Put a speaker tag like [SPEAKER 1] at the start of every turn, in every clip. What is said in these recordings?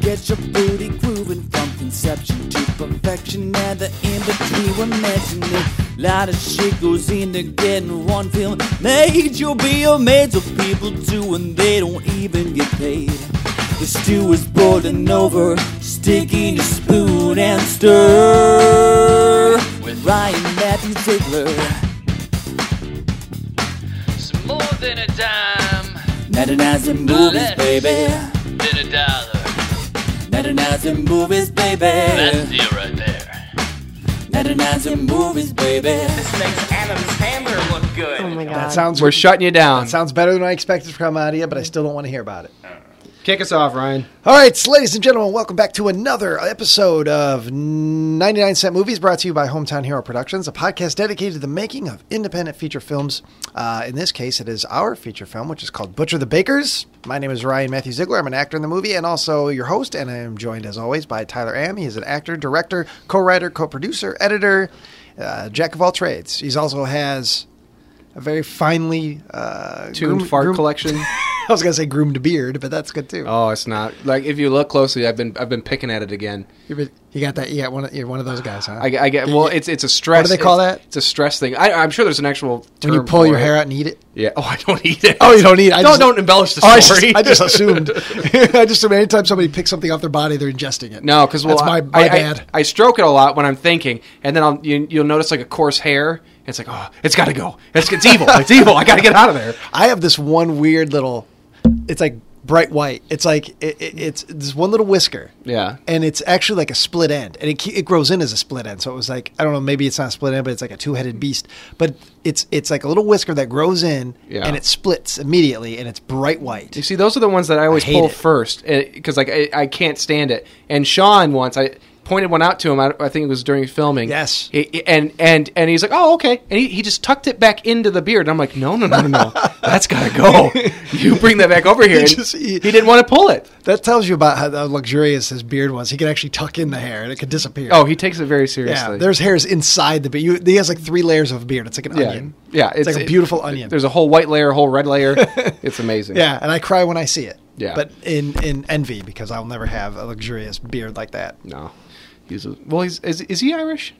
[SPEAKER 1] Get your booty grooving from conception to perfection and the in between we're mentioning. Lot of shit goes into getting one film made. You'll be amazed what people do and they don't even get paid. The stew is boiling over, sticking a spoon and stir. With Ryan Matthews Ziegler.
[SPEAKER 2] It's more than a dime,
[SPEAKER 1] Modernizing movies, baby.
[SPEAKER 2] than a dollar.
[SPEAKER 1] Modernizing movies,
[SPEAKER 2] That's
[SPEAKER 1] baby.
[SPEAKER 2] deal right there.
[SPEAKER 1] Modernizing movies, baby.
[SPEAKER 3] makes Adam Sandler look good.
[SPEAKER 4] Oh my god.
[SPEAKER 5] That sounds
[SPEAKER 6] We're shutting you down.
[SPEAKER 5] sounds better than I expected from out of you, but I still don't want to hear about it.
[SPEAKER 6] Kick us off, Ryan.
[SPEAKER 5] All right, ladies and gentlemen, welcome back to another episode of 99 Cent Movies brought to you by Hometown Hero Productions, a podcast dedicated to the making of independent feature films. Uh, in this case, it is our feature film, which is called Butcher the Bakers. My name is Ryan Matthew Ziegler. I'm an actor in the movie and also your host, and I am joined, as always, by Tyler Am. He is an actor, director, co writer, co producer, editor, uh, jack of all trades. He's also has a very finely uh,
[SPEAKER 6] Tuned
[SPEAKER 5] groomed-
[SPEAKER 6] fart
[SPEAKER 5] groomed-
[SPEAKER 6] collection.
[SPEAKER 5] I was going to say groomed beard, but that's good too.
[SPEAKER 6] Oh, it's not. Like if you look closely, I've been I've been picking at it again.
[SPEAKER 5] You been- you got that? You got one? Of, you're one of those guys, huh?
[SPEAKER 6] I, I get well. It's it's a stress.
[SPEAKER 5] What do they call
[SPEAKER 6] it's-
[SPEAKER 5] that?
[SPEAKER 6] It's a stress thing. I, I'm sure there's an actual.
[SPEAKER 5] when you
[SPEAKER 6] term
[SPEAKER 5] pull
[SPEAKER 6] for
[SPEAKER 5] your
[SPEAKER 6] it.
[SPEAKER 5] hair out and eat it.
[SPEAKER 6] Yeah. Oh, I don't eat it.
[SPEAKER 5] Oh, you don't eat. I
[SPEAKER 6] don't
[SPEAKER 5] just-
[SPEAKER 6] don't embellish the
[SPEAKER 5] Oh, I just,
[SPEAKER 6] story.
[SPEAKER 5] I just assumed. I just assumed anytime somebody picks something off their body, they're ingesting it.
[SPEAKER 6] No, because well,
[SPEAKER 5] that's my,
[SPEAKER 6] I-
[SPEAKER 5] my
[SPEAKER 6] I, I-
[SPEAKER 5] bad.
[SPEAKER 6] I, stroke it a lot when I'm thinking, and then I'll you, you'll notice like a coarse hair. and It's like oh, it's got to go. It's, it's evil. It's evil. I got to get out of there.
[SPEAKER 5] I have this one weird little. It's like bright white. It's like it, it, it's this one little whisker.
[SPEAKER 6] Yeah.
[SPEAKER 5] and it's actually like a split end, and it ke- it grows in as a split end. So it was like I don't know, maybe it's not a split end, but it's like a two headed beast. But it's it's like a little whisker that grows in,
[SPEAKER 6] Yeah.
[SPEAKER 5] and it splits immediately, and it's bright
[SPEAKER 6] You
[SPEAKER 5] white.
[SPEAKER 6] see, those are the ones that I always
[SPEAKER 5] hate
[SPEAKER 6] pull
[SPEAKER 5] it.
[SPEAKER 6] first because like I, I can't stand it. And Sean once I pointed one out to him. I, I think it was during filming.
[SPEAKER 5] Yes.
[SPEAKER 6] He- he- and and and he's like, oh okay, and he, he just tucked it back into the beard. And I'm like, no no no no no, that's gotta go. You bring that back over
[SPEAKER 5] He
[SPEAKER 6] here. And
[SPEAKER 5] just- he-
[SPEAKER 6] he didn't want to pull it.
[SPEAKER 5] That tells you about how, how luxurious his beard was. He could actually tuck in the hair, and it could disappear.
[SPEAKER 6] Oh, he takes it very
[SPEAKER 5] Yeah,
[SPEAKER 6] seriously.
[SPEAKER 5] there's hairs inside the beard. You, he has like three layers of beard. It's like an
[SPEAKER 6] yeah,
[SPEAKER 5] onion.
[SPEAKER 6] yeah.
[SPEAKER 5] it's, like a beautiful onion.
[SPEAKER 6] There's a whole white layer, a whole red layer. it's amazing.
[SPEAKER 5] yeah, and I cry when I see it.
[SPEAKER 6] Yeah.
[SPEAKER 5] but in in envy because I'll never have a luxurious beard like that.
[SPEAKER 6] No. He's a, well. He's is, is he Irish?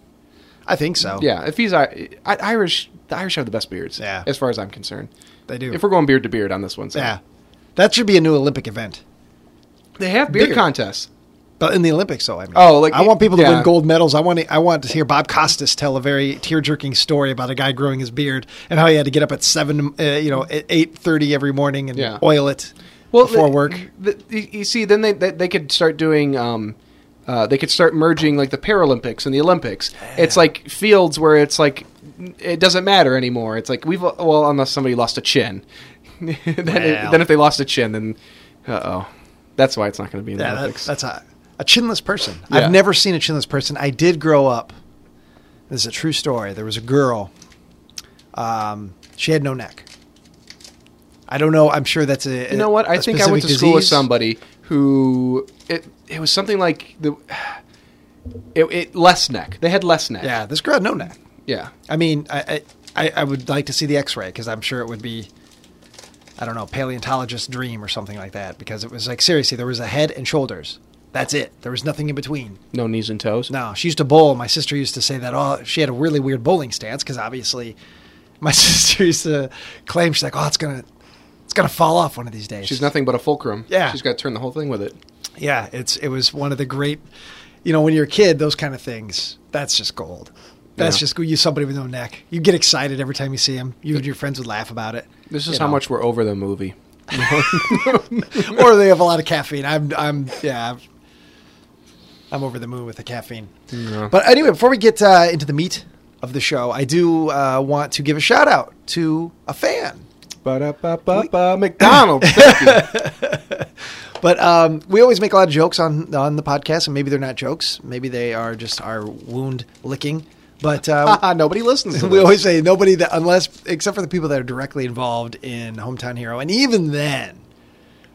[SPEAKER 5] I think so.
[SPEAKER 6] Yeah. If he's I, I, Irish, the Irish have the best beards.
[SPEAKER 5] Yeah.
[SPEAKER 6] As far as I'm concerned.
[SPEAKER 5] they do.
[SPEAKER 6] If we're going beard to beard on this one, so.
[SPEAKER 5] yeah, that should be a new Olympic event.
[SPEAKER 6] They have beard,
[SPEAKER 5] Beard.
[SPEAKER 6] contests.
[SPEAKER 5] But in the Olympics, though, I mean,
[SPEAKER 6] Oh, like-
[SPEAKER 5] I want people to
[SPEAKER 6] yeah.
[SPEAKER 5] win gold medals. I want to, I want to hear Bob Costas tell a very tear-jerking story about a guy growing his beard and how he had to get up at seven, uh, you know, at eight thirty every morning and
[SPEAKER 6] Yeah.
[SPEAKER 5] oil it before work.
[SPEAKER 6] The, you you see, then they, they they could start doing. Um, uh, they could start merging like the Paralympics and the Olympics. It's like fields where it's like it doesn't matter anymore. It's like we've well, unless somebody lost a chin, then, it-
[SPEAKER 5] Well.
[SPEAKER 6] then if they lost a chin, then uh oh, that's why it's not going to be in the
[SPEAKER 5] Yeah, that,
[SPEAKER 6] Olympics.
[SPEAKER 5] that's a, a chinless person.
[SPEAKER 6] Yeah.
[SPEAKER 5] I've never seen a chinless person. I did grow up. This is a true story. There was a girl. Um, she had no neck. I don't know. I'm sure that's a.
[SPEAKER 6] you know what?
[SPEAKER 5] I
[SPEAKER 6] I think I went to school with somebody who it it was something like the it, it less neck. They had less neck.
[SPEAKER 5] Yeah, this girl had no neck.
[SPEAKER 6] yeah.
[SPEAKER 5] I mean, I I, I- I would like to see the X-ray because I'm sure it would be, I don't know, paleontologist's dream or something like that. Because it was like seriously, there was a head and shoulders. That's it. There was nothing in between.
[SPEAKER 6] No knees and toes.
[SPEAKER 5] No, she used to bowl. My sister used to say that. Oh, she had a really weird bowling stance because obviously, my sister used to claim she's like, oh, it's gonna, it's gonna fall off one of these days.
[SPEAKER 6] She's nothing but a fulcrum.
[SPEAKER 5] Yeah.
[SPEAKER 6] She's got to turn the whole thing with it.
[SPEAKER 5] Yeah, it's it was one of the great, you know, when you're a kid, those kind of things. That's just gold. That's
[SPEAKER 6] Yeah.
[SPEAKER 5] just you. Somebody with no neck. You get excited every time you see him. You and your friends would laugh about it.
[SPEAKER 6] This
[SPEAKER 5] you
[SPEAKER 6] is how
[SPEAKER 5] know.
[SPEAKER 6] much we're over the movie.
[SPEAKER 5] or they have a lot of caffeine. I'm, I'm, yeah, I'm, I'm over the moon with the caffeine. But anyway, before we get uh, into the meat of the show, I do uh, want to give a shout out to a fan.
[SPEAKER 6] Ba-da-ba-ba-ba, McDonald's. Thank you.
[SPEAKER 5] But um, we always make a lot of jokes on on the podcast, and maybe they're not jokes. Maybe they are just our wound licking. But uh,
[SPEAKER 6] Nobody listens to
[SPEAKER 5] we
[SPEAKER 6] this.
[SPEAKER 5] always say nobody that unless except for the people that are directly involved in hometown hero and even then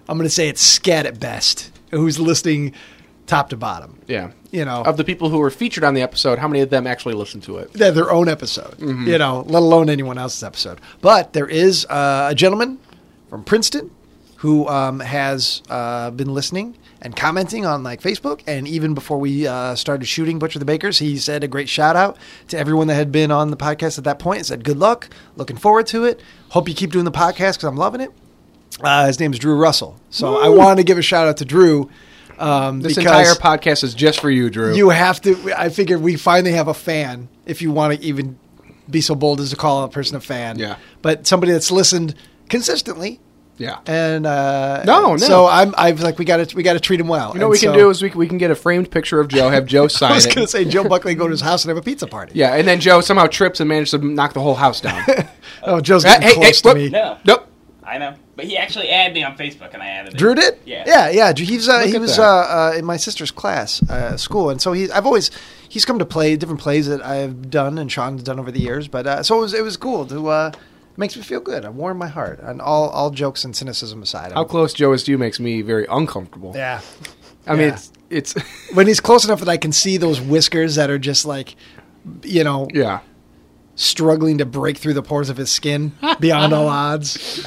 [SPEAKER 5] i'm going to say it's scat at best who's listening top to bottom
[SPEAKER 6] Yeah.
[SPEAKER 5] you know
[SPEAKER 6] Of the people who were featured on the episode, how many of them actually listened to it?
[SPEAKER 5] their, their own episode
[SPEAKER 6] Mm-hmm.
[SPEAKER 5] you know let alone anyone else's episode but there is uh, a gentleman from princeton who um, has uh, been listening and commenting on like Facebook. And even before we uh, started shooting Butcher the Bakers, he said a great shout out to everyone that had been on the podcast at that point and said, Good luck. Looking forward to it. Hope you keep doing the podcast because I'm loving it. Uh, his name is Drew Russell. So I wanted to give a shout out to Drew. Um,
[SPEAKER 6] This
[SPEAKER 5] because-
[SPEAKER 6] entire podcast is just for you, Drew.
[SPEAKER 5] you have to. I figured we finally have a fan. If you want to even be so bold as to call a person a fan,
[SPEAKER 6] Yeah.
[SPEAKER 5] But somebody that's listened consistently,
[SPEAKER 6] yeah.
[SPEAKER 5] and uh,
[SPEAKER 6] No, no.
[SPEAKER 5] So I'm. I was like, we got to. We got to treat him well.
[SPEAKER 6] You know what we can do is we, we can get a framed picture of Joe, have Joe
[SPEAKER 5] I
[SPEAKER 6] sign
[SPEAKER 5] was
[SPEAKER 6] it.
[SPEAKER 5] going to say Joe Buckley go to his house and have a pizza party.
[SPEAKER 6] Yeah, and then Joe somehow trips and manages to knock the whole house down. Uh,
[SPEAKER 5] Oh, Joe's
[SPEAKER 6] Hey,
[SPEAKER 5] getting
[SPEAKER 6] hey,
[SPEAKER 5] close
[SPEAKER 6] whoop.
[SPEAKER 5] to me.
[SPEAKER 3] No,
[SPEAKER 6] nope.
[SPEAKER 3] I know. But he actually added me on Facebook, and I added it.
[SPEAKER 5] Drew did.
[SPEAKER 3] Yeah.
[SPEAKER 5] yeah, yeah. He's uh, he
[SPEAKER 6] at
[SPEAKER 5] was uh,
[SPEAKER 6] that.
[SPEAKER 5] uh, in my sister's class, uh, school, and so he. I've always he's come to play different plays that I've done and Sean's done over the years. But uh, so it was it was cool to. Uh, makes me feel good. I warm my heart, and all all jokes and cynicism aside.
[SPEAKER 6] How close Joe is to you makes me very uncomfortable.
[SPEAKER 5] Yeah.
[SPEAKER 6] I mean,
[SPEAKER 5] yeah.
[SPEAKER 6] it's it's
[SPEAKER 5] When he's close enough that I can see those whiskers that are just like, you know,
[SPEAKER 6] yeah.
[SPEAKER 5] struggling to break through the pores of his skin beyond all odds.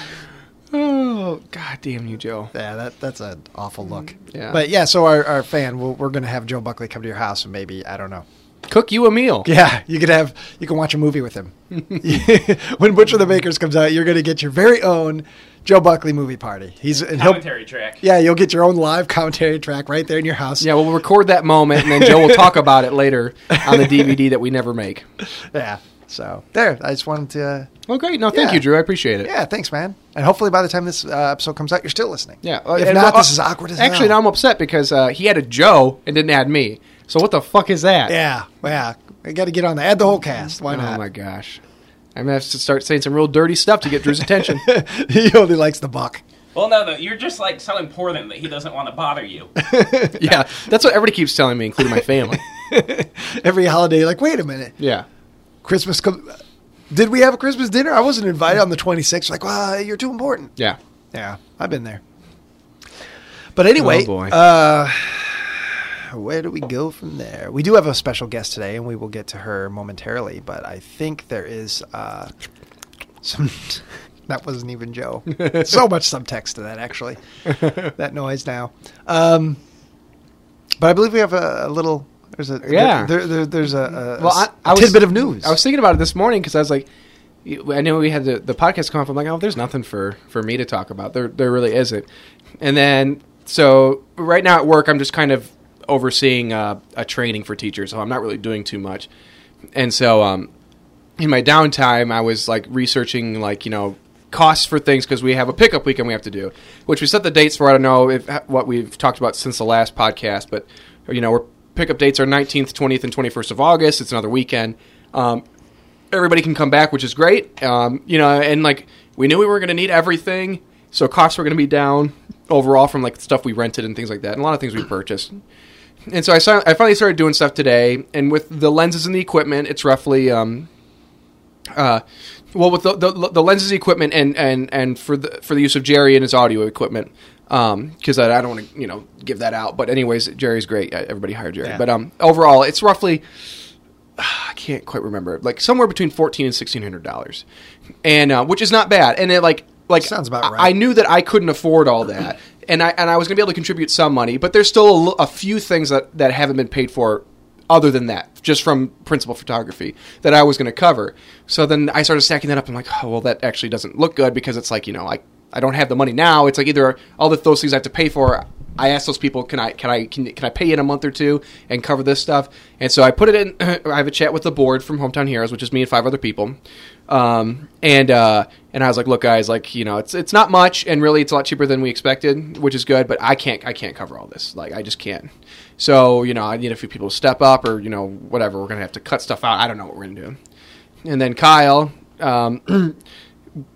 [SPEAKER 6] Oh god damn you, Joe.
[SPEAKER 5] Yeah, that that's an awful look.
[SPEAKER 6] Yeah.
[SPEAKER 5] But yeah, so our, our fan, we'll, we're going to have Joe Buckley come to your house and maybe, I don't know,
[SPEAKER 6] Cook you a meal.
[SPEAKER 5] Yeah, you could have you can watch a movie with him. when Butcher the Bakers comes out, you're going to get your very own Joe Buckley movie party. He's and he'll,
[SPEAKER 3] Commentary track.
[SPEAKER 5] yeah, you'll get your own live commentary track right there in your house.
[SPEAKER 6] Yeah, we'll record that moment and then Joe will talk about it later on the DVD that we never make.
[SPEAKER 5] yeah. So there, I just wanted to. Uh,
[SPEAKER 6] Well, great. No, thank
[SPEAKER 5] Yeah.
[SPEAKER 6] you, Drew. I appreciate it.
[SPEAKER 5] yeah, thanks, man. And hopefully, by the time this uh, episode comes out, you're still listening.
[SPEAKER 6] Yeah. uh,
[SPEAKER 5] If
[SPEAKER 6] and,
[SPEAKER 5] not,
[SPEAKER 6] uh,
[SPEAKER 5] this is awkward as
[SPEAKER 6] Actually, now
[SPEAKER 5] hell.
[SPEAKER 6] I'm upset because uh, he had a Joe and didn't add me. So what the fuck is that?
[SPEAKER 5] Yeah, yeah. I got to get on that. Add the whole cast. Why
[SPEAKER 6] oh
[SPEAKER 5] not?
[SPEAKER 6] my gosh. I'm gonna have to start saying some real dirty stuff to get Drew's attention.
[SPEAKER 5] he only likes the buck.
[SPEAKER 3] Well, no, though, you're just like so important that he doesn't want to bother you.
[SPEAKER 6] yeah, that's what everybody keeps telling me, including my family.
[SPEAKER 5] Every holiday, like, wait a minute.
[SPEAKER 6] Yeah.
[SPEAKER 5] Christmas come. Did we have a Christmas dinner? I wasn't invited on the 26th. Like, wow, you're too important.
[SPEAKER 6] Yeah.
[SPEAKER 5] Yeah, I've been there. But anyway,
[SPEAKER 6] Oh, boy.
[SPEAKER 5] Uh, where do we go from there? We do have a special guest today, and we will get to her momentarily. But I think there is uh, some. that wasn't even Joe. so much subtext to that, actually. that noise now. Um, but I believe we have a, a little. There's a
[SPEAKER 6] Yeah.
[SPEAKER 5] There, there, there's a, a,
[SPEAKER 6] Well, I, I
[SPEAKER 5] a
[SPEAKER 6] was,
[SPEAKER 5] tidbit of news.
[SPEAKER 6] I was thinking about it this morning because I was like, I know we had the, the podcast come up. I'm like, oh, there's nothing for, for me to talk about. There there really isn't. And then so right now at work, I'm just kind of overseeing uh, a training for teachers, so I'm not really doing too much. And so um, in my downtime, I was like researching like you know costs for things because we have a pickup weekend we have to do, which we set the dates for. I don't know if what we've talked about since the last podcast, but you know, we're pickup dates are 19th, 20th, and 21st of August. It's another weekend. Um, everybody can come back, which is great. Um, you know, and like we knew we were going to need everything, so costs were going to be down overall from like stuff we rented and things like that, and a lot of things we purchased. And so I, saw, I finally started doing stuff today, and with the lenses and the equipment, it's roughly um, uh, well, with the, the, the lenses equipment and, and, and for the for the use of Jerry and his audio equipment, because I, I don't want to you know give that out. But anyways, Jerry's great. Uh, Everybody hired Jerry. But um, overall, it's roughly I can't quite remember like somewhere between fourteen and sixteen hundred dollars, and uh, which is not bad. And it like like
[SPEAKER 5] Sounds about
[SPEAKER 6] I-
[SPEAKER 5] right.
[SPEAKER 6] I knew that I couldn't afford all that, and I and I was going to be able to contribute some money, but there's still a, l- a few things that that haven't been paid for, other than that, just from principal photography that I was going to cover. So then I started stacking that up. I'm like, oh well, that actually doesn't look good because it's like you know I I don't have the money now. It's like either all of those things I have to pay for. I asked those people, can I can I can, can I pay you in a month or two and cover this stuff? And so I put it in. I have a chat with the board from Hometown Heroes, which is me and five other people. Um, and uh, and I was like, look, guys, like you know, it's it's not much, and really, it's a lot cheaper than we expected, which is good. But I can't I can't cover all this. Like I just can't. So you know, I need a few people to step up, or you know, whatever. We're gonna have to cut stuff out. I don't know what we're gonna do. And then Kyle. Um,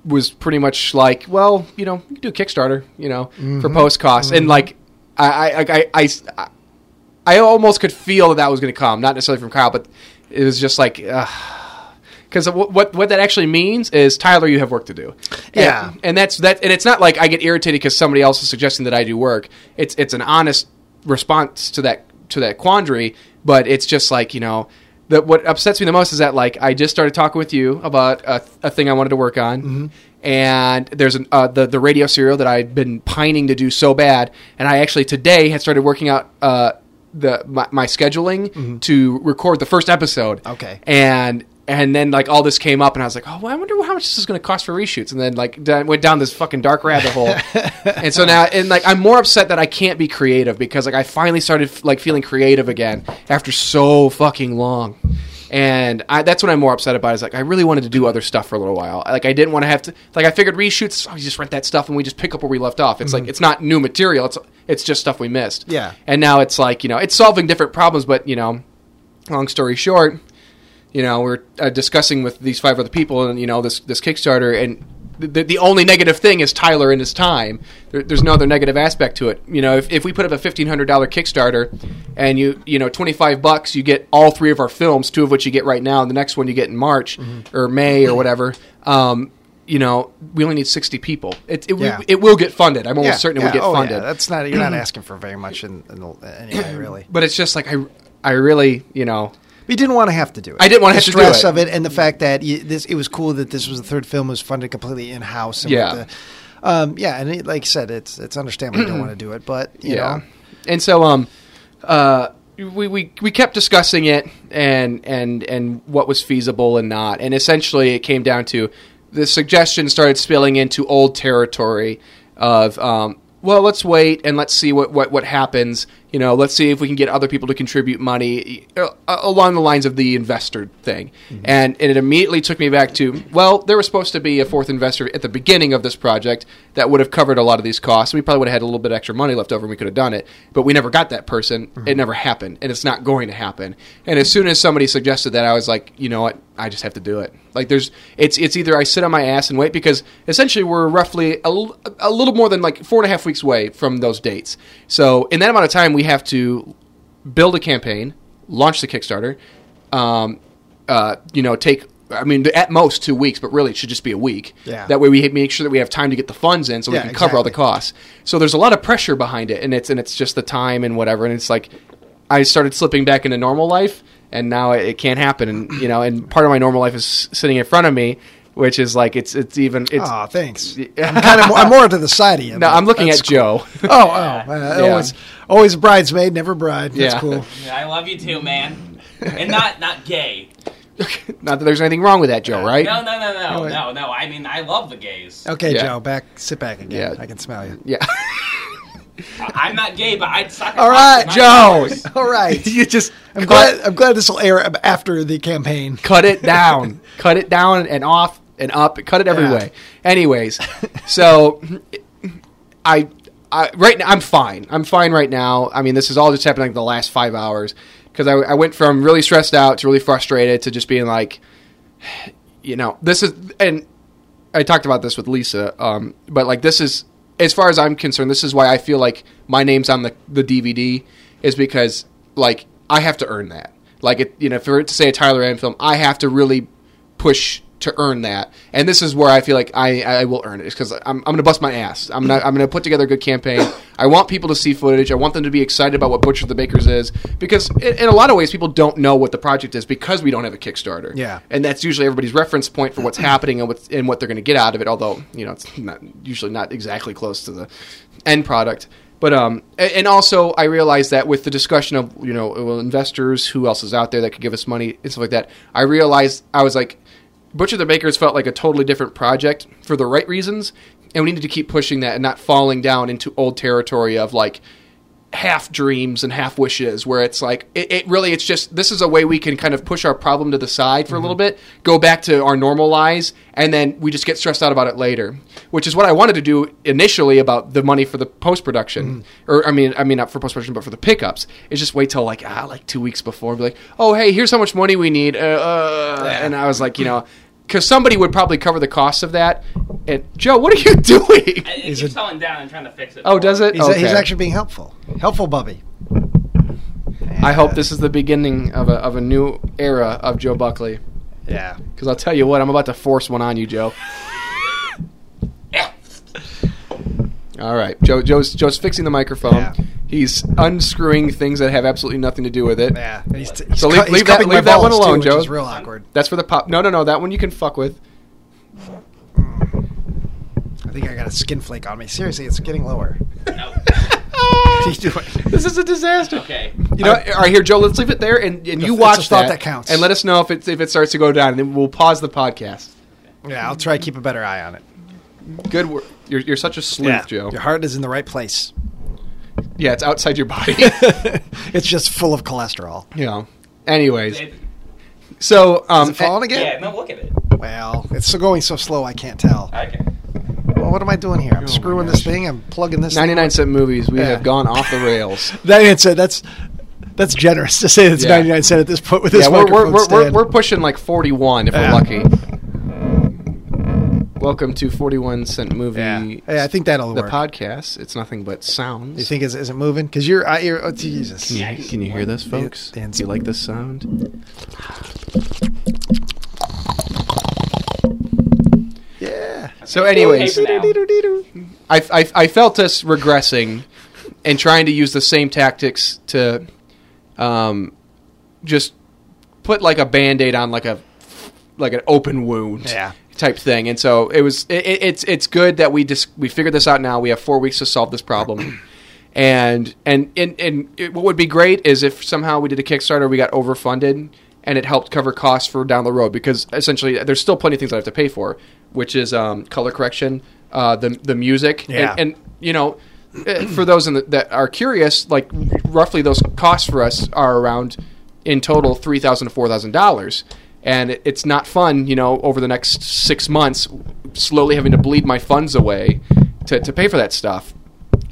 [SPEAKER 6] was pretty much like, well, you know, you can do a Kickstarter, you know, for post costs, and like, I, I, I, I, I, I almost could feel that that was going to come, not necessarily from Kyle, but it was just like, because what what that actually means is, Tyler, you have work to do.
[SPEAKER 5] Yeah.
[SPEAKER 6] and, and that's that, and it's not like I get irritated because somebody else is suggesting that I do work. It's it's an honest response to that to that quandary, but it's just like you know. That what upsets me the most is that like I just started talking with you about a, a thing I wanted to work on, And there's an, uh, the the radio serial that I'd been pining to do so bad, and I actually today had started working out uh, the my, my scheduling to record the first episode.
[SPEAKER 5] Okay.
[SPEAKER 6] and and then like all this came up, and I was like, oh, well, I wonder how much this is going to cost for reshoots, and then like down, went down this fucking dark rabbit hole, and so now and like I'm more upset that I can't be creative because like I finally started like feeling creative again after so fucking long. And I, that's what I'm more upset about. Is like I really wanted to do other stuff for a little while. Like I didn't want to have to. Like I figured reshoots. Oh, you just rent that stuff and we just pick up where we left off. It's like it's not new material. It's it's just stuff we missed.
[SPEAKER 5] Yeah.
[SPEAKER 6] And now it's like you know it's solving different problems. But you know, long story short, you know we're uh, discussing with these five other people and you know this this Kickstarter and. The, the only negative thing is Tyler and his time. There, there's no other negative aspect to it. You know, if, if we put up a fifteen hundred dollar Kickstarter, and you you know twenty five bucks, you get all three of our films, two of which you get right now, and the next one you get in March
[SPEAKER 5] Mm-hmm.
[SPEAKER 6] or May or whatever. Um, you know, we only need sixty people. It it,
[SPEAKER 5] Yeah.
[SPEAKER 6] we, it will get funded. I'm almost certain it will get
[SPEAKER 5] Oh,
[SPEAKER 6] funded.
[SPEAKER 5] That's not you're not asking for very much in, in the- anyway, really.
[SPEAKER 6] but it's just like I, I really, you know,
[SPEAKER 5] We didn't want to have to do it.
[SPEAKER 6] I didn't wanna
[SPEAKER 5] the
[SPEAKER 6] have to do
[SPEAKER 5] stress
[SPEAKER 6] it.
[SPEAKER 5] of it, and the fact that you, this it was cool that this was the third film was funded completely in house.
[SPEAKER 6] Yeah.
[SPEAKER 5] um, yeah, and it, like I said, it's it's understandable you don't want to do it, but you
[SPEAKER 6] yeah.
[SPEAKER 5] know,
[SPEAKER 6] And so, um, uh, we, we we kept discussing it and and and what was feasible and not, and essentially it came down to the suggestion started spilling into old territory of um. Well, let's wait and let's see what, what, what happens. You know, let's see if we can get other people to contribute money uh, along the lines of the investor thing. And, and it immediately took me back to, well, there was supposed to be a fourth investor at the beginning of this project that would have covered a lot of these costs. We probably would have had a little bit extra money left over and we could have done it, but we never got that person. It never happened, and it's not going to happen. And as soon as somebody suggested that, I was like, you know what? I just have to do it. Like there's it's it's either I sit on my ass and wait because essentially we're roughly a, l- a little more than like four and a half weeks away from those dates. So in that amount of time, we have to build a campaign, launch the Kickstarter, um, uh, you know, take. I mean, at most two weeks, but really it should just be a week.
[SPEAKER 5] Yeah.
[SPEAKER 6] That way we make sure that we have time to get the funds in, so
[SPEAKER 5] Yeah,
[SPEAKER 6] we can cover all the
[SPEAKER 5] exactly.
[SPEAKER 6] costs. So there's a lot of pressure behind it, and it's and it's just the time and whatever. And it's like I started slipping back into normal life, and now it, it can't happen. And you know, and part of my normal life is sitting in front of me, which is like it's it's even it's.
[SPEAKER 5] oh, thanks. I'm kind of more, I'm more to the side of you.
[SPEAKER 6] no,
[SPEAKER 5] but
[SPEAKER 6] I'm looking
[SPEAKER 5] that's
[SPEAKER 6] at Joe.
[SPEAKER 5] cool. Oh, oh, uh,
[SPEAKER 6] Yeah.
[SPEAKER 5] always always a bridesmaid, never bride. That's
[SPEAKER 6] Yeah.
[SPEAKER 5] cool.
[SPEAKER 3] I love you too, man. And not not gay.
[SPEAKER 6] Not that there's anything wrong with that, Joe, right?
[SPEAKER 3] No, no, no, no,
[SPEAKER 5] wait.
[SPEAKER 3] no, no. I mean, I love the gays.
[SPEAKER 5] Okay,
[SPEAKER 6] Yeah.
[SPEAKER 5] Joe, back sit back again.
[SPEAKER 6] Yeah.
[SPEAKER 5] I can smell you.
[SPEAKER 6] Yeah.
[SPEAKER 3] I- I'm not gay, but I'd suck. a
[SPEAKER 5] All
[SPEAKER 3] cock with
[SPEAKER 5] right,
[SPEAKER 3] my
[SPEAKER 6] Joe.
[SPEAKER 3] fingers.
[SPEAKER 5] All right,
[SPEAKER 6] you just
[SPEAKER 5] I'm
[SPEAKER 6] cut,
[SPEAKER 5] glad I'm glad this will air after the campaign.
[SPEAKER 6] cut it down, cut it down and off and up, cut it every
[SPEAKER 5] Yeah.
[SPEAKER 6] way. Anyways, so I, I right now I'm fine. I'm fine right now. I mean, this is all just happening like the last five hours because I, I went from really stressed out to really frustrated to just being like, you know, this is and I talked about this with Lisa, um, but like this is as far as I'm concerned, this is why I feel like my name's on the the DVD is because like I have to earn that. Like it, you know, for it to say a Tyler Ann film, I have to really push to earn that. And this is where I feel like I, I will earn it because I'm, I'm going to bust my ass. I'm not, I'm going to put together a good campaign. I want people to see footage. I want them to be excited about what Butcher the Bakers is because in, in a lot of ways people don't know what the project is because we don't have a Kickstarter
[SPEAKER 5] Yeah.
[SPEAKER 6] and that's usually everybody's reference point for what's happening and what's and what they're going to get out of it. Although you know it's not usually not exactly close to the end product. But um, a- and also I realized that with the discussion of you know well, investors, who else is out there that could give us money and stuff like that, I realized I was like, Butcher the Bakers felt like a totally different project for the right reasons, and we needed to keep pushing that and not falling down into old territory of like half dreams and half wishes where it's like it, it really it's just this is a way we can kind of push our problem to the side for a little
[SPEAKER 5] Mm-hmm.
[SPEAKER 6] bit go back to our normal lives and then we just get stressed out about it later which is what i wanted to do initially about the money for the post-production
[SPEAKER 5] Mm-hmm.
[SPEAKER 6] or i mean i mean not for post-production but for the pickups is just wait till like ah like two weeks before and be like oh hey here's how much money we need uh, uh, and i was like you know because somebody would probably cover the cost of that and joe what are you doing
[SPEAKER 3] It
[SPEAKER 5] He's
[SPEAKER 3] keeps
[SPEAKER 5] a-
[SPEAKER 3] falling down and trying to fix it.
[SPEAKER 6] oh does it
[SPEAKER 5] He's, he's
[SPEAKER 6] Okay.
[SPEAKER 5] actually being helpful. Helpful, Bubby. uh,
[SPEAKER 6] I hope this is the beginning of a, of a new era of Joe Buckley.
[SPEAKER 5] Yeah.
[SPEAKER 6] Because I'll tell you what, I'm about to force one on you, Joe. All right, Joe. Joe's Joe's fixing the microphone.
[SPEAKER 5] Yeah.
[SPEAKER 6] He's unscrewing things that have absolutely nothing to do with it.
[SPEAKER 5] Yeah. He's, he's
[SPEAKER 6] So
[SPEAKER 5] cu-
[SPEAKER 6] leave-
[SPEAKER 5] he's
[SPEAKER 6] leave that-
[SPEAKER 5] cupping my
[SPEAKER 6] leave that one
[SPEAKER 5] balls, too,
[SPEAKER 6] alone,
[SPEAKER 5] which
[SPEAKER 6] Joe.
[SPEAKER 5] is real awkward.
[SPEAKER 6] That's for the pop. No, no, no. That one you can fuck with.
[SPEAKER 5] I think I got a skin flake on me. Seriously, it's getting lower.
[SPEAKER 3] No.
[SPEAKER 5] Keep doing-
[SPEAKER 6] This is a disaster.
[SPEAKER 3] Okay.
[SPEAKER 6] You know, all right, here, Joe. Let's leave it there, and, and you
[SPEAKER 5] It's a
[SPEAKER 6] watch
[SPEAKER 5] thought
[SPEAKER 6] that,
[SPEAKER 5] that counts.
[SPEAKER 6] and let us know if it if it starts to go down, and then we'll pause the podcast.
[SPEAKER 5] yeah, I'll try to keep a better eye on it.
[SPEAKER 6] Good work. You're, you're such a sleuth, Joe.
[SPEAKER 5] Your heart is in the right place.
[SPEAKER 6] Yeah, it's outside your body.
[SPEAKER 5] It's just full of cholesterol.
[SPEAKER 6] yeah. Anyways,
[SPEAKER 3] It-
[SPEAKER 6] so um,
[SPEAKER 5] Is it falling
[SPEAKER 3] yeah,
[SPEAKER 5] again?
[SPEAKER 3] no, look at it.
[SPEAKER 5] Well, it's so going so slow I can't tell.
[SPEAKER 3] Okay.
[SPEAKER 5] Well, what am I doing
[SPEAKER 6] Oh
[SPEAKER 5] here? I'm screwing this thing. I'm plugging this.
[SPEAKER 6] ninety nine cent movies. We
[SPEAKER 5] Yeah.
[SPEAKER 6] have gone off the rails.
[SPEAKER 5] Ninety-nine cent. That's that's generous to say. That's
[SPEAKER 6] Yeah.
[SPEAKER 5] ninety-nine cent at this point with this
[SPEAKER 6] yeah, we're we're,
[SPEAKER 5] microphone
[SPEAKER 6] we're, we're,
[SPEAKER 5] stand.
[SPEAKER 6] we're pushing like forty one if
[SPEAKER 5] Yeah.
[SPEAKER 6] we're lucky. Welcome to forty one cent movie.
[SPEAKER 5] yeah. Yeah, I think that'll
[SPEAKER 6] the
[SPEAKER 5] work.
[SPEAKER 6] podcast. It's nothing but sounds.
[SPEAKER 5] you think is, is it moving? Because you're I, you're oh, Jesus.
[SPEAKER 6] Mm-hmm. Can you, can you hear this, folks?
[SPEAKER 5] Yeah, and-
[SPEAKER 6] Do you like this sound?
[SPEAKER 5] Yeah.
[SPEAKER 6] So, anyways,
[SPEAKER 3] Okay, for now.
[SPEAKER 6] I, I, I felt us regressing and trying to use the same tactics to um, just put like a band-aid on like a like an open wound
[SPEAKER 5] Yeah.
[SPEAKER 6] type thing and so it was it, it- it's it's good that we just we figured this out now we have four weeks to solve this problem and and and, and it, what would be great is if somehow we did a kickstarter we got overfunded and it helped cover costs for down the road because essentially there's still plenty of things i have to pay for which is um, color correction uh, the, the music
[SPEAKER 5] Yeah.
[SPEAKER 6] and, and and you know eh, for those in the, that are curious like roughly those costs for us are around in total three thousand to four thousand dollars and it, it's not fun you know over the next six months slowly having to bleed my funds away to, to pay for that stuff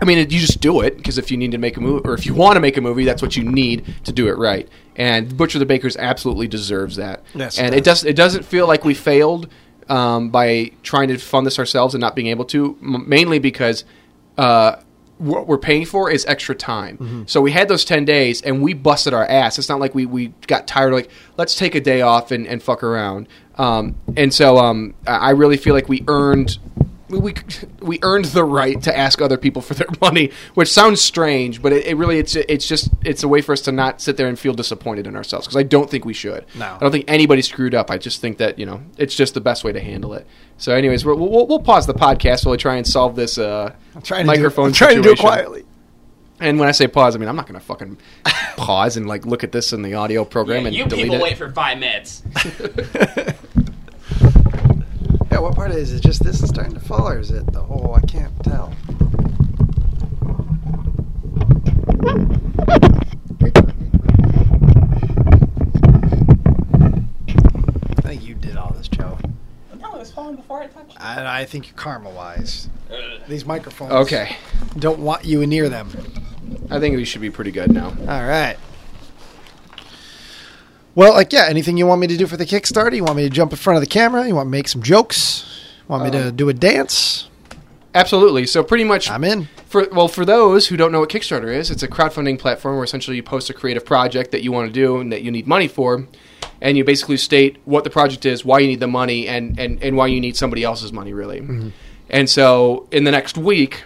[SPEAKER 6] I mean, it- you just do it because if you need to make a movie or if you want to make a movie, that's what you need to do it right. And Butcher the Baker's absolutely deserves that.
[SPEAKER 5] Yes, it
[SPEAKER 6] and it does. It doesn't feel like we failed um, by trying to fund this ourselves and not being able to, m- mainly because uh, what we're paying for is extra time. So we had those ten days and we busted our ass. It's not like we, we got tired. Like let's take a day off and, and fuck around. Um, and so um, I I really feel like we earned we, we we earned the right to ask other people for their money, which sounds strange, but it, it really it's it's just it's a way for us to not sit there and feel disappointed in ourselves because I don't think we should.
[SPEAKER 5] No.
[SPEAKER 6] I don't think anybody screwed up. I just think that you know it's just the best way to handle it. So, anyways, we're, we'll we'll pause the podcast while we try and solve this uh,
[SPEAKER 5] Trying to
[SPEAKER 6] microphone
[SPEAKER 5] Do, it- I'm trying to do it
[SPEAKER 6] situation.
[SPEAKER 5] quietly.
[SPEAKER 6] And when I say pause, I mean I'm not going to fucking pause and like look at this in the audio program
[SPEAKER 3] Yeah,
[SPEAKER 6] and
[SPEAKER 3] you
[SPEAKER 6] delete
[SPEAKER 3] people
[SPEAKER 6] it.
[SPEAKER 3] wait for five minutes.
[SPEAKER 5] Yeah. What part is it? Just this is starting to fall, or is it the whole? I can't tell. I think you did all this, Joe.
[SPEAKER 3] no, it was falling before I touched it.
[SPEAKER 5] I, I think you're karma wise.
[SPEAKER 3] Ugh.
[SPEAKER 5] These microphones
[SPEAKER 6] okay,
[SPEAKER 5] don't want you near them.
[SPEAKER 6] I think we should be pretty good now.
[SPEAKER 5] All right. Well, like yeah, anything you want me to do for the Kickstarter? You want me to jump in front of the camera? You want me to make some jokes? Want me
[SPEAKER 6] Um,
[SPEAKER 5] to do a dance?
[SPEAKER 6] Absolutely. So pretty much
[SPEAKER 5] I'm in. Oh,
[SPEAKER 6] For well, for those who don't know what Kickstarter is, it's a crowdfunding platform where essentially you post a creative project that you want to do and that you need money for, and you basically state what the project is, why you need the money, and and and why you need somebody else's money really. And so in the next week.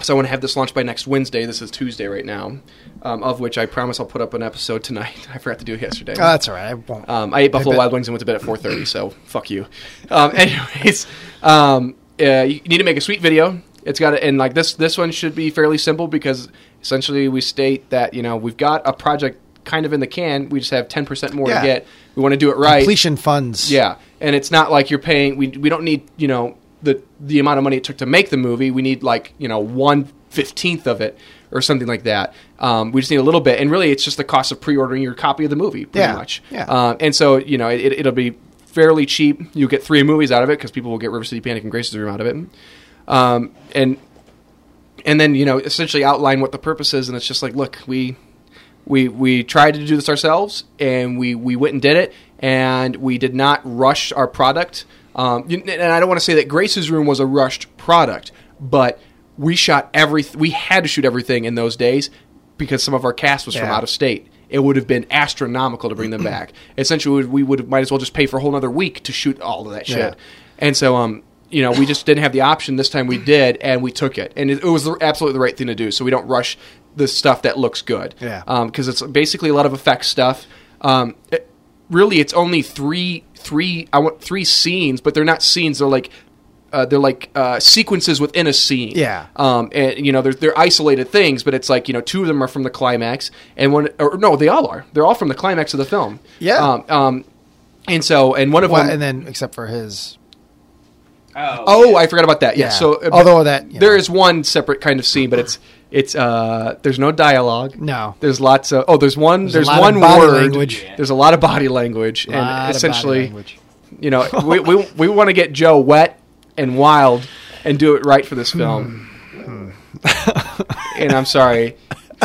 [SPEAKER 6] So I want to have this launched by next Wednesday. This is Tuesday right now, um, of which I promise I'll put up an episode tonight. I forgot to do it yesterday.
[SPEAKER 5] Oh, that's all right. I won't.
[SPEAKER 6] Um, I ate Buffalo
[SPEAKER 5] bet-
[SPEAKER 6] Wild Wings and went to bed at 4:30, so fuck you. Um, anyways, um, uh, you need to make a sweet video. It's got to, and like this this one should be fairly simple because essentially we state that you know we've got a project kind of in the can. We just have 10% more
[SPEAKER 5] Yeah.
[SPEAKER 6] to get. We want to do it right.
[SPEAKER 5] Completion funds.
[SPEAKER 6] Yeah, and it's not like you're paying. We we don't need you know the the amount of money it took to make the movie. We need like you know one fifteenth of it or something like that. Um, we just need a little bit, and really, it's just the cost of pre-ordering your copy of the movie, pretty
[SPEAKER 5] Yeah,
[SPEAKER 6] much.
[SPEAKER 5] yeah.
[SPEAKER 6] Um, and so you know it, it'll be fairly cheap. You will get three movies out of it because people will get River City Panic and Grace's Room out of it, um, and and then you know essentially outline what the purpose is and it's just like look we we we tried to do this ourselves and we we went and did it and we did not rush our product um, you- and i don't want to say that grace's room was a rushed product but we shot every we had to shoot everything in those days because some of our cast was from
[SPEAKER 5] Yeah.
[SPEAKER 6] out of state it would have been astronomical to bring them back essentially we would have might as well just pay for a whole another week to shoot all of that shit
[SPEAKER 5] Yeah.
[SPEAKER 6] and so, um, you know, we just didn't have the option. This time we did, and we took it. And it, it was the- absolutely the right thing to do. So we don't rush the stuff that looks good.
[SPEAKER 5] Yeah.
[SPEAKER 6] Because it's basically a lot of effects stuff. Um, it- really, it's only three, three, I want three scenes, but they're not scenes. They're like uh, they're like uh, sequences within a scene.
[SPEAKER 5] Yeah.
[SPEAKER 6] Um, and you know, they're they're isolated things, but it's like you know, two of them are from the climax, and one or no, they all are. They're all from the climax of the film.
[SPEAKER 5] Yeah.
[SPEAKER 6] Um, um and so and one of
[SPEAKER 5] Well,
[SPEAKER 6] them.
[SPEAKER 5] and then except for his
[SPEAKER 3] Oh,
[SPEAKER 6] oh, I forgot about that. Yeah.
[SPEAKER 5] Yeah.
[SPEAKER 6] So uh,
[SPEAKER 5] Although that, you
[SPEAKER 6] there
[SPEAKER 5] know.
[SPEAKER 6] is one separate kind of scene, but it's it's uh there's no dialogue.
[SPEAKER 5] No.
[SPEAKER 6] There's lots of oh there's one
[SPEAKER 5] a
[SPEAKER 6] there's,
[SPEAKER 5] lot of
[SPEAKER 6] one
[SPEAKER 5] body
[SPEAKER 6] word.
[SPEAKER 5] language. Yeah.
[SPEAKER 6] There's a lot of body language
[SPEAKER 5] lot
[SPEAKER 6] and
[SPEAKER 5] of
[SPEAKER 6] essentially
[SPEAKER 5] body language.
[SPEAKER 6] you know, we we, we want to get Joe wet and wild and do it right for
[SPEAKER 5] Hmm.
[SPEAKER 6] this film. and I'm sorry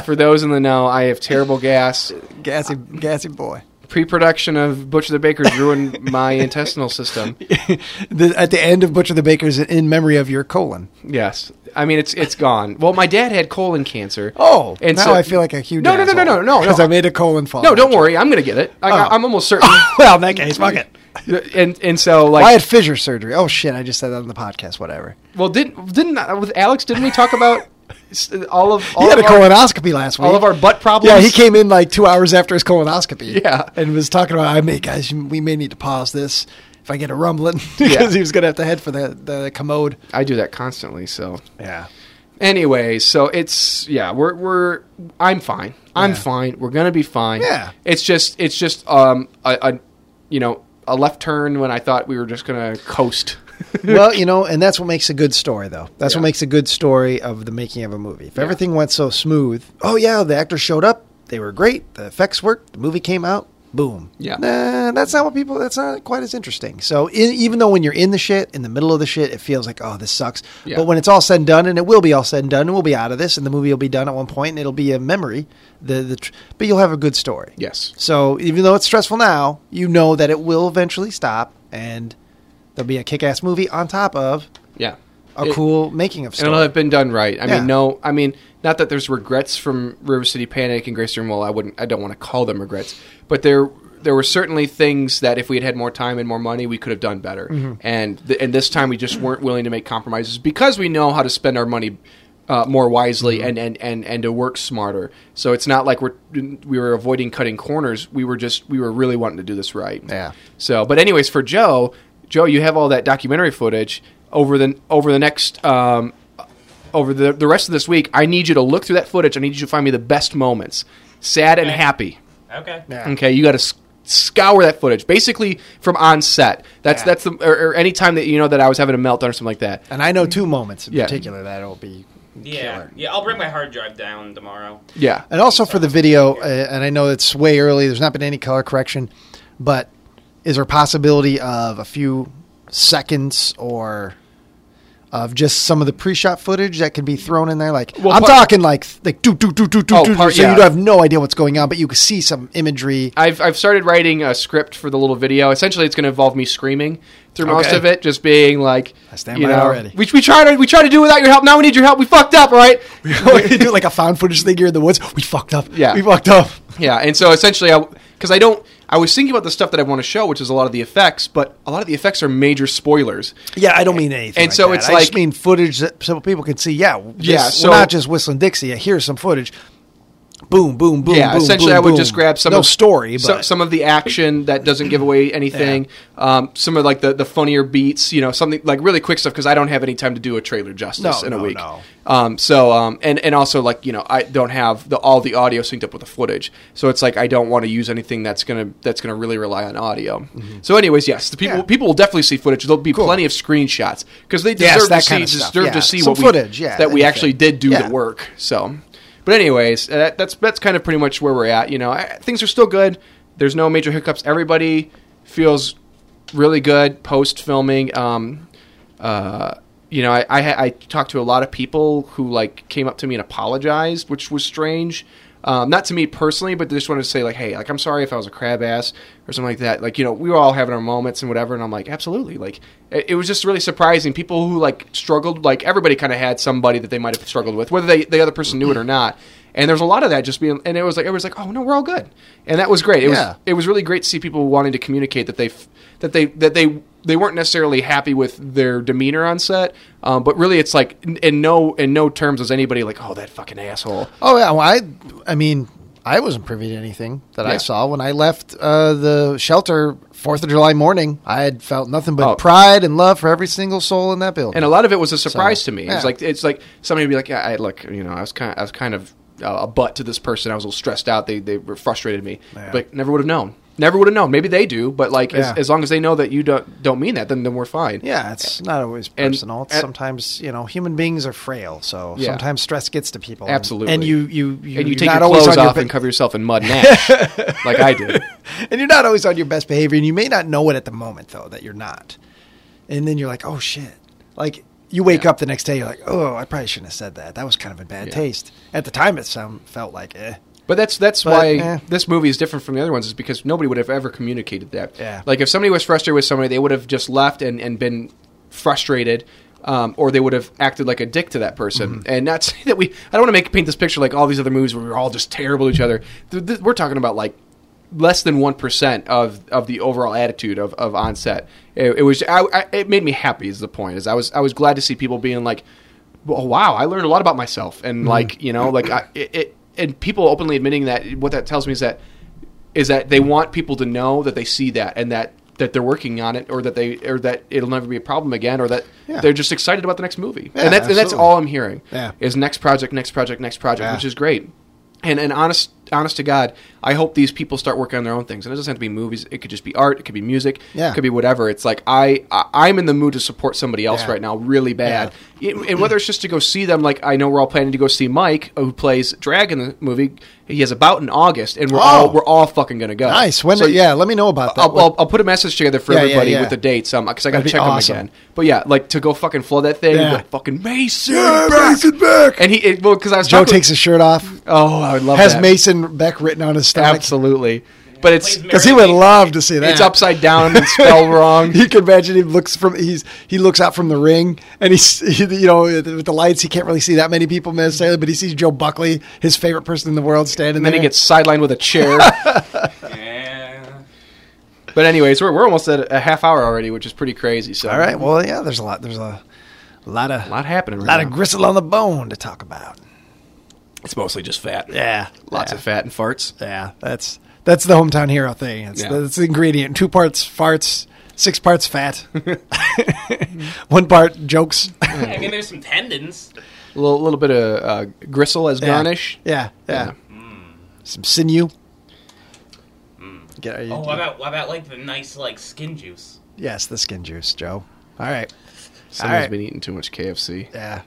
[SPEAKER 6] for those in the know. I have terrible gas.
[SPEAKER 5] gassy gassy boy.
[SPEAKER 6] Pre-production of Butcher the Baker ruined my intestinal system.
[SPEAKER 5] The, at the end of Butcher the Baker's in memory of your colon.
[SPEAKER 6] Yes, I mean it's it's gone. Well, my dad had colon cancer.
[SPEAKER 5] Oh,
[SPEAKER 6] And
[SPEAKER 5] and now
[SPEAKER 6] so-
[SPEAKER 5] I feel like a huge
[SPEAKER 6] No, no, no, no, no, no, no.
[SPEAKER 5] because I made a colon fall.
[SPEAKER 6] no, don't Mm. worry. I'm gonna get it. I,
[SPEAKER 5] Oh.
[SPEAKER 6] I'm almost certain.
[SPEAKER 5] well, in that case, fuck it.
[SPEAKER 6] and and so like
[SPEAKER 5] I had fissure surgery. Oh shit! I just said that on the podcast. Whatever.
[SPEAKER 6] well didn't didn't uh, with Alex didn't we talk about s- all of all
[SPEAKER 5] he had a
[SPEAKER 6] of our-
[SPEAKER 5] colonoscopy last week.
[SPEAKER 6] all of our butt problems?
[SPEAKER 5] Yeah, he came in like two hours after his colonoscopy.
[SPEAKER 6] Yeah.
[SPEAKER 5] and was talking about, I may guys, we may need to pause this if I get a rumbling because
[SPEAKER 6] Yeah.
[SPEAKER 5] he was gonna have to head for the the commode.
[SPEAKER 6] I do that constantly. So
[SPEAKER 5] Yeah,
[SPEAKER 6] anyway, so it's yeah, we're we're I'm fine. I'm
[SPEAKER 5] Yeah.
[SPEAKER 6] fine. We're gonna be fine.
[SPEAKER 5] Yeah.
[SPEAKER 6] It's just it's just um a, a you know a left turn when I thought we were just gonna coast.
[SPEAKER 5] well, you know, and that's what makes a good story, though. That's
[SPEAKER 6] Yeah.
[SPEAKER 5] what makes a good story of the making of a movie. If everything went so smooth, oh yeah, the actors showed up, they were great, the effects worked, the movie came out, boom.
[SPEAKER 6] Yeah.
[SPEAKER 5] nah, that's not what people. That's not quite as interesting. So i even though when you're in the shit, in the middle of the shit, it feels like oh this sucks.
[SPEAKER 6] Yeah.
[SPEAKER 5] But when it's all said and done, and it will be all said and done, and we'll be out of this, and the movie will be done at one point, and it'll be a memory. The the tr- but you'll have a good story.
[SPEAKER 6] Yes.
[SPEAKER 5] So even though it's stressful now, you know that it will eventually stop, and there'll be a kick-ass movie on top of
[SPEAKER 6] Yeah.
[SPEAKER 5] a
[SPEAKER 6] It-
[SPEAKER 5] cool making of
[SPEAKER 6] And it'll
[SPEAKER 5] story.
[SPEAKER 6] have been done right. I
[SPEAKER 5] Yeah.
[SPEAKER 6] mean, no, I mean, not that there's regrets from River City Panic and Grace Well, I wouldn't, I don't want to call them regrets, but there, there were certainly things that if we had had more time and more money, we could have done better.
[SPEAKER 5] Mm-hmm.
[SPEAKER 6] And th- and this time we just weren't willing to make compromises because we know how to spend our money. Uh, more wisely
[SPEAKER 5] Mm-hmm.
[SPEAKER 6] and, and, and, and to work smarter. So it's not like we're we were avoiding cutting corners. We were just we were really wanting to do this right.
[SPEAKER 5] Yeah.
[SPEAKER 6] So, but anyways, for Joe, Joe, you have all that documentary footage over the over the next um, over the the rest of this week. I need you to look through that footage. I need you to find me the best moments, sad and
[SPEAKER 3] Okay.
[SPEAKER 6] happy.
[SPEAKER 3] okay.
[SPEAKER 5] Yeah.
[SPEAKER 6] Okay, you got to scour that footage, basically from on set. That's
[SPEAKER 5] Yeah.
[SPEAKER 6] that's the or, or any time that you know that I was having a meltdown or something like that.
[SPEAKER 5] and I know two moments in
[SPEAKER 6] Yeah.
[SPEAKER 5] particular that'll be
[SPEAKER 3] Yeah,
[SPEAKER 5] killer.
[SPEAKER 3] yeah. I'll bring my hard drive down tomorrow.
[SPEAKER 6] Yeah.
[SPEAKER 5] And also for the video, uh, and I know it's way early. There's not been any color correction, but is there a possibility of a few seconds or of just some of the pre-shot footage that can be thrown in there? Like
[SPEAKER 6] Well,
[SPEAKER 5] I'm
[SPEAKER 6] part-
[SPEAKER 5] talking like like do do do do do
[SPEAKER 6] Oh,
[SPEAKER 5] do, do,
[SPEAKER 6] part-
[SPEAKER 5] so
[SPEAKER 6] yeah.
[SPEAKER 5] you have no idea what's going on, but you can see some imagery.
[SPEAKER 6] I've, I've started writing a script for the little video. Essentially, it's going to involve me screaming through most
[SPEAKER 5] Okay.
[SPEAKER 6] of it, just being like,
[SPEAKER 5] I stand
[SPEAKER 6] you
[SPEAKER 5] by
[SPEAKER 6] know,
[SPEAKER 5] already.
[SPEAKER 6] Which we try to we try to do without your help. Now we need your help. We fucked up, all right?
[SPEAKER 5] you do like a found footage thing here in the woods. We fucked up.
[SPEAKER 6] Yeah.
[SPEAKER 5] we fucked up.
[SPEAKER 6] Yeah, and so essentially, I because I don't, I was thinking about the stuff that I want to show, which is a lot of the effects, but a lot of the effects are major spoilers.
[SPEAKER 5] Yeah, I don't mean anything.
[SPEAKER 6] And
[SPEAKER 5] like
[SPEAKER 6] so
[SPEAKER 5] that.
[SPEAKER 6] it's
[SPEAKER 5] I just
[SPEAKER 6] like-
[SPEAKER 5] mean footage that so people can see. Yeah, this-
[SPEAKER 6] Yeah,
[SPEAKER 5] we're
[SPEAKER 6] so-
[SPEAKER 5] not just whistling Dixie. Here's some footage. Boom, boom, boom.
[SPEAKER 6] yeah,
[SPEAKER 5] boom,
[SPEAKER 6] essentially,
[SPEAKER 5] boom,
[SPEAKER 6] I would
[SPEAKER 5] boom.
[SPEAKER 6] just grab some
[SPEAKER 5] no
[SPEAKER 6] of,
[SPEAKER 5] story, but
[SPEAKER 6] so- some, of the action that doesn't give away anything. Um, some of like the, the funnier beats, you know, something like really quick stuff because I don't have any time to do a trailer justice
[SPEAKER 5] No,
[SPEAKER 6] in a
[SPEAKER 5] no,
[SPEAKER 6] week.
[SPEAKER 5] no.
[SPEAKER 6] Um, so um, and and also like you know I don't have the all the audio synced up with the footage, so it's like I don't want to use anything that's gonna that's gonna really rely on audio. So, anyways, yes, the people
[SPEAKER 5] Mm-hmm. Yeah.
[SPEAKER 6] people will definitely see footage. There'll be plenty of screenshots because they
[SPEAKER 5] Yes,
[SPEAKER 6] deserve
[SPEAKER 5] that
[SPEAKER 6] to see
[SPEAKER 5] kind of stuff,
[SPEAKER 6] deserve
[SPEAKER 5] yeah.
[SPEAKER 6] to see
[SPEAKER 5] Some
[SPEAKER 6] what we-
[SPEAKER 5] footage, yeah,
[SPEAKER 6] that we
[SPEAKER 5] anything.
[SPEAKER 6] actually did do
[SPEAKER 5] Yeah.
[SPEAKER 6] the work. So, but anyways, uh, that, that's that's kind of pretty much where we're at. You know, I, things are still good. There's no major hiccups. Everybody feels really good post filming. Um, uh, you know, I, I ha- I talked to a lot of people who like came up to me and apologized, which was strange. Um, not to me personally, but they just wanted to say like, "Hey, like I'm sorry if I was a crab ass or something like that." Like you know, we were all having our moments and whatever, and I'm like, absolutely. Like it, it was just really surprising. People who like struggled, like everybody kind of had somebody that they might have struggled with, whether they the other person knew it or not. And there's a lot of that just being, and it was like everyone's like, "Oh no, we're all good," and that was great. It
[SPEAKER 5] Yeah.
[SPEAKER 6] was it was really great to see people wanting to communicate that they f- that they that they they weren't necessarily happy with their demeanor on set, um, but really it's like in, in no in no terms was anybody like, "Oh, that fucking asshole."
[SPEAKER 5] oh yeah, well, I, I mean, I wasn't privy to anything that I
[SPEAKER 6] Yeah.
[SPEAKER 5] saw when I left uh, the shelter Fourth of July morning. I had felt nothing but
[SPEAKER 6] Oh.
[SPEAKER 5] pride and love for every single soul in that building.
[SPEAKER 6] and a lot of it was a surprise
[SPEAKER 5] So,
[SPEAKER 6] to me. It's
[SPEAKER 5] yeah.
[SPEAKER 6] like it's like somebody would be like, yeah, I look, you know, I was kind, I was kind of uh, a butt to this person. I was a little stressed out. They they were frustrated me,
[SPEAKER 5] Yeah.
[SPEAKER 6] but never would have known. Never would have known. Maybe they do, but like
[SPEAKER 5] Yeah.
[SPEAKER 6] as, as long as they know that you don't don't mean that, then then we're fine.
[SPEAKER 5] yeah, it's not always
[SPEAKER 6] And-
[SPEAKER 5] personal. it's
[SPEAKER 6] and-
[SPEAKER 5] sometimes you know human beings are frail, so
[SPEAKER 6] Yeah.
[SPEAKER 5] sometimes stress gets to people. And-
[SPEAKER 6] Absolutely.
[SPEAKER 5] and you you you,
[SPEAKER 6] And you
[SPEAKER 5] you're
[SPEAKER 6] take
[SPEAKER 5] not
[SPEAKER 6] your
[SPEAKER 5] always
[SPEAKER 6] clothes
[SPEAKER 5] on your
[SPEAKER 6] off
[SPEAKER 5] ba-
[SPEAKER 6] and cover yourself in mud and ash, like I did.
[SPEAKER 5] and you're not always on your best behavior, and you may not know it at the moment though that you're not. And then you're like, oh shit! Like you wake
[SPEAKER 6] Yeah.
[SPEAKER 5] up the next day, you're like, oh, I probably shouldn't have said that. That was kind of in bad
[SPEAKER 6] Yeah.
[SPEAKER 5] taste. At the time, it sound felt like eh.
[SPEAKER 6] But that's that's
[SPEAKER 5] But,
[SPEAKER 6] why
[SPEAKER 5] eh.
[SPEAKER 6] this movie is different from the other ones is because nobody would have ever communicated that.
[SPEAKER 5] Yeah.
[SPEAKER 6] Like if somebody was frustrated with somebody, they would have just left and, and been frustrated, um, or they would have acted like a dick to that person. And not say that we. I don't want to make paint this picture like all these other movies where we're all just terrible to each other. Th- th- we're talking about like less than one percent of of the overall attitude of of onset. It, it was I, I, it made me happy. Is the point is I was I was glad to see people being like oh wow i learned a lot about myself and like you know like I, it, it and people openly admitting that what that tells me is that is that they want people to know that they see that and that that they're working on it or that they or that it'll never be a problem again or that
[SPEAKER 5] Yeah.
[SPEAKER 6] they're just excited about the next movie
[SPEAKER 5] Yeah,
[SPEAKER 6] and, that's, and that's
[SPEAKER 5] absolutely.
[SPEAKER 6] all i'm hearing
[SPEAKER 5] Yeah.
[SPEAKER 6] is next project next project next project
[SPEAKER 5] Yeah.
[SPEAKER 6] which is great and and honest honest to god i hope these people start working on their own things and it doesn't have to be movies it could just be art it could be music
[SPEAKER 5] Yeah.
[SPEAKER 6] it could be whatever it's like i, I i'm in the mood to support somebody else
[SPEAKER 5] Yeah.
[SPEAKER 6] right now really bad it, and whether it's just to go see them, like I know we're all planning to go see Mike, who plays Drag in the movie. He has about in August, and we're
[SPEAKER 5] Oh.
[SPEAKER 6] all we're all fucking gonna go.
[SPEAKER 5] Nice. When?
[SPEAKER 6] So
[SPEAKER 5] yeah, let me know about that.
[SPEAKER 6] I'll, I'll, I'll put a message together for
[SPEAKER 5] Yeah, yeah,
[SPEAKER 6] everybody
[SPEAKER 5] yeah.
[SPEAKER 6] with the dates, um, because I gotta
[SPEAKER 5] That'd be
[SPEAKER 6] check
[SPEAKER 5] awesome.
[SPEAKER 6] them again. But yeah, like to go fucking flood that thing,
[SPEAKER 5] Yeah.
[SPEAKER 6] like, fucking Mason,
[SPEAKER 5] Yeah,
[SPEAKER 6] back!
[SPEAKER 5] Mason back!
[SPEAKER 6] and he it, well because I was
[SPEAKER 5] Joe
[SPEAKER 6] talking-
[SPEAKER 5] takes his shirt off.
[SPEAKER 6] oh I would love
[SPEAKER 5] Has
[SPEAKER 6] that.
[SPEAKER 5] Mason Beck written on his stomach?
[SPEAKER 6] absolutely, but it's
[SPEAKER 3] Please,
[SPEAKER 5] Because he would love to see that.
[SPEAKER 6] it's upside down and spelled wrong.
[SPEAKER 5] You can imagine he looks from he's he looks out from the ring and he's he, you know with the lights he can't really see that many people necessarily, but he sees Joe Buckley, his favorite person in the world, standing
[SPEAKER 6] And then he
[SPEAKER 5] there.
[SPEAKER 6] gets sidelined with a chair.
[SPEAKER 3] Yeah.
[SPEAKER 6] but anyways, we're, we're almost at a half hour already, which is pretty crazy. So
[SPEAKER 5] all right. Well, yeah, there's a lot. There's a lot of
[SPEAKER 6] a lot happening. Right
[SPEAKER 5] lot
[SPEAKER 6] now.
[SPEAKER 5] of gristle on the bone to talk about.
[SPEAKER 6] It's mostly just fat.
[SPEAKER 5] Yeah,
[SPEAKER 6] Lots
[SPEAKER 5] yeah.
[SPEAKER 6] of fat and farts.
[SPEAKER 5] Yeah, that's that's the hometown hero thing. It's,
[SPEAKER 6] Yeah.
[SPEAKER 5] that's the ingredient: two parts farts, six parts fat, one part jokes.
[SPEAKER 3] I mean, there's some tendons.
[SPEAKER 6] A little, little bit of uh, gristle as garnish.
[SPEAKER 5] Yeah, yeah.
[SPEAKER 6] Mm.
[SPEAKER 5] Some sinew. Get, are you-
[SPEAKER 3] Oh, what about what about like the nice like skin juice?
[SPEAKER 5] Yes, the skin juice, Joe. All right.
[SPEAKER 6] Someone's
[SPEAKER 5] All right.
[SPEAKER 6] been eating too much KFC.
[SPEAKER 5] Yeah.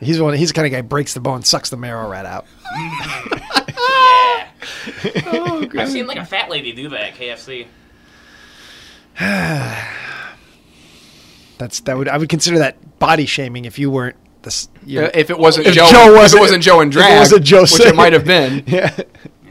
[SPEAKER 5] He's one. He's the kind of guy breaks the bone, sucks the marrow right out. Oh,
[SPEAKER 3] I've seen like a fat lady do that at KFC.
[SPEAKER 5] That's that would I would consider that body shaming if you weren't this. You
[SPEAKER 6] Uh, If it wasn't
[SPEAKER 5] If
[SPEAKER 6] Joe,
[SPEAKER 5] Joe
[SPEAKER 6] if it
[SPEAKER 5] wasn't-
[SPEAKER 6] wasn't Joe and
[SPEAKER 5] if it
[SPEAKER 6] drag,
[SPEAKER 5] wasn't Joe
[SPEAKER 6] which
[SPEAKER 5] saying-
[SPEAKER 6] it might have been.
[SPEAKER 5] yeah.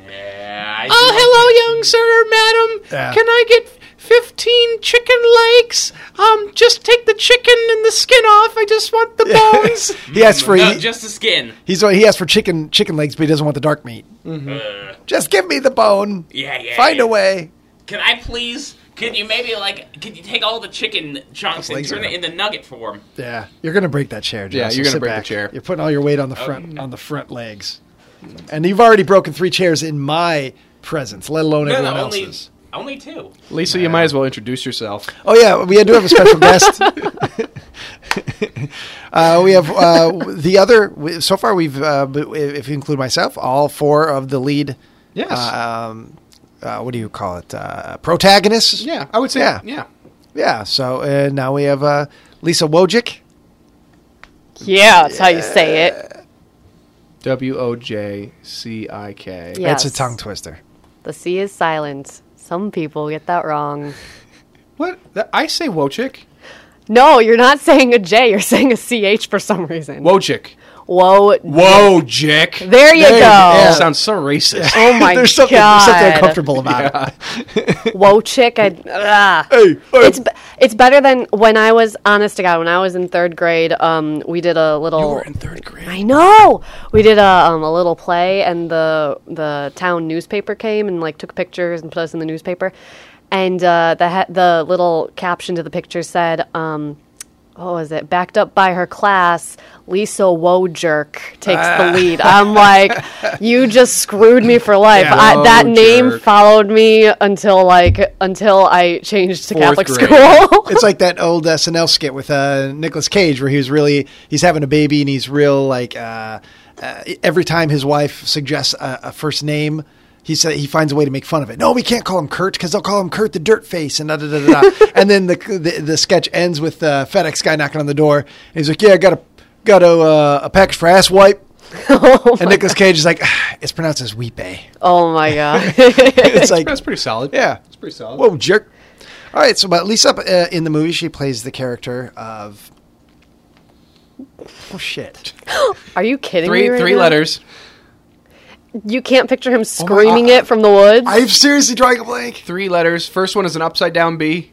[SPEAKER 3] Yeah. I
[SPEAKER 6] Oh, hello, young sir or madam.
[SPEAKER 5] Yeah.
[SPEAKER 6] Can I get fifteen chicken legs? Um, just take the chicken and the skin off. I just want the bones. Mm.
[SPEAKER 5] he asked for
[SPEAKER 3] No,
[SPEAKER 5] he,
[SPEAKER 3] just the skin.
[SPEAKER 5] he's he asked for chicken chicken legs, but he doesn't want the dark meat.
[SPEAKER 3] Uh,
[SPEAKER 5] Just give me the bone.
[SPEAKER 3] yeah, yeah.
[SPEAKER 5] Mm-hmm. Find
[SPEAKER 3] yeah.
[SPEAKER 5] a way.
[SPEAKER 3] Can I please? Could you maybe like? Could you take all the chicken chunks and
[SPEAKER 5] legs
[SPEAKER 3] turn
[SPEAKER 5] are
[SPEAKER 3] it into nugget form?
[SPEAKER 5] Yeah, you're gonna break that chair. Joe,
[SPEAKER 6] Yeah,
[SPEAKER 5] so
[SPEAKER 6] you're gonna
[SPEAKER 5] sit
[SPEAKER 6] break the
[SPEAKER 5] back.
[SPEAKER 6] chair.
[SPEAKER 5] You're putting all your weight on the
[SPEAKER 3] Oh,
[SPEAKER 5] front on the front legs, and you've already broken three chairs in my presence, let alone
[SPEAKER 3] No,
[SPEAKER 5] everyone
[SPEAKER 3] no, only
[SPEAKER 5] else's.
[SPEAKER 3] only two.
[SPEAKER 6] Lisa, you might as well introduce yourself.
[SPEAKER 5] Oh yeah, we do have a special guest. uh, we have uh, the other. we- So far, we've uh, b- if you include myself, all four of the lead.
[SPEAKER 6] Yes.
[SPEAKER 5] uh, um, uh, what do you call it? Uh, protagonists.
[SPEAKER 6] yeah, I would say.
[SPEAKER 5] Yeah.
[SPEAKER 6] Yeah,
[SPEAKER 5] Yeah. So uh, now we have uh, Lisa Wojcik.
[SPEAKER 4] Yeah, that's how you say it.
[SPEAKER 6] W o j c i k.
[SPEAKER 4] Yeah.
[SPEAKER 5] That's a
[SPEAKER 4] Yes.
[SPEAKER 5] tongue twister.
[SPEAKER 4] The C is silent. Some people get that wrong.
[SPEAKER 6] What That- I say, Wojcik.
[SPEAKER 4] No, you're not saying a J. You're saying a CH for some reason.
[SPEAKER 6] Wojcik.
[SPEAKER 4] Whoa. Oh
[SPEAKER 6] Wojcik.
[SPEAKER 4] There you
[SPEAKER 5] There you-
[SPEAKER 4] go.
[SPEAKER 5] yeah.
[SPEAKER 6] Sounds so racist.
[SPEAKER 4] Oh my
[SPEAKER 5] There's something, there's
[SPEAKER 4] god.
[SPEAKER 5] something uncomfortable about it.
[SPEAKER 4] Whoa, chick. I, ah.
[SPEAKER 5] Hey, hey.
[SPEAKER 4] It's be- it's better than when I was honest to God. When I was in third grade, um, we did a little.
[SPEAKER 6] third grade.
[SPEAKER 4] I know. We did a, um, a little play, and the the town newspaper came and like took pictures and put us in the newspaper. And uh, the he- the little caption to the picture said, um, what was it? Backed up by her class, Lisa Wojerk takes the
[SPEAKER 6] Ah.
[SPEAKER 4] lead. I'm like, you just screwed me for life.
[SPEAKER 6] Yeah.
[SPEAKER 4] I, that name
[SPEAKER 6] Wojerk.
[SPEAKER 4] followed me until like until I changed to
[SPEAKER 6] Fourth
[SPEAKER 4] Catholic
[SPEAKER 6] grade.
[SPEAKER 4] school.
[SPEAKER 5] It's like that old SNL skit with uh, Nicolas Cage where he was really he's having a baby and he's real like uh, uh, every time his wife suggests a, a first name. He said he finds a way to make fun of it. No, we can't call him Kurt because they'll call him Kurt the Dirt Face and da da da da. da. and then the, the the sketch ends with uh, FedEx guy knocking on the door. And he's like, "Yeah, I got a got a uh, a package for ass wipe." and Nicolas Cage is like, "Ah, "It's pronounced as weepe."
[SPEAKER 4] oh my god.
[SPEAKER 5] It's like
[SPEAKER 6] That's pretty solid.
[SPEAKER 5] yeah,
[SPEAKER 6] It's pretty solid.
[SPEAKER 5] Whoa, jerk! All right, so but Lisa uh, in the movie she plays the character of oh shit,
[SPEAKER 4] Are you kidding
[SPEAKER 6] three
[SPEAKER 4] me? right
[SPEAKER 6] three
[SPEAKER 4] now?
[SPEAKER 6] letters. Oh
[SPEAKER 4] You can't picture him screaming it from the woods.
[SPEAKER 5] I'm seriously drawing a blank.
[SPEAKER 6] Three letters. First one is an upside down B.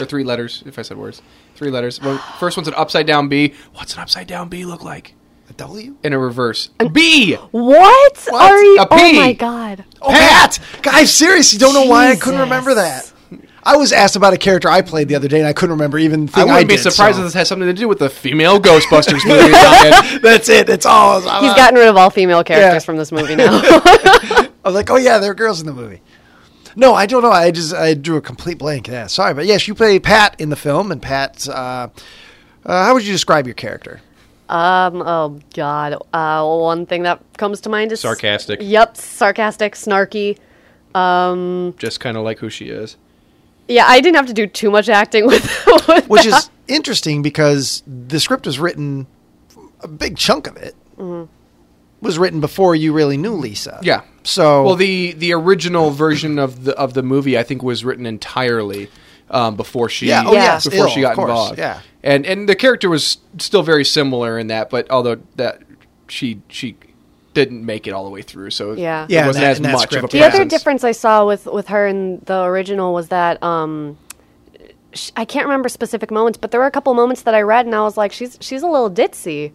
[SPEAKER 6] Or three letters, if I said words. Three letters. Well, first one's an upside down B. What's an upside down B look like?
[SPEAKER 5] A W?
[SPEAKER 6] In a reverse. B!
[SPEAKER 4] what? are you?
[SPEAKER 6] A
[SPEAKER 4] Oh
[SPEAKER 6] pea. Uh,
[SPEAKER 4] my god.
[SPEAKER 5] Oh, Pat! I seriously don't know why I
[SPEAKER 4] Jesus.
[SPEAKER 5] couldn't remember that. I was asked about a character I played the other day, and I couldn't remember even the
[SPEAKER 6] I
[SPEAKER 5] thing I,
[SPEAKER 6] wouldn't be
[SPEAKER 5] did,
[SPEAKER 6] surprised
[SPEAKER 5] so-
[SPEAKER 6] if this has something to do with the female Ghostbusters movie. Duncan.
[SPEAKER 5] That's it. That's all. I was,
[SPEAKER 4] He's gotten rid of all female characters
[SPEAKER 5] Yeah.
[SPEAKER 4] from this movie now.
[SPEAKER 5] I was like, oh yeah, there are girls in the movie. No, I don't know. I just I drew a complete blank. Yeah, sorry, but yes, you play Pat in the film, and Pat's. Uh, uh, how would you describe your character?
[SPEAKER 4] Um. Oh God. Uh. One thing that comes to mind is
[SPEAKER 6] Sarcastic.
[SPEAKER 4] Yep. Sarcastic. Snarky.
[SPEAKER 6] Just kind of like who she is.
[SPEAKER 4] Yeah. I didn't have to do too much acting with. with
[SPEAKER 5] which
[SPEAKER 4] that.
[SPEAKER 5] is interesting because the script was written a big chunk of it
[SPEAKER 4] Mm-hmm.
[SPEAKER 5] was written before you really knew lisa
[SPEAKER 6] Yeah.
[SPEAKER 5] so
[SPEAKER 6] Well, the the original version of the of the movie I think was written entirely um, before she
[SPEAKER 5] Yeah, oh,
[SPEAKER 4] Yeah. yeah,
[SPEAKER 6] before
[SPEAKER 5] still,
[SPEAKER 6] she got
[SPEAKER 5] of course,
[SPEAKER 6] involved.
[SPEAKER 5] yeah.
[SPEAKER 6] And and the character was still very similar in that, but although that she she didn't make it all the way through, so
[SPEAKER 4] Yeah.
[SPEAKER 6] it
[SPEAKER 5] Yeah, and
[SPEAKER 6] wasn't
[SPEAKER 5] that-
[SPEAKER 6] as
[SPEAKER 5] and that
[SPEAKER 6] much of a
[SPEAKER 5] script,
[SPEAKER 4] the
[SPEAKER 5] yeah.
[SPEAKER 4] other
[SPEAKER 6] presence.
[SPEAKER 4] difference I saw with with her in the original was that um. sh- I can't remember specific moments, but there were a couple moments that I read, and I was like, "She's she's a little ditzy,"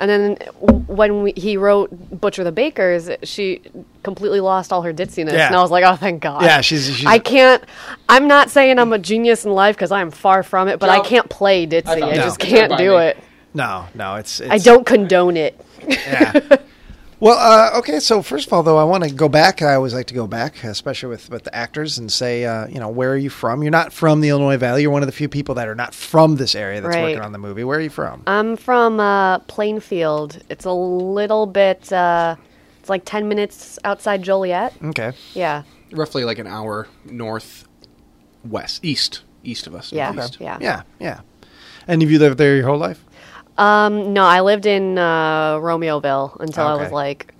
[SPEAKER 4] and then w- when we, he wrote "Butcher the Bakers," she completely lost all her ditziness,
[SPEAKER 5] Yeah.
[SPEAKER 4] and I was like, "Oh, thank God!"
[SPEAKER 5] Yeah, she's- she's-
[SPEAKER 4] I can't. I'm not saying I'm a genius in life because I'm far from it, but I
[SPEAKER 6] No.
[SPEAKER 4] can't play ditzy. I,
[SPEAKER 6] thought-
[SPEAKER 5] No.
[SPEAKER 4] just
[SPEAKER 6] It's
[SPEAKER 4] can't
[SPEAKER 6] not by
[SPEAKER 4] do
[SPEAKER 6] me.
[SPEAKER 4] it.
[SPEAKER 5] no no it's, it's
[SPEAKER 4] I don't condone it.
[SPEAKER 5] yeah. well uh, okay so first of all though i want to go back i always like to go back especially with, with the actors and say uh, you know where are you from you're not from the illinois valley you're one of the few people that are not from this area that's
[SPEAKER 4] Right.
[SPEAKER 5] working on the movie where are you from
[SPEAKER 4] I'm from uh, Plainfield. It's a little bit. Uh, it's like ten minutes outside Joliet.
[SPEAKER 5] okay
[SPEAKER 4] Yeah,
[SPEAKER 6] roughly like an hour north west east east of us
[SPEAKER 4] yeah,
[SPEAKER 6] northeast.
[SPEAKER 4] yeah,
[SPEAKER 5] yeah yeah and have you lived there your whole life
[SPEAKER 4] Um, no, I lived in uh, Romeoville until I was
[SPEAKER 5] Okay.
[SPEAKER 4] like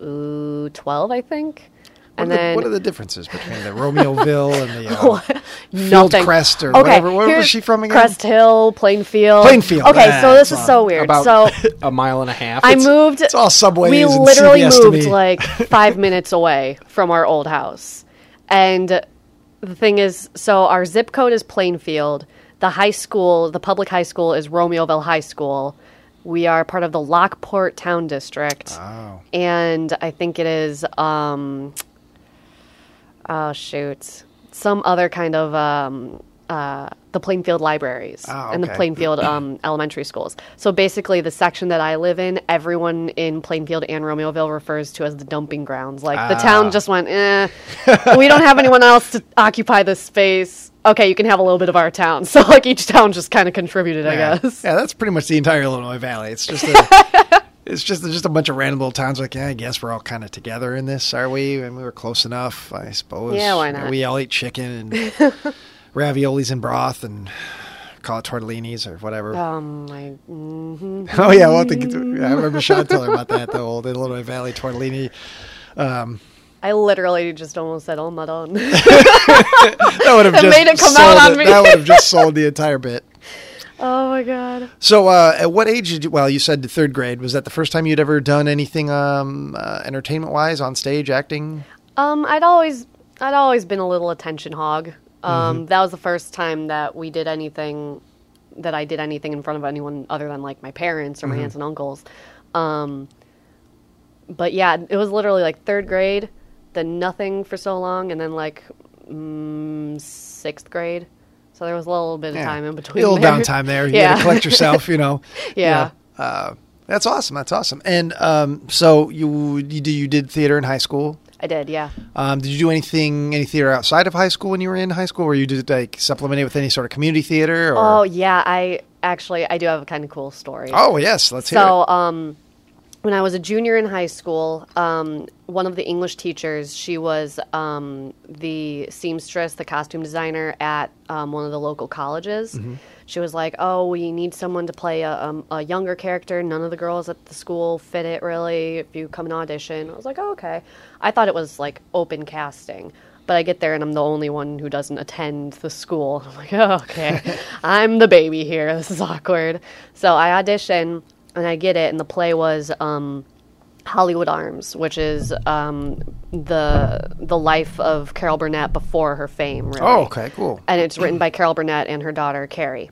[SPEAKER 4] ooh, twelve, I think. and
[SPEAKER 5] What are the-
[SPEAKER 4] then
[SPEAKER 5] what are the differences between the Romeoville and the uh,
[SPEAKER 4] nothing.
[SPEAKER 5] Fieldcrest or
[SPEAKER 4] okay,
[SPEAKER 5] whatever- where was
[SPEAKER 4] here's
[SPEAKER 5] she from again?
[SPEAKER 4] Crest Hill, Plainfield.
[SPEAKER 5] Plainfield,
[SPEAKER 4] Okay,
[SPEAKER 5] that's
[SPEAKER 4] so this is
[SPEAKER 5] on.
[SPEAKER 4] so weird.
[SPEAKER 6] about
[SPEAKER 4] so
[SPEAKER 6] a mile and a half
[SPEAKER 4] I
[SPEAKER 6] It's-
[SPEAKER 4] moved.
[SPEAKER 5] it's all subways
[SPEAKER 4] We
[SPEAKER 5] and
[SPEAKER 4] literally
[SPEAKER 5] CVS to
[SPEAKER 4] moved
[SPEAKER 5] me.
[SPEAKER 4] like five minutes away from our old house, and the thing is, so our zip code is Plainfield. The high school, the public high school, is Romeoville High School. We are part of the Lockport Town District,
[SPEAKER 5] Ah.
[SPEAKER 4] and I think it is. Um, oh shoot, some other kind of. Um, uh, the Plainfield libraries
[SPEAKER 5] Ah,
[SPEAKER 4] and the
[SPEAKER 5] okay.
[SPEAKER 4] Plainfield. Plainfield um, elementary schools. So basically, the section that I live in, everyone in Plainfield and Romeoville refers to as the dumping grounds. Like the
[SPEAKER 5] Ah.
[SPEAKER 4] town just went, eh, we don't have anyone else to occupy this space. Okay, you can have a little bit of our town. So like each town just kind of contributed, I
[SPEAKER 5] Yeah.
[SPEAKER 4] guess.
[SPEAKER 5] Yeah, that's pretty much the entire Illinois Valley. It's just a, it's just just a bunch of random little towns. Like, yeah, I guess we're all kind of together in this, are we? And we were close enough, I suppose.
[SPEAKER 4] Yeah, why
[SPEAKER 5] You know,
[SPEAKER 4] not?
[SPEAKER 5] We all ate chicken and raviolis and broth and call it tortellinis or whatever.
[SPEAKER 4] Um, my,
[SPEAKER 5] Oh yeah, well, I, think, I remember Sean telling about that. The old Illinois Valley tortellini.
[SPEAKER 4] I literally just almost said, "Oh, madon."
[SPEAKER 5] That would have
[SPEAKER 4] It
[SPEAKER 5] just
[SPEAKER 4] made it come out
[SPEAKER 5] sold
[SPEAKER 4] on
[SPEAKER 5] it-
[SPEAKER 4] me.
[SPEAKER 5] That would have just sold the entire bit.
[SPEAKER 4] oh my god.
[SPEAKER 5] So, uh, at what age did you? Well, you said third grade. Was that the first time you'd ever done anything um, uh, entertainment wise on stage, acting?
[SPEAKER 4] Um, I'd always I'd always been a little attention hog. Um,
[SPEAKER 5] Mm-hmm.
[SPEAKER 4] that was the first time that we did anything that I did anything in front of anyone other than like my parents or
[SPEAKER 5] Mm-hmm.
[SPEAKER 4] my aunts and uncles. Um, but yeah, it was literally like third grade, then nothing for so long, and then like mm, sixth grade. So there was a little bit of
[SPEAKER 5] Yeah.
[SPEAKER 4] time in between.
[SPEAKER 5] A little
[SPEAKER 4] there.
[SPEAKER 5] downtime there. You
[SPEAKER 4] yeah.
[SPEAKER 5] gotta collect yourself, you know.
[SPEAKER 4] Yeah.
[SPEAKER 5] Uh, that's awesome. That's awesome. And um, so you you do you did theater in high school.
[SPEAKER 4] I did, yeah.
[SPEAKER 5] Um, did you do anything any theater outside of high school when you were in high school? Were you did like supplement it with any sort of community theater?
[SPEAKER 4] Oh
[SPEAKER 5] Or,
[SPEAKER 4] yeah, I actually I do have a kind of cool story.
[SPEAKER 5] oh yes, let's hear
[SPEAKER 4] so
[SPEAKER 5] it.
[SPEAKER 4] um, when I was a junior in high school, um, one of the English teachers, she was um, the seamstress, the costume designer at um, one of the local colleges.
[SPEAKER 5] Mm-hmm.
[SPEAKER 4] She was like, "Oh, we need someone to play a, um, a younger character. None of the girls at the school fit it really. If you come and audition," I was like, "Oh, okay." I thought it was like open casting. But I get there and I'm the only one who doesn't attend the school. I'm like, oh, okay, I'm the baby here. This is awkward. So I audition and I get it. And the play was um, Hollywood Arms, which is um, the the life of Carol Burnett before her fame. Really.
[SPEAKER 5] Oh, okay, cool.
[SPEAKER 4] And it's written by Carol Burnett and her daughter Carrie.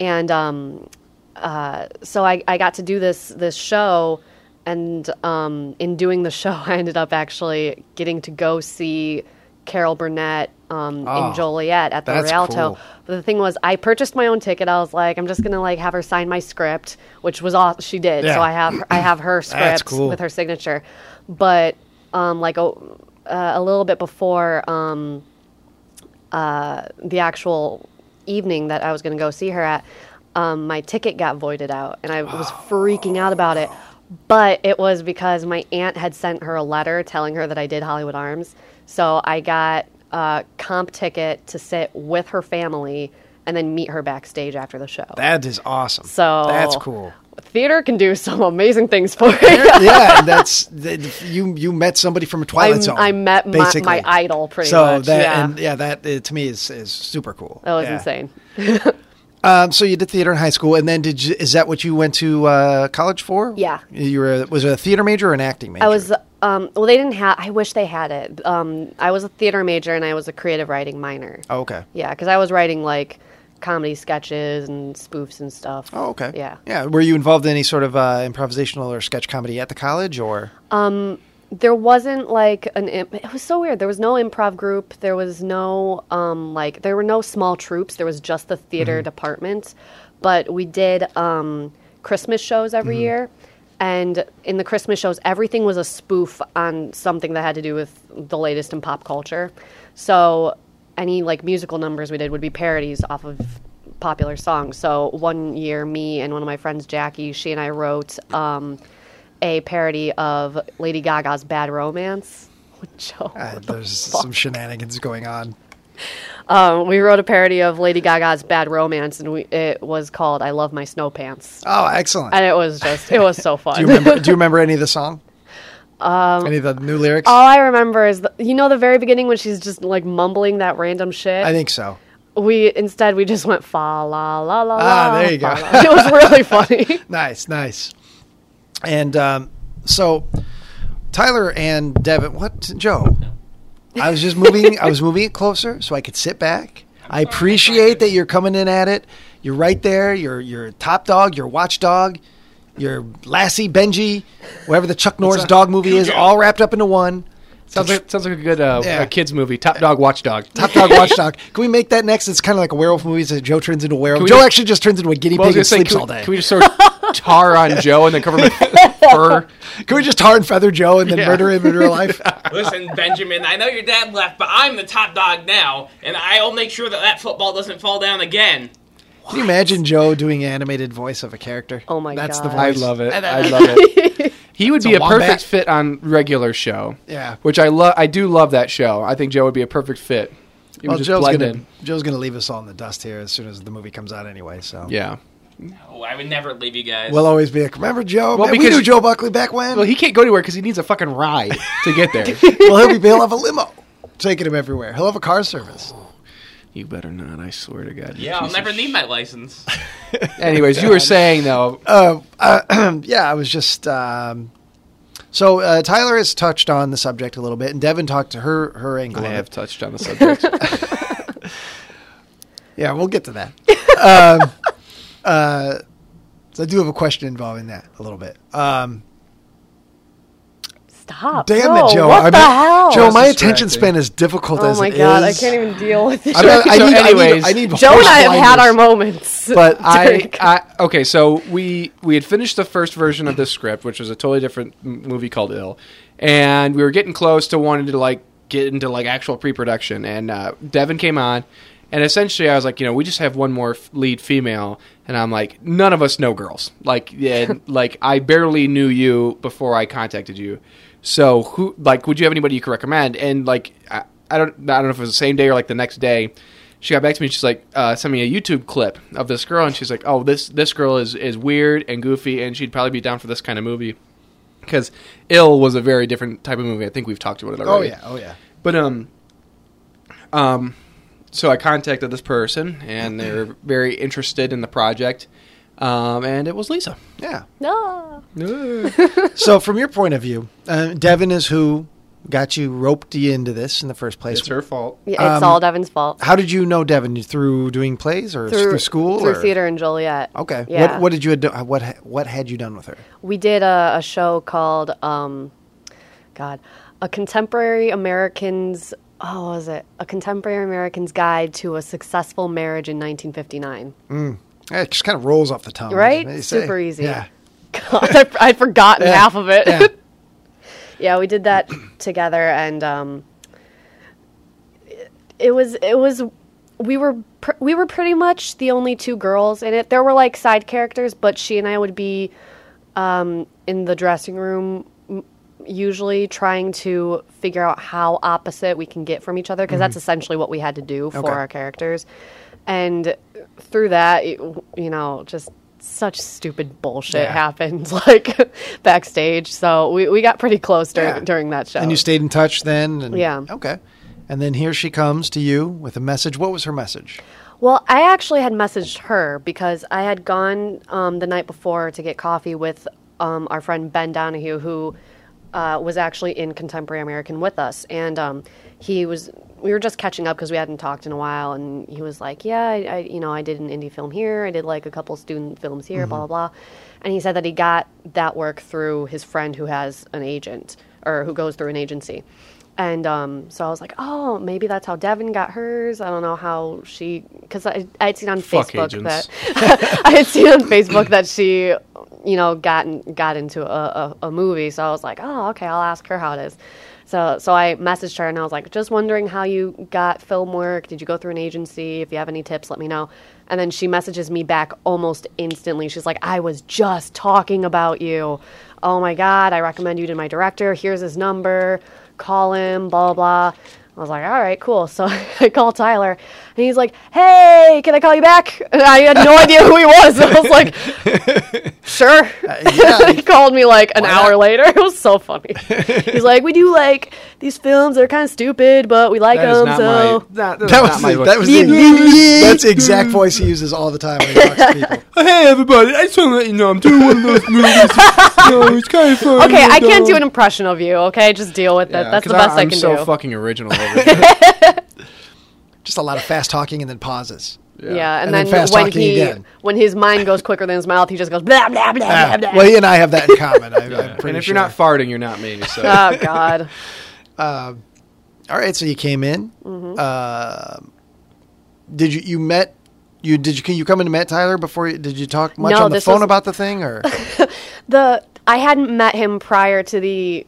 [SPEAKER 4] And um, uh, so I, I got to do this this show, and um, in doing the show, I ended up actually getting to go see Carol Burnett um,
[SPEAKER 5] Oh,
[SPEAKER 4] in Joliet at the
[SPEAKER 5] that's
[SPEAKER 4] Rialto.
[SPEAKER 5] cool.
[SPEAKER 4] But the thing was, I purchased my own ticket. I was like, I'm just gonna like have her sign my script, which was all she did.
[SPEAKER 5] Yeah.
[SPEAKER 4] So I have I have her
[SPEAKER 5] That's
[SPEAKER 4] script
[SPEAKER 5] cool.
[SPEAKER 4] with her signature. But um, like oh, uh, a little bit before um, uh, the actual evening that I was going to go see her at, um, my ticket got voided out, and I was freaking out about it. But it was because my aunt had sent her a letter telling her that I did Hollywood Arms, so I got a comp ticket to sit with her family and then meet her backstage after the show.
[SPEAKER 5] That is awesome.
[SPEAKER 4] so
[SPEAKER 5] that's cool.
[SPEAKER 4] Theater can do some amazing things for you.
[SPEAKER 5] yeah, and that's that- you. You met somebody from Twilight
[SPEAKER 4] I-
[SPEAKER 5] Zone.
[SPEAKER 4] I met my-
[SPEAKER 5] basically.
[SPEAKER 4] my idol, pretty
[SPEAKER 5] so
[SPEAKER 4] much,
[SPEAKER 5] That,
[SPEAKER 4] yeah.
[SPEAKER 5] and yeah, that uh, to me is is super cool.
[SPEAKER 4] That was
[SPEAKER 5] Yeah.
[SPEAKER 4] insane.
[SPEAKER 5] Um, so you did theater in high school, and then did you, is that what you went to uh, college for?
[SPEAKER 4] Yeah.
[SPEAKER 5] you were a, was it a theater major or an acting major?
[SPEAKER 4] I was um, well. They didn't have. I wish they had it. Um, I was a theater major and I was a creative writing minor.
[SPEAKER 5] Oh, okay.
[SPEAKER 4] Yeah, because I was writing like comedy sketches and spoofs and stuff.
[SPEAKER 5] Oh, okay.
[SPEAKER 4] Yeah.
[SPEAKER 5] yeah. Were you involved in any sort of uh, improvisational or sketch comedy at the college, or uh,
[SPEAKER 4] There wasn't like an. Imp- it was so weird. There was no improv group. There was no um like there were no small troops. There was just the theater department, but we did um Christmas shows every year. And in the Christmas shows, everything was a spoof on something that had to do with the latest in pop culture. So any like musical numbers we did would be parodies off of popular songs. So one year, me and one of my friends, Jackie, she and I wrote um, a parody of Lady Gaga's "Bad Romance." Joe,
[SPEAKER 5] uh, there's some shenanigans going on?
[SPEAKER 4] um, we wrote a parody of Lady Gaga's "Bad Romance," and we, it was called "I Love My Snow Pants,"
[SPEAKER 5] Oh, excellent.
[SPEAKER 4] and it was just it was so fun.
[SPEAKER 5] do you remember? do you remember any of the song? Um, any of the new lyrics?
[SPEAKER 4] All I remember is the, you know the very beginning when she's just like mumbling that random shit.
[SPEAKER 5] I think so.
[SPEAKER 4] we instead we just went fa la la la
[SPEAKER 5] Ah,
[SPEAKER 4] la.
[SPEAKER 5] there you go.
[SPEAKER 4] fa la." It was really funny.
[SPEAKER 5] Nice, nice. And um, so, Tyler and Devin, what Joe? I was just moving. I was moving it closer so I could sit back. I appreciate that you're coming in at it. You're right there. You're you're top dog. You're watchdog. You're Lassie Benji, whatever the Chuck Norris dog movie is, all wrapped up into one.
[SPEAKER 6] Sounds like sounds like a good uh,
[SPEAKER 5] Yeah.
[SPEAKER 6] uh, kids movie. Top Dog, Watchdog.
[SPEAKER 5] Top dog, watchdog. Can we make that next? It's kind of like a werewolf movie. So Joe turns into a werewolf.
[SPEAKER 6] we
[SPEAKER 5] Joe
[SPEAKER 6] just-
[SPEAKER 5] actually just turns into a guinea
[SPEAKER 6] Well, I
[SPEAKER 5] pig and
[SPEAKER 6] was gonna say,
[SPEAKER 5] sleeps
[SPEAKER 6] can,
[SPEAKER 5] all
[SPEAKER 6] we,
[SPEAKER 5] day.
[SPEAKER 6] can we just sort of tar on Joe and then cover him with fur?
[SPEAKER 5] Can we just tar and feather Joe and then
[SPEAKER 6] Yeah.
[SPEAKER 5] murder him in real life?
[SPEAKER 3] Listen, Benjamin, I know your dad left, but I'm the top dog now, and I'll make sure that that football doesn't fall down again.
[SPEAKER 5] Can you imagine Joe doing an animated voice of a character?
[SPEAKER 4] Oh my
[SPEAKER 5] That's
[SPEAKER 4] God.
[SPEAKER 5] the
[SPEAKER 6] I
[SPEAKER 5] voice.
[SPEAKER 6] love it. I love it. He would be
[SPEAKER 5] a
[SPEAKER 6] a
[SPEAKER 5] wombat.
[SPEAKER 6] perfect fit on regular show.
[SPEAKER 5] Yeah.
[SPEAKER 6] which I love. I do love that show. I think Joe would be a perfect fit. He would
[SPEAKER 5] Well,
[SPEAKER 6] just
[SPEAKER 5] Joe's
[SPEAKER 6] blend
[SPEAKER 5] gonna
[SPEAKER 6] in.
[SPEAKER 5] Joe's gonna leave us all in the dust here as soon as the movie comes out anyway. So
[SPEAKER 6] Yeah.
[SPEAKER 3] Oh, I would never leave you guys.
[SPEAKER 5] we'll uh, always be like, remember Joe?
[SPEAKER 6] Well,
[SPEAKER 5] Man, we
[SPEAKER 6] because-
[SPEAKER 5] knew Joe Buckley back when.
[SPEAKER 6] Well, he can't go anywhere because he needs a fucking ride to get there.
[SPEAKER 5] well, he'll be he'll have a limo taking him everywhere. He'll have a car service.
[SPEAKER 6] you better not. I swear to God.
[SPEAKER 3] yeah, I'll never need my license.
[SPEAKER 6] Anyways, you were saying though.
[SPEAKER 5] Uh, yeah, I was just. Um, so uh, Tyler has touched on the subject a little bit, and Devin talked to her her angle.
[SPEAKER 6] I
[SPEAKER 5] of
[SPEAKER 6] have
[SPEAKER 5] it.
[SPEAKER 6] touched on the subject.
[SPEAKER 5] Yeah, we'll get to that. um, uh, so I do have a question involving that a little bit. Um,
[SPEAKER 4] Stop.
[SPEAKER 5] Damn
[SPEAKER 4] no,
[SPEAKER 5] it, Joe.
[SPEAKER 4] What
[SPEAKER 5] I
[SPEAKER 4] the
[SPEAKER 5] mean-
[SPEAKER 4] hell?
[SPEAKER 5] Joe,
[SPEAKER 6] That's
[SPEAKER 5] my attention
[SPEAKER 6] distracting.
[SPEAKER 5] span is difficult
[SPEAKER 4] oh
[SPEAKER 5] as
[SPEAKER 4] my
[SPEAKER 5] it
[SPEAKER 4] god, I
[SPEAKER 5] is.
[SPEAKER 4] can't even deal with this.
[SPEAKER 5] I, mean, I
[SPEAKER 6] So
[SPEAKER 5] need,
[SPEAKER 6] anyways-
[SPEAKER 5] I need, I need
[SPEAKER 4] Joe and
[SPEAKER 5] horse
[SPEAKER 4] I have had our
[SPEAKER 5] blinders.
[SPEAKER 4] moments.
[SPEAKER 6] but I,
[SPEAKER 4] during-
[SPEAKER 6] I okay so we we had finished the first version of this script which was a totally different m- movie called ill and we were getting close to wanting to like get into like actual pre-production and uh, devin came on and essentially i was like you know we just have one more f- lead female and i'm like none of us know girls like yeah like i barely knew you before i contacted you so who like would you have anybody you could recommend and like i, I don't i don't know if it was the same day or like the next day she got back to me. She's like, uh, sent me a YouTube clip of this girl, and she's like, oh, this this girl is is weird and goofy, and she'd probably be down for this kind of movie. Because Ill was a very different type of movie. I think we've talked about it
[SPEAKER 5] Oh
[SPEAKER 6] already.
[SPEAKER 5] yeah, oh yeah.
[SPEAKER 6] But um, um, so I contacted this person, and they were very interested in the project, um, and it was Lisa.
[SPEAKER 5] Yeah.
[SPEAKER 4] no.
[SPEAKER 5] So from your point of view, uh, Devin is who got you roped you into this in the first place.
[SPEAKER 6] It's her fault.
[SPEAKER 4] Yeah, it's
[SPEAKER 5] Um,
[SPEAKER 4] all Devin's fault.
[SPEAKER 5] How did you know Devin through doing plays or through, school
[SPEAKER 4] through
[SPEAKER 5] or
[SPEAKER 4] theater in Joliet.
[SPEAKER 5] Okay.
[SPEAKER 4] Yeah.
[SPEAKER 5] What what did you had do- what ha- what had you done with her?
[SPEAKER 4] we did a, a show called um, God, a contemporary Americans. Oh, what was it a contemporary American's guide to a successful marriage in 1959?
[SPEAKER 5] Yeah, it just kind of rolls off the tongue,
[SPEAKER 4] Right?
[SPEAKER 5] They say.
[SPEAKER 4] Super easy.
[SPEAKER 5] Yeah.
[SPEAKER 4] God, I, I'd forgotten half of it.
[SPEAKER 5] Yeah.
[SPEAKER 4] Yeah. we did that together, and um, it was it was we were pr- we were pretty much the only two girls in it. There were like side characters, but she and I would be um, in the dressing room m- usually trying to figure out how opposite we can get from each other because that's essentially what we had to do for
[SPEAKER 5] Okay.
[SPEAKER 4] our characters. And through that, it- you know, just such stupid bullshit
[SPEAKER 5] Yeah.
[SPEAKER 4] happened like backstage. So we, we got pretty close during
[SPEAKER 5] Yeah.
[SPEAKER 4] during that show.
[SPEAKER 5] And you stayed in touch then and
[SPEAKER 4] Yeah.
[SPEAKER 5] Okay. And then here she comes to you with a message. What was her message?
[SPEAKER 4] Well, I actually had messaged her because I had gone um, the night before to get coffee with um, our friend Ben Donahue, who uh, was actually in Contemporary American with us, and um, he was. We were just catching up because we hadn't talked in a while, and he was like, "Yeah, I, I, you know, I did an indie film here. I did like a couple student films here, blah blah blah." And he said that he got that work through his friend who has an agent or who goes through an agency. And um, so I was like, oh, maybe that's how Devin got hers. I don't know how she, because I I had seen on
[SPEAKER 6] Fuck
[SPEAKER 4] Facebook
[SPEAKER 6] agents.
[SPEAKER 4] that I had seen on Facebook that she, you know, gotten got into a, a, a movie. So I was like, oh, okay, I'll ask her how it is. So so I messaged her and I was like, just wondering how you got film work. Did you go through an agency? If you have any tips, let me know. And then she messages me back almost instantly. She's like, I was just talking about you. Oh my God, I recommend you to my director. Here's his number. Call him, blah, blah. blah." I was like, all right, cool. So I call Tyler and he's like, hey, can I call you back? And I had no idea who he was. I was like, sure.
[SPEAKER 6] Uh,
[SPEAKER 4] he called me like an hour later. It was so funny. He's like, we do like these films that are kind of stupid, but we like
[SPEAKER 6] That is
[SPEAKER 4] them.
[SPEAKER 6] not
[SPEAKER 4] So
[SPEAKER 6] my. That,
[SPEAKER 5] That was
[SPEAKER 6] my
[SPEAKER 5] the, that was the, that's the exact voice he uses all the time when he talks to people.
[SPEAKER 6] hey everybody! I just want to let you know I'm doing one of those movies. no, it's kind of fun.
[SPEAKER 4] Okay, I can't do an impression of you. Okay, just deal with it.
[SPEAKER 6] Yeah,
[SPEAKER 4] That's
[SPEAKER 6] 'cause
[SPEAKER 4] the best I,
[SPEAKER 6] I'm
[SPEAKER 4] can
[SPEAKER 6] so
[SPEAKER 4] do.
[SPEAKER 6] fucking original. Over here.
[SPEAKER 5] Just a lot of fast talking and then pauses.
[SPEAKER 4] yeah. and,
[SPEAKER 5] And then
[SPEAKER 4] then,
[SPEAKER 5] fast
[SPEAKER 4] when
[SPEAKER 5] talking
[SPEAKER 4] he
[SPEAKER 5] again.
[SPEAKER 4] when his mind goes quicker than his mouth, he just goes blah blah blah blah.
[SPEAKER 5] Ah,
[SPEAKER 4] blah.
[SPEAKER 5] well, he and I have that in common. I, I'm pretty
[SPEAKER 6] and if
[SPEAKER 5] sure.
[SPEAKER 6] you're not farting, you're not me. So
[SPEAKER 4] oh God.
[SPEAKER 5] all right, so you came in.
[SPEAKER 4] Mm-hmm.
[SPEAKER 5] Um, did you you met you did you can you come in and met Tyler before? You, did you talk much
[SPEAKER 4] No,
[SPEAKER 5] on the
[SPEAKER 4] this
[SPEAKER 5] phone
[SPEAKER 4] was-
[SPEAKER 5] about the thing or?
[SPEAKER 4] the I hadn't met him prior to the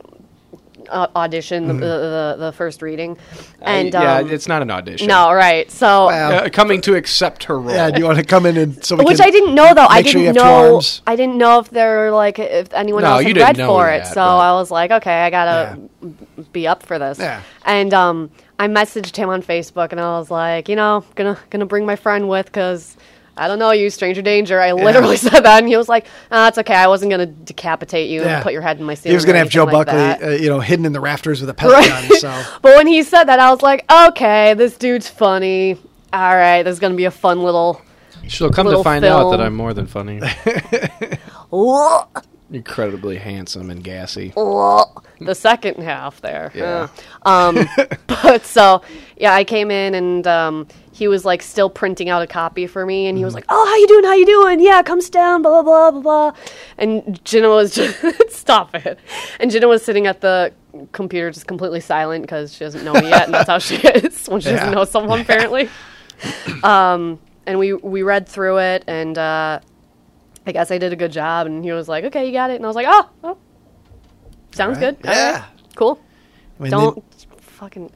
[SPEAKER 4] uh, audition, the, the, the the first reading, and
[SPEAKER 6] Mm-hmm. yeah,
[SPEAKER 4] um,
[SPEAKER 6] it's not an audition.
[SPEAKER 4] no right. So
[SPEAKER 5] Wow.
[SPEAKER 6] Uh, coming to accept her role.
[SPEAKER 5] yeah, do you want to come in and so we
[SPEAKER 4] which
[SPEAKER 5] can-
[SPEAKER 4] I didn't know though. I
[SPEAKER 5] make sure you
[SPEAKER 4] didn't
[SPEAKER 5] have two
[SPEAKER 4] know.
[SPEAKER 5] arms.
[SPEAKER 4] I didn't know if there were like if anyone
[SPEAKER 6] No,
[SPEAKER 4] else
[SPEAKER 6] you
[SPEAKER 4] had
[SPEAKER 6] didn't
[SPEAKER 4] read
[SPEAKER 6] know
[SPEAKER 4] for
[SPEAKER 6] that,
[SPEAKER 4] it. So
[SPEAKER 6] but-
[SPEAKER 4] I was like, okay, I gotta be up for this.
[SPEAKER 5] Yeah.
[SPEAKER 4] And um, I messaged him on Facebook, and I was like, you know, gonna gonna bring my friend with because. I don't know you, stranger danger. I literally said that, and he was like, "Ah, it's okay. I wasn't gonna decapitate you
[SPEAKER 5] Yeah.
[SPEAKER 4] and put your head in my ceiling."
[SPEAKER 5] He was going
[SPEAKER 4] or
[SPEAKER 5] to have Joe
[SPEAKER 4] anything like
[SPEAKER 5] Buckley,
[SPEAKER 4] that."
[SPEAKER 5] uh, you know, hidden in the rafters with a
[SPEAKER 4] Right.
[SPEAKER 5] pellet gun. So
[SPEAKER 4] But when he said that, I was like, okay, this dude's funny. All right, this is going to be a fun little.
[SPEAKER 6] She'll come to
[SPEAKER 4] Little
[SPEAKER 6] find out that
[SPEAKER 4] film.
[SPEAKER 6] I'm more than funny. incredibly handsome and gassy.
[SPEAKER 4] the second half there. Um, but so yeah, I came in and um, he was like still printing out a copy for me, and he was like, "Oh, how you doing? How you doing? Yeah, comes down, blah blah blah blah blah." And Jenna was just stop it. And Jenna was sitting at the computer, just completely silent because she doesn't know me yet, and that's how she is when she
[SPEAKER 6] Yeah.
[SPEAKER 4] doesn't know someone apparently. um, and we we read through it, and uh, I guess I did a good job. And he was like, "Okay, you got it," and I was like, "Oh, oh sounds
[SPEAKER 5] Right.
[SPEAKER 4] good. All
[SPEAKER 5] Yeah.
[SPEAKER 4] cool."
[SPEAKER 5] I mean,
[SPEAKER 4] Don't fucking.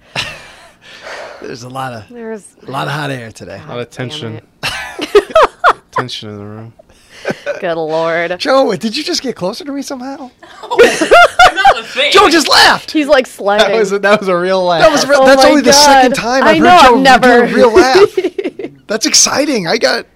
[SPEAKER 5] There's a lot of
[SPEAKER 4] There's
[SPEAKER 5] a lot of hot air today.
[SPEAKER 6] A lot of tension. tension in the room.
[SPEAKER 4] Good lord.
[SPEAKER 5] Joe, did you just get closer to me somehow?
[SPEAKER 3] Not the thing.
[SPEAKER 5] Joe just laughed.
[SPEAKER 4] He's like sliding.
[SPEAKER 6] That was a, that was a real laugh.
[SPEAKER 5] That was real,
[SPEAKER 4] Oh
[SPEAKER 5] that's
[SPEAKER 4] my
[SPEAKER 5] only the
[SPEAKER 4] God.
[SPEAKER 5] second time
[SPEAKER 4] I
[SPEAKER 5] I've
[SPEAKER 4] know,
[SPEAKER 5] heard Joe
[SPEAKER 4] I've never-
[SPEAKER 5] do a real laugh. that's exciting. I got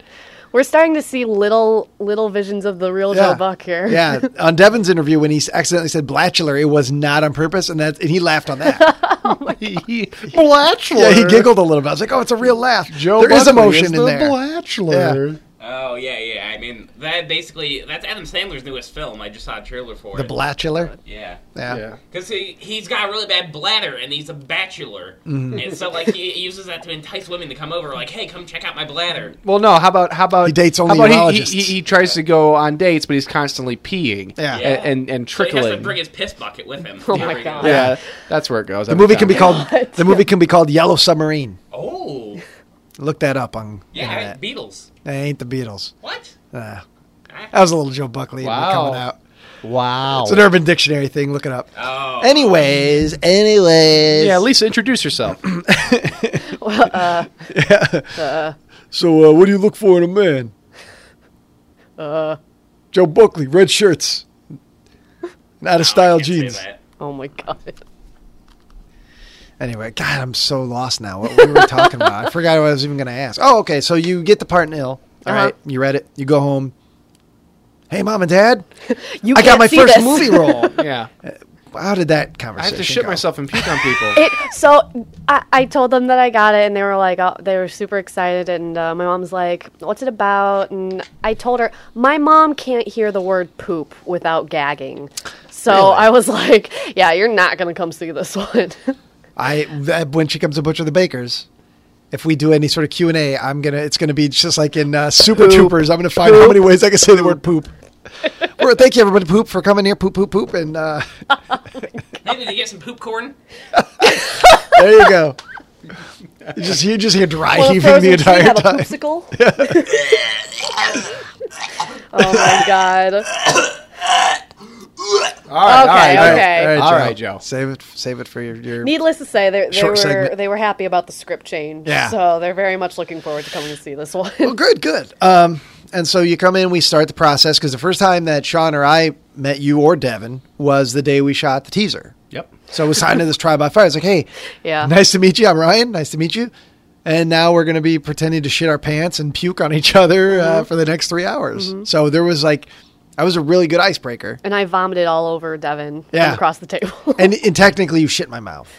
[SPEAKER 4] We're starting to see little little visions of the real
[SPEAKER 5] yeah.
[SPEAKER 4] Joe Buck here.
[SPEAKER 5] yeah, on Devin's interview when he s- accidentally said blatchular, it was not on purpose, and that and he laughed on that.
[SPEAKER 6] Blatchler.
[SPEAKER 5] yeah, he giggled a little bit. I was like, oh, it's a real laugh.
[SPEAKER 6] Joe
[SPEAKER 5] there is
[SPEAKER 6] Buckley
[SPEAKER 5] emotion
[SPEAKER 6] is
[SPEAKER 5] in
[SPEAKER 6] the
[SPEAKER 5] there.
[SPEAKER 6] Blatchler.
[SPEAKER 3] Oh yeah, yeah. I mean, that basically that's Adam Sandler's newest film. I just saw a trailer for
[SPEAKER 5] The
[SPEAKER 3] it.
[SPEAKER 5] blatchular.
[SPEAKER 3] yeah.
[SPEAKER 5] Yeah.
[SPEAKER 6] Yeah.
[SPEAKER 3] Because he, he's got a really bad bladder and he's a bachelor.
[SPEAKER 5] Mm-hmm.
[SPEAKER 3] And so, like, he uses that to entice women to come over, like, hey, come check out my bladder.
[SPEAKER 6] Well, no. How about how about
[SPEAKER 5] He dates only
[SPEAKER 6] how about he- he,
[SPEAKER 5] urologists.
[SPEAKER 6] he, he tries to go on dates, but he's constantly peeing.
[SPEAKER 5] Yeah.
[SPEAKER 6] a-
[SPEAKER 5] Yeah.
[SPEAKER 6] And, and
[SPEAKER 3] So he has to
[SPEAKER 6] trickling.
[SPEAKER 3] bring his piss bucket with him.
[SPEAKER 4] Oh my
[SPEAKER 3] Every
[SPEAKER 4] God.
[SPEAKER 3] night.
[SPEAKER 6] yeah. that's where it goes.
[SPEAKER 5] The movie can be
[SPEAKER 4] Oh
[SPEAKER 5] called the movie can be called Yellow Submarine.
[SPEAKER 3] Oh.
[SPEAKER 5] Look that up on
[SPEAKER 3] Yeah,
[SPEAKER 5] internet.
[SPEAKER 3] Beatles.
[SPEAKER 5] They ain't the Beatles.
[SPEAKER 3] What?
[SPEAKER 5] Uh, that was a little Joe Buckley in me
[SPEAKER 6] Wow.
[SPEAKER 5] coming out.
[SPEAKER 6] Wow.
[SPEAKER 5] It's an Urban Dictionary thing. Look it up.
[SPEAKER 3] Oh.
[SPEAKER 5] Anyways, anyways.
[SPEAKER 6] yeah, Lisa, introduce yourself.
[SPEAKER 5] So, uh, what do you look for in a man? Uh, Joe Buckley, red shirts, and out of style
[SPEAKER 3] I can't say
[SPEAKER 5] jeans.
[SPEAKER 3] that.
[SPEAKER 4] Oh my god.
[SPEAKER 5] Anyway, God, I'm so lost now. What we were talking about, I forgot what I was even going to ask. Oh, okay. So you get the part in Ill. All right,
[SPEAKER 4] Uh-huh.
[SPEAKER 5] you read it. You go home. Hey, mom and dad,
[SPEAKER 4] You
[SPEAKER 5] I got
[SPEAKER 4] can't
[SPEAKER 5] my
[SPEAKER 4] see
[SPEAKER 5] first
[SPEAKER 4] this.
[SPEAKER 5] movie role.
[SPEAKER 6] yeah.
[SPEAKER 5] How did that
[SPEAKER 6] I
[SPEAKER 5] conversation?
[SPEAKER 6] have to shit
[SPEAKER 5] go?
[SPEAKER 6] myself and puke on people.
[SPEAKER 4] It, so I, I told them that I got it, and they were like, oh, they were super excited. And uh, my mom's like, "What's it about?" And I told her my mom can't hear the word poop without gagging, so I was like, "Yeah, you're not gonna come see this one."
[SPEAKER 5] I that- when she comes to Butcher the Baker's, if we do any sort of Q and A, I'm gonna it's gonna be just like in uh, Super Troopers. I'm gonna find how many ways I can say the word poop. well, thank you everybody, poop for coming here, poop, poop, poop, and uh,
[SPEAKER 3] Maybe they get some poop corn.
[SPEAKER 5] there you go. You just you just hear dry heaving the entire
[SPEAKER 4] have
[SPEAKER 5] time.
[SPEAKER 4] a poopsicle. oh my god.
[SPEAKER 6] All right, all right,
[SPEAKER 4] Okay,
[SPEAKER 6] all right.
[SPEAKER 4] okay.
[SPEAKER 6] All right, Joe.
[SPEAKER 5] Save it, save it for your. your
[SPEAKER 4] Needless to say, they, they
[SPEAKER 5] Short
[SPEAKER 4] were
[SPEAKER 5] segment.
[SPEAKER 4] they were happy about the script change.
[SPEAKER 5] Yeah.
[SPEAKER 4] So they're very much looking forward to coming to see this one.
[SPEAKER 5] Well, good, good. Um, and so you come in, we start the process because the first time that Sean or I met you or Devin was the day we shot the teaser.
[SPEAKER 6] Yep.
[SPEAKER 5] So we signed to this trial by fire. It's like, hey,
[SPEAKER 4] Yeah.
[SPEAKER 5] nice to meet you. I'm Ryan. Nice to meet you. And now we're going to be pretending to shit our pants and puke on each other
[SPEAKER 4] Mm-hmm.
[SPEAKER 5] uh, for the next three hours. So there was like, that was a really good icebreaker.
[SPEAKER 4] and I vomited all over Devin from
[SPEAKER 5] Yeah.
[SPEAKER 4] across the table.
[SPEAKER 5] And, and technically, you shit in my mouth.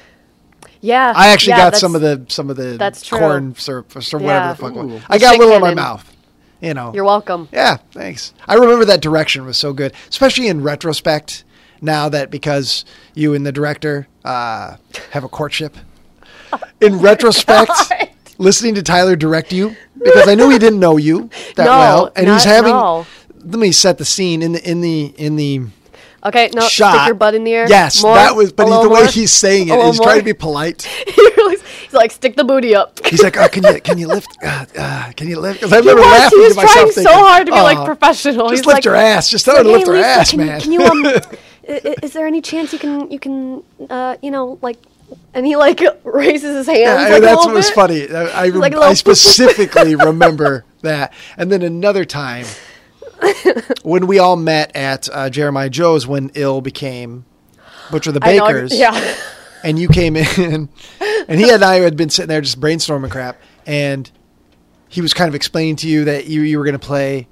[SPEAKER 4] yeah.
[SPEAKER 5] I actually
[SPEAKER 4] yeah,
[SPEAKER 5] got
[SPEAKER 4] that's-
[SPEAKER 5] some of the some of the
[SPEAKER 4] that's true.
[SPEAKER 5] corn syrup or some- whatever
[SPEAKER 4] Yeah.
[SPEAKER 5] the fuck. it
[SPEAKER 6] Ooh.
[SPEAKER 5] was. I got a little in my
[SPEAKER 4] Sick cannon.
[SPEAKER 5] mouth. You know.
[SPEAKER 4] You're welcome.
[SPEAKER 5] Yeah, thanks. I remember that direction was so good, especially in retrospect. Now that because you and the director uh, have a courtship, in retrospect, listening to Tyler direct you because I knew he didn't know you that
[SPEAKER 4] No,
[SPEAKER 5] well, and
[SPEAKER 4] not-
[SPEAKER 5] he's having.
[SPEAKER 4] no.
[SPEAKER 5] Let me set the scene in the in the in the
[SPEAKER 4] Okay, no,
[SPEAKER 5] shot.
[SPEAKER 4] Oh, stick your butt in the air.
[SPEAKER 5] Yes,
[SPEAKER 4] More?
[SPEAKER 5] that was. But
[SPEAKER 4] A
[SPEAKER 5] he, the
[SPEAKER 4] little
[SPEAKER 5] way
[SPEAKER 4] more?
[SPEAKER 5] he's saying
[SPEAKER 4] A
[SPEAKER 5] it,
[SPEAKER 4] little
[SPEAKER 5] he's trying to
[SPEAKER 4] more?
[SPEAKER 5] be polite.
[SPEAKER 4] He really- he's like, stick the booty up.
[SPEAKER 5] He's like, "Oh, can you can you lift? Uh, uh, can you lift?" Because I
[SPEAKER 4] He
[SPEAKER 5] remember
[SPEAKER 4] was,
[SPEAKER 5] laughing
[SPEAKER 4] he was
[SPEAKER 5] to myself,
[SPEAKER 4] trying
[SPEAKER 5] thinking,
[SPEAKER 4] so hard to be like
[SPEAKER 5] "Aw,
[SPEAKER 4] professional.
[SPEAKER 5] Just
[SPEAKER 4] he's
[SPEAKER 5] lift
[SPEAKER 4] like,
[SPEAKER 5] her ass. Just tell her to
[SPEAKER 4] "Hey,
[SPEAKER 5] lift her
[SPEAKER 4] Lisa,
[SPEAKER 5] ass,
[SPEAKER 4] can,
[SPEAKER 5] man."
[SPEAKER 4] Can you um? i- i- is there any chance you can you can uh you know like? And he like raises his hands.
[SPEAKER 5] Yeah, I-
[SPEAKER 4] like, a
[SPEAKER 5] that's
[SPEAKER 4] little
[SPEAKER 5] what was
[SPEAKER 4] bit.
[SPEAKER 5] funny. I, I, rem-
[SPEAKER 4] like "Oh." a
[SPEAKER 5] I
[SPEAKER 4] little
[SPEAKER 5] specifically remember that. And then another time when we all met at uh, Jeremiah Joe's when Ill became Butcher the
[SPEAKER 4] I know, I-
[SPEAKER 5] Bakers,
[SPEAKER 4] yeah.
[SPEAKER 5] and you came in, and he and I had been sitting there just brainstorming crap, and he was kind of explaining to you that you you were going to play,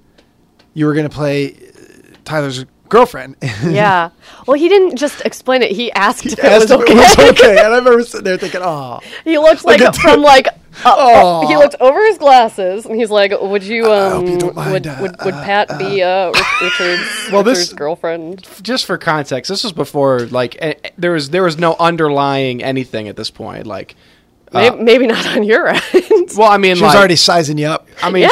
[SPEAKER 5] you were going to play uh, Tyler's girlfriend.
[SPEAKER 4] yeah. Well, he didn't just explain it. He asked if it
[SPEAKER 5] As
[SPEAKER 4] was
[SPEAKER 5] if
[SPEAKER 4] okay.
[SPEAKER 5] It was okay. And I remember sitting there thinking, oh.
[SPEAKER 4] he looked like
[SPEAKER 5] Like a-
[SPEAKER 4] from like oh, he looked over his glasses and he's like, "Would you, um,
[SPEAKER 5] hope you don't
[SPEAKER 4] would,
[SPEAKER 5] mind, uh,
[SPEAKER 4] would, would Pat be uh, Rich- Richard's,
[SPEAKER 6] Well, this-
[SPEAKER 4] Richard's girlfriend?"
[SPEAKER 6] just for context, this was before like eh, eh, there was there was no underlying anything at this point. Like,
[SPEAKER 5] Uh.
[SPEAKER 4] May maybe, not on your end.
[SPEAKER 6] well, I mean,
[SPEAKER 5] She was
[SPEAKER 6] like,
[SPEAKER 5] already sizing you up.
[SPEAKER 6] I mean,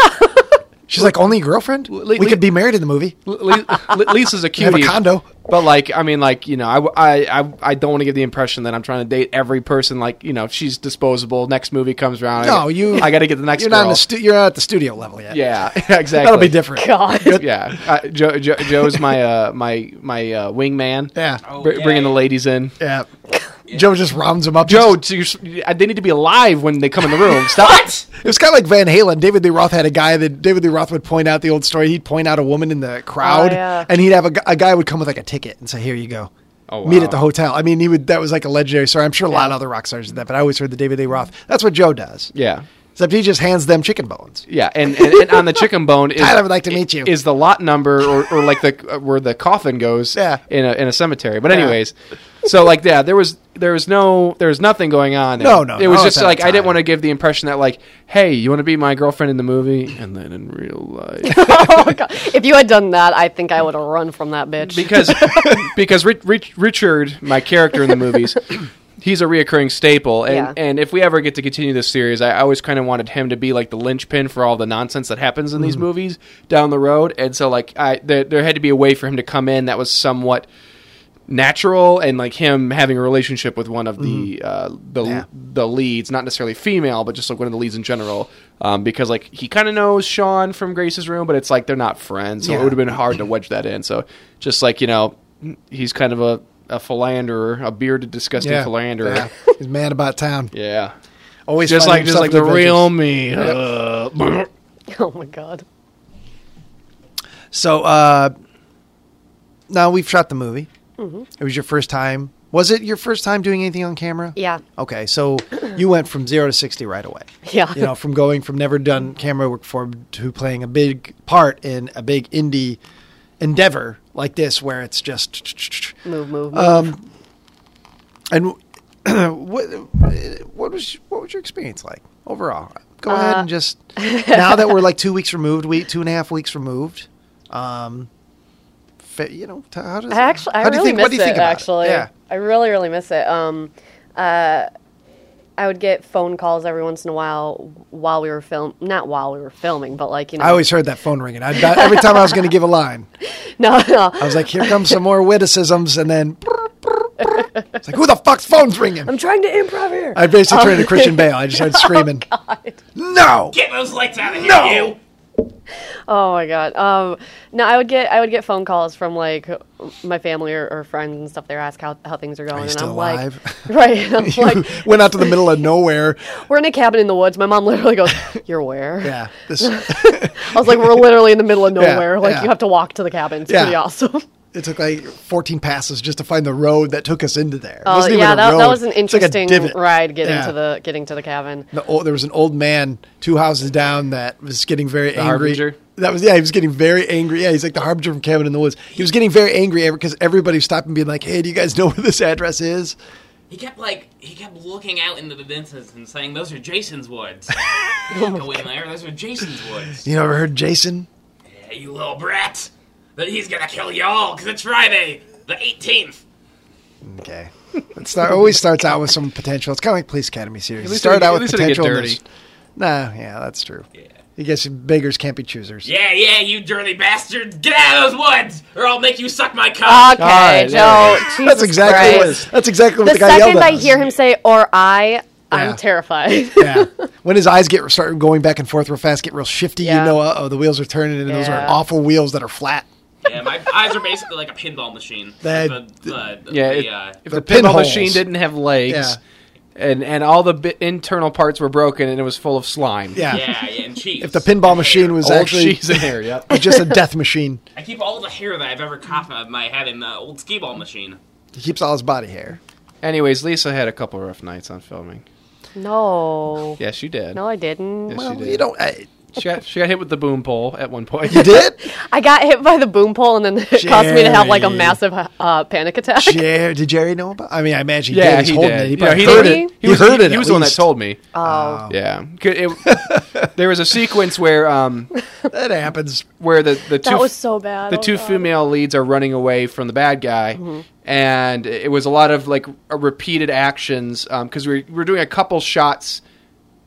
[SPEAKER 5] She's like, only girlfriend? we
[SPEAKER 6] li- li-
[SPEAKER 5] could be married in the movie.
[SPEAKER 6] Li- Li- Lisa's a
[SPEAKER 5] have a
[SPEAKER 6] cutie.
[SPEAKER 5] condo.
[SPEAKER 6] But like, I mean, like you know, I, w- I- I- I don't want to give the impression that I'm trying to date every person. Like you know, she's disposable. Next movie comes around. I
[SPEAKER 5] No,
[SPEAKER 6] get-
[SPEAKER 5] you.
[SPEAKER 6] I got to get the next.
[SPEAKER 5] You're
[SPEAKER 6] girl.
[SPEAKER 5] not in the stu- You're not at the studio level yet.
[SPEAKER 6] yeah, exactly.
[SPEAKER 5] that'll be different.
[SPEAKER 4] God,
[SPEAKER 6] Yeah, uh, Joe, Joe, Joe's my uh, my my uh, wingman.
[SPEAKER 5] Yeah.
[SPEAKER 4] Oh,
[SPEAKER 6] Br-
[SPEAKER 3] yeah,
[SPEAKER 6] bringing the
[SPEAKER 3] yeah.
[SPEAKER 6] ladies in.
[SPEAKER 5] Yeah. Joe just rounds them up.
[SPEAKER 6] Joe, so you're, s- uh, they need to be alive when they come in the room. Stop.
[SPEAKER 3] What?
[SPEAKER 5] It was kind of like Van Halen. David Lee Roth had a guy that David Lee Roth would point out the old story. He'd point out a woman in the crowd,
[SPEAKER 4] Oh, yeah.
[SPEAKER 5] and he'd have a, gu- a guy would come with like a ticket and say, "Here you go."
[SPEAKER 6] Oh,
[SPEAKER 5] Meet
[SPEAKER 6] wow.
[SPEAKER 5] at the hotel. I mean, he would. That was like a legendary story. I'm sure a lot of other rock stars did that, but I always heard the David Lee Roth. That's what Joe does.
[SPEAKER 6] Yeah.
[SPEAKER 5] Except he just hands them chicken bones.
[SPEAKER 6] Yeah, and, and, and on the chicken bone is
[SPEAKER 5] Tyler would like to meet you.
[SPEAKER 6] is the lot number or, or like the uh, where the coffin goes
[SPEAKER 5] Yeah.
[SPEAKER 6] in a in a cemetery. But anyways, so like yeah, there was there was no there was nothing going on. And
[SPEAKER 5] No, no,
[SPEAKER 6] It was
[SPEAKER 5] not
[SPEAKER 6] just
[SPEAKER 5] at that
[SPEAKER 6] like I didn't
[SPEAKER 5] time.
[SPEAKER 6] want to give the impression that like, hey, you want to be my girlfriend in the movie and then in real life.
[SPEAKER 4] if you had done that, I think I would have run from that bitch.
[SPEAKER 6] because because Rich, Rich, Richard, my character in the movies, he's a reoccurring staple, and
[SPEAKER 4] Yeah.
[SPEAKER 6] and if we ever get to continue this series, I always kind of wanted him to be like the linchpin for all the nonsense that happens in these movies down the road, and so like I there, there had to be a way for him to come in that was somewhat natural and like him having a relationship with one of the uh, the
[SPEAKER 5] Yeah.
[SPEAKER 6] the leads, not necessarily female, but just like one of the leads in general. Um, because like he kind of knows Sean from Grace's room, but it's like they're not friends, so
[SPEAKER 5] Yeah.
[SPEAKER 6] it would have been hard to wedge that in. So just like you know, he's kind of a, a philanderer, a bearded, disgusting philanderer.
[SPEAKER 5] Yeah.
[SPEAKER 6] Yeah.
[SPEAKER 5] He's mad about town. Always
[SPEAKER 6] Just
[SPEAKER 5] finding
[SPEAKER 6] like
[SPEAKER 5] himself
[SPEAKER 6] just like the
[SPEAKER 5] adventures.
[SPEAKER 6] real me. Uh,
[SPEAKER 4] oh my god.
[SPEAKER 5] So uh, now we've shot the movie.
[SPEAKER 4] Mm-hmm.
[SPEAKER 5] It was your first time. Was it your first time doing anything on camera?
[SPEAKER 4] Yeah.
[SPEAKER 5] Okay, so you went from zero to sixty right away.
[SPEAKER 4] Yeah.
[SPEAKER 5] You know, from going from never done camera work before to playing a big part in a big indie endeavor like this, where it's just
[SPEAKER 4] Move, move, move.
[SPEAKER 5] Uh, and what what was what was your experience like overall? Go
[SPEAKER 4] Uh,
[SPEAKER 5] ahead and just now that we're like two weeks removed, we two and a half weeks removed. Um, fa- you know, t- how does
[SPEAKER 4] I actually, I
[SPEAKER 5] how do you
[SPEAKER 4] really
[SPEAKER 5] think-
[SPEAKER 4] miss
[SPEAKER 5] what do you think
[SPEAKER 4] it.
[SPEAKER 5] about
[SPEAKER 4] Actually,
[SPEAKER 5] yeah,
[SPEAKER 4] I really, really miss it. Um, uh, I would get phone calls every once in a while while we were film, not while we were filming, but like you know,
[SPEAKER 5] I always heard that phone ringing. I, about- every time I was going to give a line,
[SPEAKER 4] no, no,
[SPEAKER 5] I was like, "Here comes some more witticisms," and then it's like, "Who the fuck's phone's ringing?"
[SPEAKER 4] I'm trying to improv here.
[SPEAKER 5] I basically turned to Christian Bale. I just
[SPEAKER 4] Oh,
[SPEAKER 5] started screaming, "No!"
[SPEAKER 3] Get those lights out of here,
[SPEAKER 5] No!
[SPEAKER 3] you!
[SPEAKER 4] Oh my god. Um, no, I would get I would get phone calls from like my family or, or friends and stuff. They ask how, how things are going,
[SPEAKER 5] you
[SPEAKER 4] and
[SPEAKER 5] still
[SPEAKER 4] I'm
[SPEAKER 5] alive?
[SPEAKER 4] like, right? and I'm like,
[SPEAKER 5] Went out to the middle of nowhere.
[SPEAKER 4] we're in a cabin in the woods. My mom literally goes, "You're where?"
[SPEAKER 5] Yeah, this,
[SPEAKER 4] I was like, "We're literally in the middle of
[SPEAKER 5] Yeah,
[SPEAKER 4] nowhere. like
[SPEAKER 5] yeah.
[SPEAKER 4] you have to walk to the cabin. It's
[SPEAKER 5] Yeah.
[SPEAKER 4] pretty awesome."
[SPEAKER 5] it took like 14 passes just to find the road that took us into there. It
[SPEAKER 4] Oh
[SPEAKER 5] wasn't even
[SPEAKER 4] yeah,
[SPEAKER 5] a
[SPEAKER 4] that, that
[SPEAKER 5] road.
[SPEAKER 4] was an
[SPEAKER 5] It's like a
[SPEAKER 4] interesting
[SPEAKER 5] divot.
[SPEAKER 4] ride getting
[SPEAKER 5] Yeah.
[SPEAKER 4] to the getting to the cabin.
[SPEAKER 5] The old, there was an old man two houses down that was getting very angry.
[SPEAKER 6] harbinger?
[SPEAKER 5] That was yeah, he was getting very angry. Yeah, he's like the harbinger from Cabin in the Woods. He was getting very angry because everybody stopped and being like, "Hey, do you guys know where this address is?"
[SPEAKER 3] He kept like he kept looking out into the distance and saying, "Those are Jason's woods. Go in there. Those are Jason's woods.
[SPEAKER 5] You never heard Jason?
[SPEAKER 3] Yeah, you little brat. That he's gonna kill you all because it's Friday, the 18th.
[SPEAKER 5] Okay. It start, always starts out with some potential. It's kind of like Police Academy series. You
[SPEAKER 6] least
[SPEAKER 5] start
[SPEAKER 6] it- at
[SPEAKER 5] out with
[SPEAKER 6] least it'll get
[SPEAKER 5] potential. and
[SPEAKER 6] dirty.
[SPEAKER 5] there's- Nah, yeah, that's true. Yeah. You guess beggars can't be choosers.
[SPEAKER 3] Yeah, yeah, you dirty bastard. Get out of those woods, or I'll make you suck my cock.
[SPEAKER 5] Ah.
[SPEAKER 4] Okay,
[SPEAKER 6] right,
[SPEAKER 4] Joe.
[SPEAKER 5] That's
[SPEAKER 4] Jesus
[SPEAKER 5] exactly
[SPEAKER 4] Christ.
[SPEAKER 5] what, that's exactly what
[SPEAKER 4] The
[SPEAKER 5] the, guy yelled
[SPEAKER 4] second
[SPEAKER 5] at
[SPEAKER 4] I
[SPEAKER 5] us.
[SPEAKER 4] hear him say "or I,"
[SPEAKER 5] Yeah.
[SPEAKER 4] I'm terrified.
[SPEAKER 5] yeah. When his eyes get start going back and forth real fast, get real shifty,
[SPEAKER 4] Yeah.
[SPEAKER 5] you know, uh oh, the wheels are turning, and those are
[SPEAKER 4] Yeah.
[SPEAKER 5] awful wheels that are flat.
[SPEAKER 3] yeah, my eyes are basically like a pinball machine.
[SPEAKER 5] That-
[SPEAKER 3] the, the,
[SPEAKER 6] yeah,
[SPEAKER 3] the,
[SPEAKER 6] if-
[SPEAKER 3] uh,
[SPEAKER 6] if
[SPEAKER 5] The
[SPEAKER 6] the, pinball
[SPEAKER 5] pinholes.
[SPEAKER 6] machine didn't have legs.
[SPEAKER 5] Yeah.
[SPEAKER 6] And, and all the bi- internal parts were broken and it was full of slime.
[SPEAKER 5] Yeah.
[SPEAKER 3] yeah, yeah, and cheese.
[SPEAKER 5] If the pinball machine was
[SPEAKER 6] Old
[SPEAKER 5] actually
[SPEAKER 6] cheese in there. Yep.
[SPEAKER 5] just a death machine,
[SPEAKER 3] I keep all the hair that I've ever caught out of my head in the old skee ball machine.
[SPEAKER 5] he keeps all his body hair.
[SPEAKER 6] Anyways, Lisa had a couple rough nights on filming.
[SPEAKER 4] no,
[SPEAKER 6] Yes, you did.
[SPEAKER 4] no, I didn't.
[SPEAKER 6] Yes,
[SPEAKER 5] Well,
[SPEAKER 6] did.
[SPEAKER 5] you don't. I,
[SPEAKER 6] She got, she got hit with the boom pole at one point.
[SPEAKER 5] You did?
[SPEAKER 4] I got hit by the boom pole, and then it caused me to have like a
[SPEAKER 5] Jerry.
[SPEAKER 4] massive uh, panic attack.
[SPEAKER 5] Jerry, did Jerry know about? I mean, I imagine he
[SPEAKER 6] Yeah,
[SPEAKER 5] did. He's
[SPEAKER 6] he
[SPEAKER 5] holding
[SPEAKER 6] did.
[SPEAKER 5] it. He
[SPEAKER 6] yeah,
[SPEAKER 5] probably
[SPEAKER 6] he
[SPEAKER 5] heard
[SPEAKER 6] did.
[SPEAKER 5] it.
[SPEAKER 6] He, was,
[SPEAKER 5] heard it.
[SPEAKER 6] He
[SPEAKER 5] at
[SPEAKER 6] was the one that
[SPEAKER 5] least.
[SPEAKER 6] told me.
[SPEAKER 4] Oh,
[SPEAKER 5] Ah.
[SPEAKER 6] Yeah, 'Cause it, there was a sequence where um
[SPEAKER 5] That happens.
[SPEAKER 6] where the the two
[SPEAKER 4] that was so Mm-hmm. bad.
[SPEAKER 6] the
[SPEAKER 4] Oh,
[SPEAKER 6] two
[SPEAKER 4] God.
[SPEAKER 6] female leads are running away from the bad guy, and it was a lot of like a repeated actions because we were, we are doing a couple shots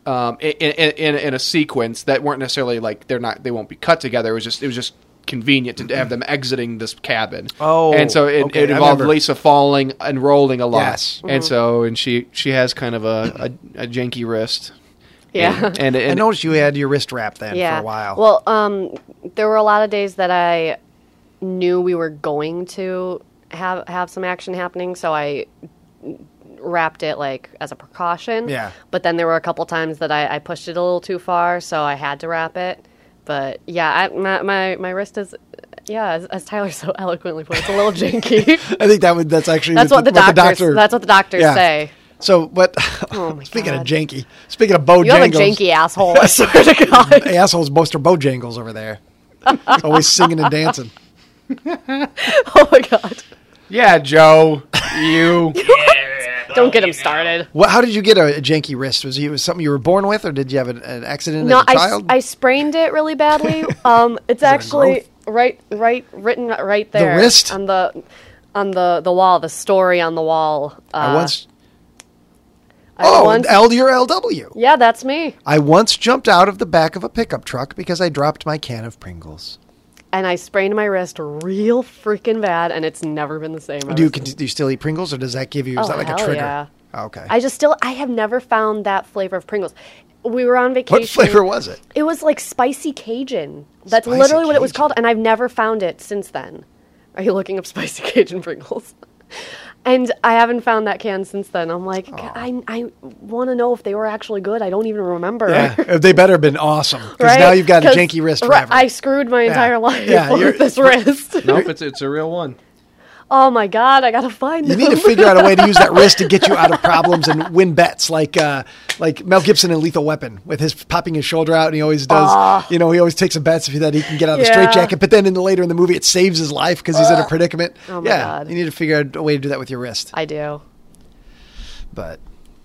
[SPEAKER 6] um, in, in, in, in a sequence that weren't necessarily like they're not they won't be cut together. It was just it was just convenient to have them exiting this cabin.
[SPEAKER 5] Oh,
[SPEAKER 6] and so it,
[SPEAKER 5] okay,
[SPEAKER 6] it
[SPEAKER 5] I
[SPEAKER 6] involved
[SPEAKER 5] remember.
[SPEAKER 6] Lisa falling and rolling a lot.
[SPEAKER 5] Yes.
[SPEAKER 6] and
[SPEAKER 4] Mm-hmm.
[SPEAKER 6] so and she she has kind of a a, a janky wrist.
[SPEAKER 4] Yeah.
[SPEAKER 6] and, and,
[SPEAKER 5] I noticed you had your wrist wrapped then
[SPEAKER 4] yeah.
[SPEAKER 5] for a while.
[SPEAKER 4] Well, um, there were a lot of days that I knew we were going to have have some action happening, so I wrapped it like as a precaution.
[SPEAKER 5] Yeah.
[SPEAKER 4] But then there were a couple times that I, I pushed it a little too far, so I had to wrap it. But yeah, I, my, my my wrist is yeah, as, as Tyler so eloquently put, it, it's a little janky.
[SPEAKER 5] I think that would that's actually
[SPEAKER 4] That's what the doctors.
[SPEAKER 5] doctor-
[SPEAKER 4] That's what the doctors
[SPEAKER 5] Yeah.
[SPEAKER 4] say.
[SPEAKER 5] So, but
[SPEAKER 4] my
[SPEAKER 5] speaking of
[SPEAKER 4] God.
[SPEAKER 5] janky, speaking of Bojangles,
[SPEAKER 4] You have a janky asshole. I swear to God.
[SPEAKER 5] Hey, assholes, Buster Bojangles over there, always singing and dancing.
[SPEAKER 4] Oh my God.
[SPEAKER 6] yeah, Joe, you.
[SPEAKER 3] Yeah, well,
[SPEAKER 4] Don't get
[SPEAKER 3] you
[SPEAKER 4] him
[SPEAKER 3] know.
[SPEAKER 4] started.
[SPEAKER 5] What, how did you get a, a janky wrist? Was it was something you were born with, or did you have an, an accident
[SPEAKER 4] No,
[SPEAKER 5] as a
[SPEAKER 4] I, s-
[SPEAKER 5] child?
[SPEAKER 4] I sprained it really badly. Um, it's actually right, right, written right there.
[SPEAKER 5] wrist?
[SPEAKER 4] on the on the the wall. The story on the wall. Uh,
[SPEAKER 5] I once.
[SPEAKER 4] I
[SPEAKER 5] Oh,
[SPEAKER 4] once-
[SPEAKER 5] L your LW.
[SPEAKER 4] yeah, that's me.
[SPEAKER 5] I once jumped out of the back of a pickup truck because I dropped my can of Pringles.
[SPEAKER 4] And I sprained my wrist real freaking bad, and it's never been the same. ever
[SPEAKER 5] Do you,
[SPEAKER 4] since.
[SPEAKER 5] can, do you still eat Pringles, or does that give you? Is
[SPEAKER 4] Oh,
[SPEAKER 5] that like a
[SPEAKER 4] hell
[SPEAKER 5] trigger? Oh,
[SPEAKER 4] yeah.
[SPEAKER 5] Okay.
[SPEAKER 4] I just still I have never found that flavor of Pringles. We were on vacation.
[SPEAKER 5] what flavor was it?
[SPEAKER 4] It was like spicy Cajun. That's
[SPEAKER 5] Spicy
[SPEAKER 4] literally what it was
[SPEAKER 5] Cajun.
[SPEAKER 4] called, and I've never found it since then. Are you looking up spicy Cajun Pringles? and I haven't found that can since then. I'm like, "God, I, I want to know if they were actually good. I don't even remember.
[SPEAKER 5] Yeah, they better have been awesome because
[SPEAKER 4] Right?
[SPEAKER 5] now you've got a
[SPEAKER 4] 'Cause,
[SPEAKER 5] janky wrist
[SPEAKER 4] right,
[SPEAKER 5] forever.
[SPEAKER 4] I screwed my entire life
[SPEAKER 5] Yeah, you're-
[SPEAKER 4] with this wrist.
[SPEAKER 6] Nope, it's it's a real one.
[SPEAKER 4] oh my god, I gotta find
[SPEAKER 5] You need to
[SPEAKER 4] them.
[SPEAKER 5] figure out a way to use that wrist to get you out of problems and win bets, like uh, like Mel Gibson in Lethal Weapon, with his popping his shoulder out, and he always does. You know, he always takes some bets if that he can get out of the
[SPEAKER 4] Ah. Yeah.
[SPEAKER 5] straitjacket. But then in the later in the movie, it saves his life because he's in a predicament.
[SPEAKER 4] Oh my
[SPEAKER 5] yeah,
[SPEAKER 4] God.
[SPEAKER 5] you need to figure out a way to do that with your wrist.
[SPEAKER 4] I do.
[SPEAKER 5] But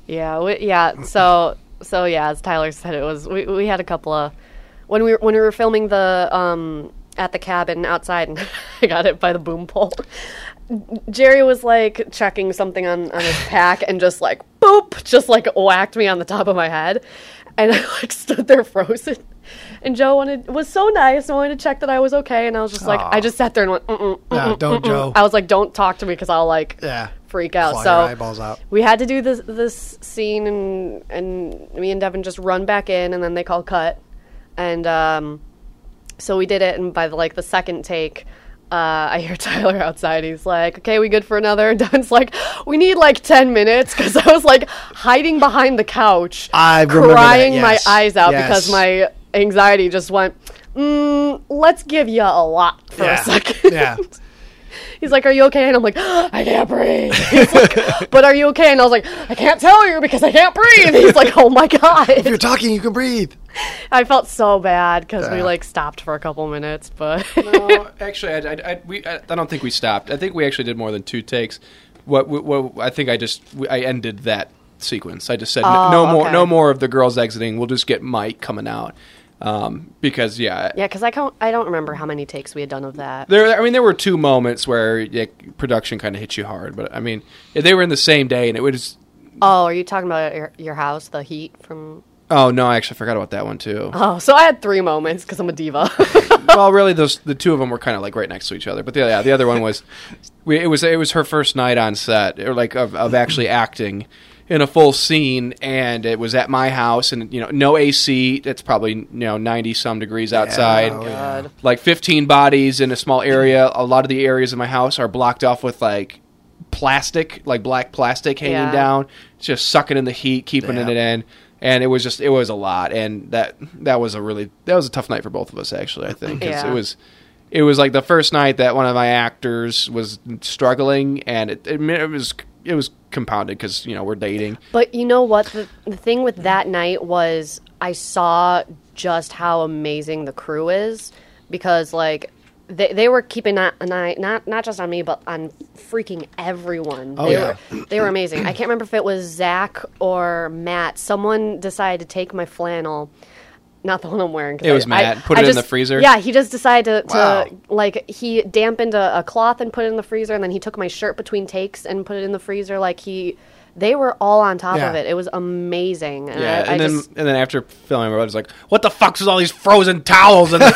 [SPEAKER 4] Yeah, we, yeah. So so yeah, as Tyler said, it was we, we had a couple of when we were, when we were filming the um at the cabin outside, and I got hit by the boom pole. Jerry was like checking something on, on his pack and just like boop, just like whacked me on the top of my head, and I like stood there frozen. And Joe wanted was so nice and wanted to check that I was okay, and I was just like, I just sat there and went, mm-mm, mm-mm,
[SPEAKER 5] no, uh, don't, Joe.
[SPEAKER 4] I was like, don't talk to me because I'll like
[SPEAKER 5] Yeah.
[SPEAKER 4] freak out.
[SPEAKER 5] Claw
[SPEAKER 4] so
[SPEAKER 5] your eyeballs out.
[SPEAKER 4] we had to do this this scene, and and me and Devin just run back in, and then they call cut, and um, so we did it. And by the, like the second take. Uh, I hear Tyler outside. He's like, "Okay, we good for another?" And Devin's like, "We need like ten minutes," because I was like hiding behind the couch,
[SPEAKER 5] I remember that,
[SPEAKER 4] crying
[SPEAKER 5] yes.
[SPEAKER 4] my eyes out
[SPEAKER 5] Yes.
[SPEAKER 4] because my anxiety just went. Mm, let's give you a lot for
[SPEAKER 5] yeah,
[SPEAKER 4] a second.
[SPEAKER 5] yeah,
[SPEAKER 4] He's like, "Are you okay?" And I'm like, "I can't breathe." He's like, "But are you okay?" And I was like, "I can't tell you because I can't breathe." He's like, "Oh my
[SPEAKER 5] if you're
[SPEAKER 4] god!"
[SPEAKER 5] talking, you can breathe.
[SPEAKER 4] I felt so bad because we
[SPEAKER 5] Yeah.
[SPEAKER 4] like stopped for a couple minutes, but
[SPEAKER 6] No, Uh, actually, I, I, I, we, I, I don't think we stopped. I think we actually did more than two takes. What, what, what I think I just we- I ended that sequence. I just said no- no,
[SPEAKER 4] Oh,
[SPEAKER 6] more,
[SPEAKER 4] okay.
[SPEAKER 6] no more of the girls exiting. We'll just get Mike coming out um, because yeah,
[SPEAKER 4] yeah, because I can't. I don't remember how many takes we had done of that.
[SPEAKER 6] There, I mean, there were two moments where yeah, production kind of hit you hard, but I mean, they were in the same day, and it was.
[SPEAKER 4] Oh, are you talking about your, your house, the heat from?
[SPEAKER 6] Oh no! I actually forgot about that one too.
[SPEAKER 4] Oh, so I had three moments because I'm a diva.
[SPEAKER 6] well, really, those the two of them were kind of like right next to each other. But the, yeah, the other one was, we, it was it was her first night on set, or like of, of actually acting in a full scene, and it was at my house, and you know, no AC. It's probably you know ninety some degrees outside.
[SPEAKER 4] God.
[SPEAKER 6] Like fifteen bodies in a small area. A lot of the areas of my house are blocked off with like plastic, like black plastic hanging
[SPEAKER 4] Yeah.
[SPEAKER 6] down, just sucking in the heat, keeping
[SPEAKER 5] Yeah.
[SPEAKER 6] it in. And it was just it was a lot, and that that was a really that was a tough night for both of us actually. I think 'Cause
[SPEAKER 4] Yeah.
[SPEAKER 6] it was it was like the first night that one of my actors was struggling, and it it, it was it was compounded because you know we're dating.
[SPEAKER 4] But you know what? The, the thing with that night was I saw just how amazing the crew is because like they, they were keeping a- an eye not not just on me but on freaking everyone.
[SPEAKER 5] Oh,
[SPEAKER 4] they
[SPEAKER 5] yeah.
[SPEAKER 4] were they were amazing. I can't remember if it was Zach or Matt. Someone decided to take my flannel. Not the one I'm wearing. 'cause
[SPEAKER 6] It was
[SPEAKER 4] I-
[SPEAKER 6] Matt.
[SPEAKER 4] I-
[SPEAKER 6] Put
[SPEAKER 4] I
[SPEAKER 6] it in the
[SPEAKER 4] just-
[SPEAKER 6] freezer.
[SPEAKER 4] Yeah, he just decided to, to
[SPEAKER 5] Wow.
[SPEAKER 4] like he dampened a, a cloth and put it in the freezer, and then he took my shirt between takes and put it in the freezer. Like he, they were all on top of
[SPEAKER 5] Yeah.
[SPEAKER 4] it. It was amazing. And
[SPEAKER 6] Yeah,
[SPEAKER 4] I, I
[SPEAKER 6] and then
[SPEAKER 4] just,
[SPEAKER 6] and then after filming, I was like, "What the fuck's with all these frozen towels in the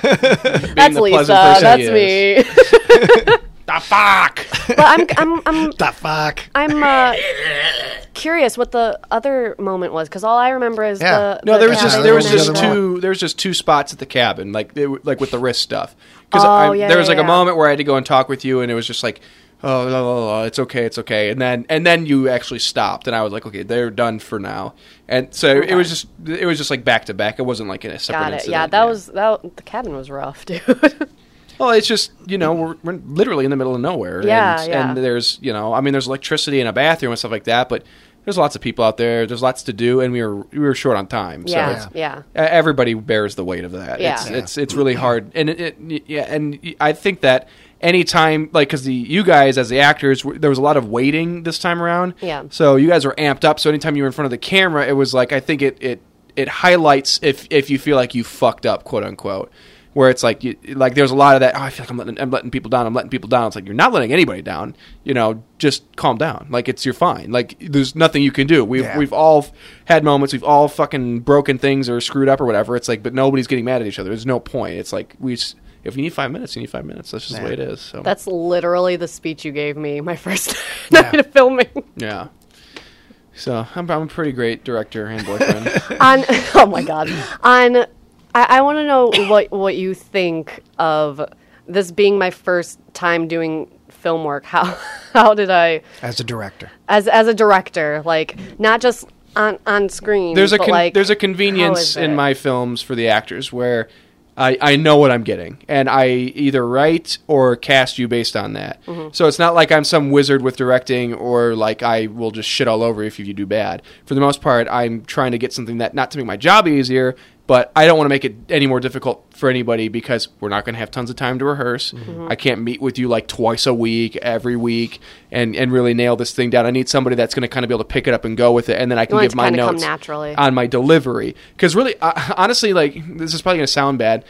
[SPEAKER 6] freezer?" Being
[SPEAKER 4] that's
[SPEAKER 6] the
[SPEAKER 4] Lisa.
[SPEAKER 6] pleasant person
[SPEAKER 4] That's
[SPEAKER 6] he is.
[SPEAKER 4] me.
[SPEAKER 6] The fuck.
[SPEAKER 4] but I'm I'm I'm
[SPEAKER 5] The fuck.
[SPEAKER 4] I'm uh, curious what the other moment was because all I remember is
[SPEAKER 5] Yeah.
[SPEAKER 4] the
[SPEAKER 6] No,
[SPEAKER 4] the
[SPEAKER 6] there was
[SPEAKER 5] Yeah,
[SPEAKER 6] just
[SPEAKER 4] cabin
[SPEAKER 6] there
[SPEAKER 5] there
[SPEAKER 6] was
[SPEAKER 5] was
[SPEAKER 6] just
[SPEAKER 4] and-
[SPEAKER 5] another one.
[SPEAKER 6] two there was just two spots at the cabin, like they, were- like with the wrist stuff. Because
[SPEAKER 4] Oh, yeah,
[SPEAKER 6] there was
[SPEAKER 4] yeah,
[SPEAKER 6] like
[SPEAKER 4] yeah.
[SPEAKER 6] a moment where I had to go and talk with you, and it was just like, "Oh, la, la, la, it's okay, it's okay," and then and then you actually stopped, and I was like, "Okay, they're done for now," and so it was just it was just like back to back. It wasn't like in a separate.
[SPEAKER 4] Got it.
[SPEAKER 6] Incident.
[SPEAKER 4] Yeah, that was that. The cabin was rough, dude.
[SPEAKER 6] Well, it's just you know we're, we're literally in the middle of nowhere.
[SPEAKER 4] Yeah,
[SPEAKER 6] and,
[SPEAKER 4] yeah.
[SPEAKER 6] and there's you know I mean there's electricity in a bathroom and stuff like that, but there's lots of people out there. There's lots to do, and we were we were short on time. So
[SPEAKER 4] yeah,
[SPEAKER 6] it's-
[SPEAKER 4] yeah.
[SPEAKER 6] e- everybody bears the weight of that.
[SPEAKER 4] Yeah.
[SPEAKER 6] It's,
[SPEAKER 4] Yeah.
[SPEAKER 6] it's it's really hard, and it, it, yeah, and y- I think that anytime like because the you guys as the actors w- there was a lot of waiting this time around.
[SPEAKER 4] Yeah.
[SPEAKER 6] So you guys were amped up. So anytime you were in front of the camera, it was like I think it it it highlights if if you feel like you fucked up, quote unquote. Where it's like, you, like there's a lot of that. Oh, I feel like I'm letting, I'm letting people down. I'm letting people down. It's like you're not letting anybody down. You know, just calm down. Like it's you're fine. Like there's nothing you can do. We've
[SPEAKER 5] Yeah.
[SPEAKER 6] we've all f- had moments. We've all fucking broken things or screwed up or whatever. It's like, but nobody's getting mad at each other. There's no point. It's like we, s if you need five minutes, you need five minutes. That's just the way it is. So
[SPEAKER 4] That's literally the speech you gave me my first night of filming.
[SPEAKER 6] yeah. So I'm, I'm a pretty great director and boyfriend.
[SPEAKER 4] on oh my god on i, I want to know what what you think of this being my first time doing film work how how did i
[SPEAKER 5] As a director.
[SPEAKER 4] as as a director like not just on on screen
[SPEAKER 6] there's a
[SPEAKER 4] but
[SPEAKER 6] con-
[SPEAKER 4] like
[SPEAKER 6] there's a
[SPEAKER 4] how
[SPEAKER 6] convenience
[SPEAKER 4] is
[SPEAKER 6] in
[SPEAKER 4] it?
[SPEAKER 6] my films for the actors where I, I know what I'm getting, and I either write or cast you based on that.
[SPEAKER 4] Mm-hmm.
[SPEAKER 6] So it's not like I'm some wizard with directing, or like I will just shit all over if you do bad. For the most part, I'm trying to get something that not to make my job easier, but I don't want to make it any more difficult for anybody because we're not going to have tons of time to rehearse.
[SPEAKER 4] Mm-hmm.
[SPEAKER 6] I can't meet with you like twice a week, every week, and and really nail this thing down. I need somebody that's going to kind of be able to pick it up and go with it, and then I can
[SPEAKER 4] want it
[SPEAKER 6] give
[SPEAKER 4] to
[SPEAKER 6] my
[SPEAKER 4] kinda come
[SPEAKER 6] notes
[SPEAKER 4] naturally.
[SPEAKER 6] on my delivery because really uh, honestly like this is probably going to sound bad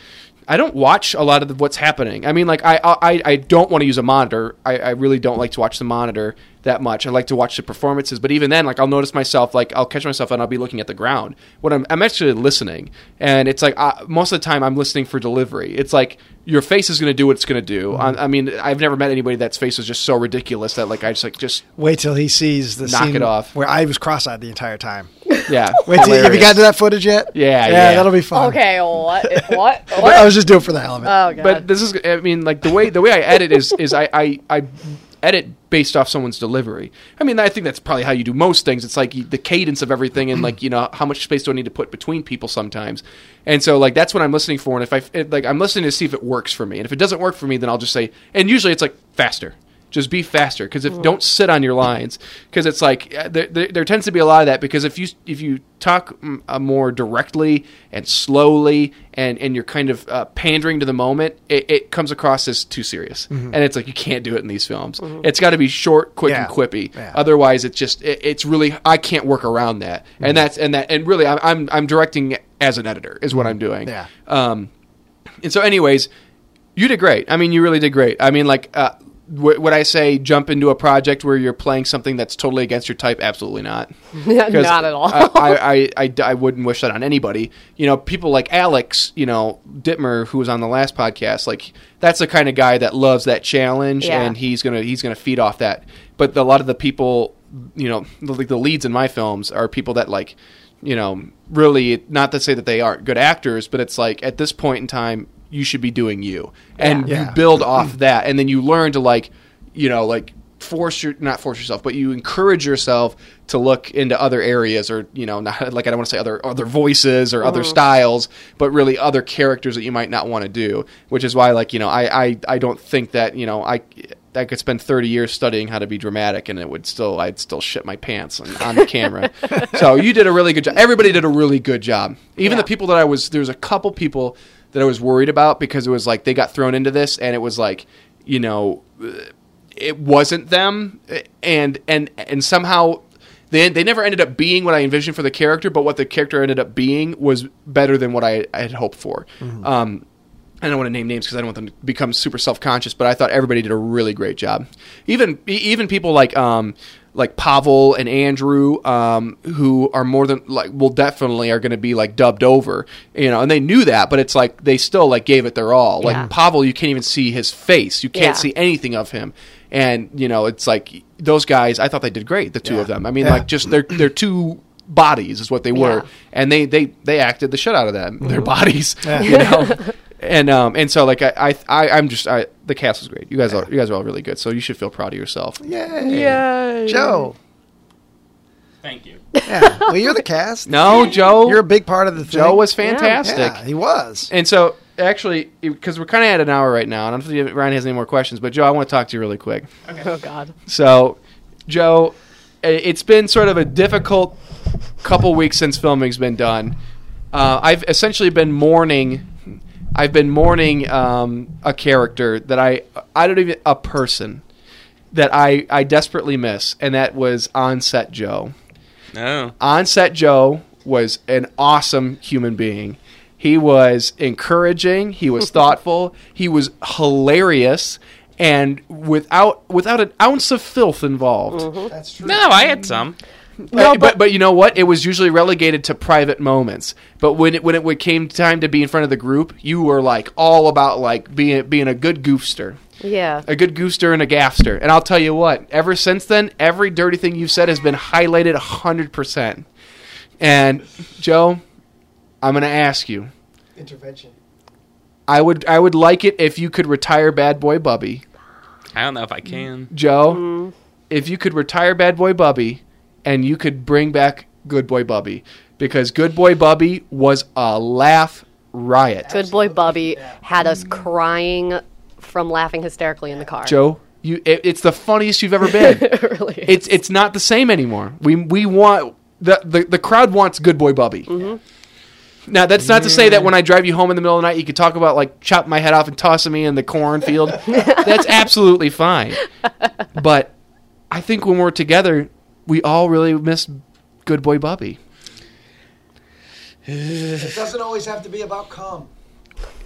[SPEAKER 6] i don't watch a lot of the, what's happening i mean like i i, I don't want to use a monitor I, I really don't like to watch the monitor that much i like to watch the performances but even then like i'll notice myself like i'll catch myself and i'll be looking at the ground when i'm, I'm actually listening and it's like uh, most of the time i'm listening for delivery it's like your face is going to do what it's going to do I, I mean i've never met anybody that's face was just so ridiculous that like i just like just
[SPEAKER 5] Wait till he sees the
[SPEAKER 6] Knock
[SPEAKER 5] scene
[SPEAKER 6] it off.
[SPEAKER 5] where I was cross-eyed the entire time.
[SPEAKER 6] yeah
[SPEAKER 5] Wait, till, have you
[SPEAKER 6] Hilarious.
[SPEAKER 5] gotten to that footage yet?
[SPEAKER 6] Yeah,
[SPEAKER 5] yeah,
[SPEAKER 6] yeah.
[SPEAKER 5] that'll be fun.
[SPEAKER 4] okay what what what
[SPEAKER 5] I was just doing it for the hell of it.
[SPEAKER 4] oh god
[SPEAKER 6] uh, But this is, I mean, like the way the way I edit is is I, I I edit based off someone's delivery. I mean, I think that's probably how you do most things. It's like you- the cadence of everything, and like you know how much space do I need to put between people sometimes. And so like that's what I'm listening for. And if I it, like I'm listening to see if it works for me, and if it doesn't work for me, then I'll just say. And usually it's like faster. Just be faster, because
[SPEAKER 5] Mm.
[SPEAKER 6] if don't sit on your lines, because it's like uh, there, there, there tends to be a lot of that. Because if you if you talk mm, uh, more directly and slowly, and and you're kind of uh, pandering to the moment, it, it comes across as too serious, and it's like you can't do it in these films. It's got to be short, quick,
[SPEAKER 5] Mm-hmm. Yeah.
[SPEAKER 6] and quippy.
[SPEAKER 5] Yeah.
[SPEAKER 6] Otherwise, it's just it, it's really I can't work around that, and that's and that and really I'm I'm, I'm directing as an editor is what I'm doing.
[SPEAKER 5] Yeah.
[SPEAKER 6] Um, and so, anyways, you did great. I mean, you really did great. I mean, like, uh, w- would I say jump into a project where you're playing something that's totally against your type? Absolutely not. 'Cause
[SPEAKER 4] Not at all.
[SPEAKER 6] I, I, I, I, I wouldn't wish that on anybody. You know, people like Alex, you know, Dittmer, who was on the last podcast, like, that's the kind of guy that loves that challenge
[SPEAKER 4] Yeah.
[SPEAKER 6] and he's going to he's gonna feed off that. But a lot of the people, you know, the, like the leads in my films are people that, like, you know, really not to say that they aren't good actors, but it's like at this point in time, you should be doing you, and
[SPEAKER 5] Yeah.
[SPEAKER 6] you
[SPEAKER 5] Yeah.
[SPEAKER 6] build off that, and then you learn to like, you know, like force your not force yourself, but you encourage yourself to look into other areas, or you know, not like I don't want to say other other voices or other styles, but really other characters that you might not want to do, which is why like you know I I I don't think that you know I I could spend 30 years studying how to be dramatic, and it would still I'd still shit my pants on, on the camera. so you did a really good job. Everybody did a really good job. Even the people that I was there was a couple people that I was worried about because it was like they got thrown into this, and it was like you know it wasn't them and and and somehow they, they never ended up being what I envisioned for the character, but what the character ended up being was better than what I, I had hoped for. Um, I don't want to name names because I don't want them to become super self conscious, but I thought everybody did a really great job. Even e- even people like um, like Pavel and Andrew, um, who are more than like will definitely are going to be like dubbed over, you know, and they knew that, but it's like they still like gave it their all.
[SPEAKER 4] Yeah.
[SPEAKER 6] Like Pavel, you can't even see his face, you can't
[SPEAKER 4] Yeah.
[SPEAKER 6] see anything of him, and you know, it's like those guys. I thought they did great, the two of them. I mean,
[SPEAKER 5] Yeah.
[SPEAKER 6] like just their their two bodies is what they were,
[SPEAKER 4] Yeah.
[SPEAKER 6] and they they they acted the shit out of them,
[SPEAKER 5] Mm-hmm.
[SPEAKER 6] their bodies, you know. and um and so like I I I'm just I the cast was great. You guys are you guys are all really good, so you should feel proud of yourself.
[SPEAKER 5] Yay.
[SPEAKER 6] Yay.
[SPEAKER 5] Joe.
[SPEAKER 3] Thank you.
[SPEAKER 5] Yeah. Well, you're the cast.
[SPEAKER 6] No, Joe,
[SPEAKER 5] You're a big part of the thing.
[SPEAKER 6] Joe was fantastic.
[SPEAKER 5] Yeah, he was.
[SPEAKER 6] And so actually, because we're kind of at an hour right now, and I don't know if Ryan has any more questions, but Joe, I want to talk to you really quick.
[SPEAKER 4] Oh God.
[SPEAKER 6] So, Joe, i- it's been sort of a difficult couple weeks since filming's been done. Uh, I've essentially been mourning. I've been mourning um, a character that I I don't even a person that I I desperately miss, and that was Onset Joe.
[SPEAKER 7] No.
[SPEAKER 6] Onset Joe was an awesome human being. He was encouraging. He was thoughtful. he was hilarious, and without without an ounce of filth involved.
[SPEAKER 5] That's true.
[SPEAKER 7] No, I had some.
[SPEAKER 6] Uh, but, but you know what? It was usually relegated to private moments. But when it when it came time to be in front of the group, you were like all about like being being a good goofster
[SPEAKER 4] Yeah.
[SPEAKER 6] a good goofster and a gaffster. And I'll tell you what, ever since then, every dirty thing you've said has been highlighted 100%. And Joe, I'm going to ask you.
[SPEAKER 5] Intervention.
[SPEAKER 6] I would I would like it if you could retire Bad Boy Bubby.
[SPEAKER 7] I don't know if I can.
[SPEAKER 6] Joe, if you could retire Bad Boy Bubby and you could bring back Good Boy Bubby because Good Boy Bubby was a laugh riot.
[SPEAKER 4] Good boy Bubby had us crying from laughing hysterically in the car.
[SPEAKER 6] Joe, you it, it's the funniest you've ever been.
[SPEAKER 4] really.
[SPEAKER 6] it's it's not the same anymore. We we want the the, the crowd wants good boy Bubby. Now that's not to say that when I drive you home in the middle of the night, you could talk about like chopping my head off and tossing me in the cornfield. that's absolutely fine. But I think when we're together, we all really miss good boy Bubby.
[SPEAKER 5] It doesn't always have to be about cum.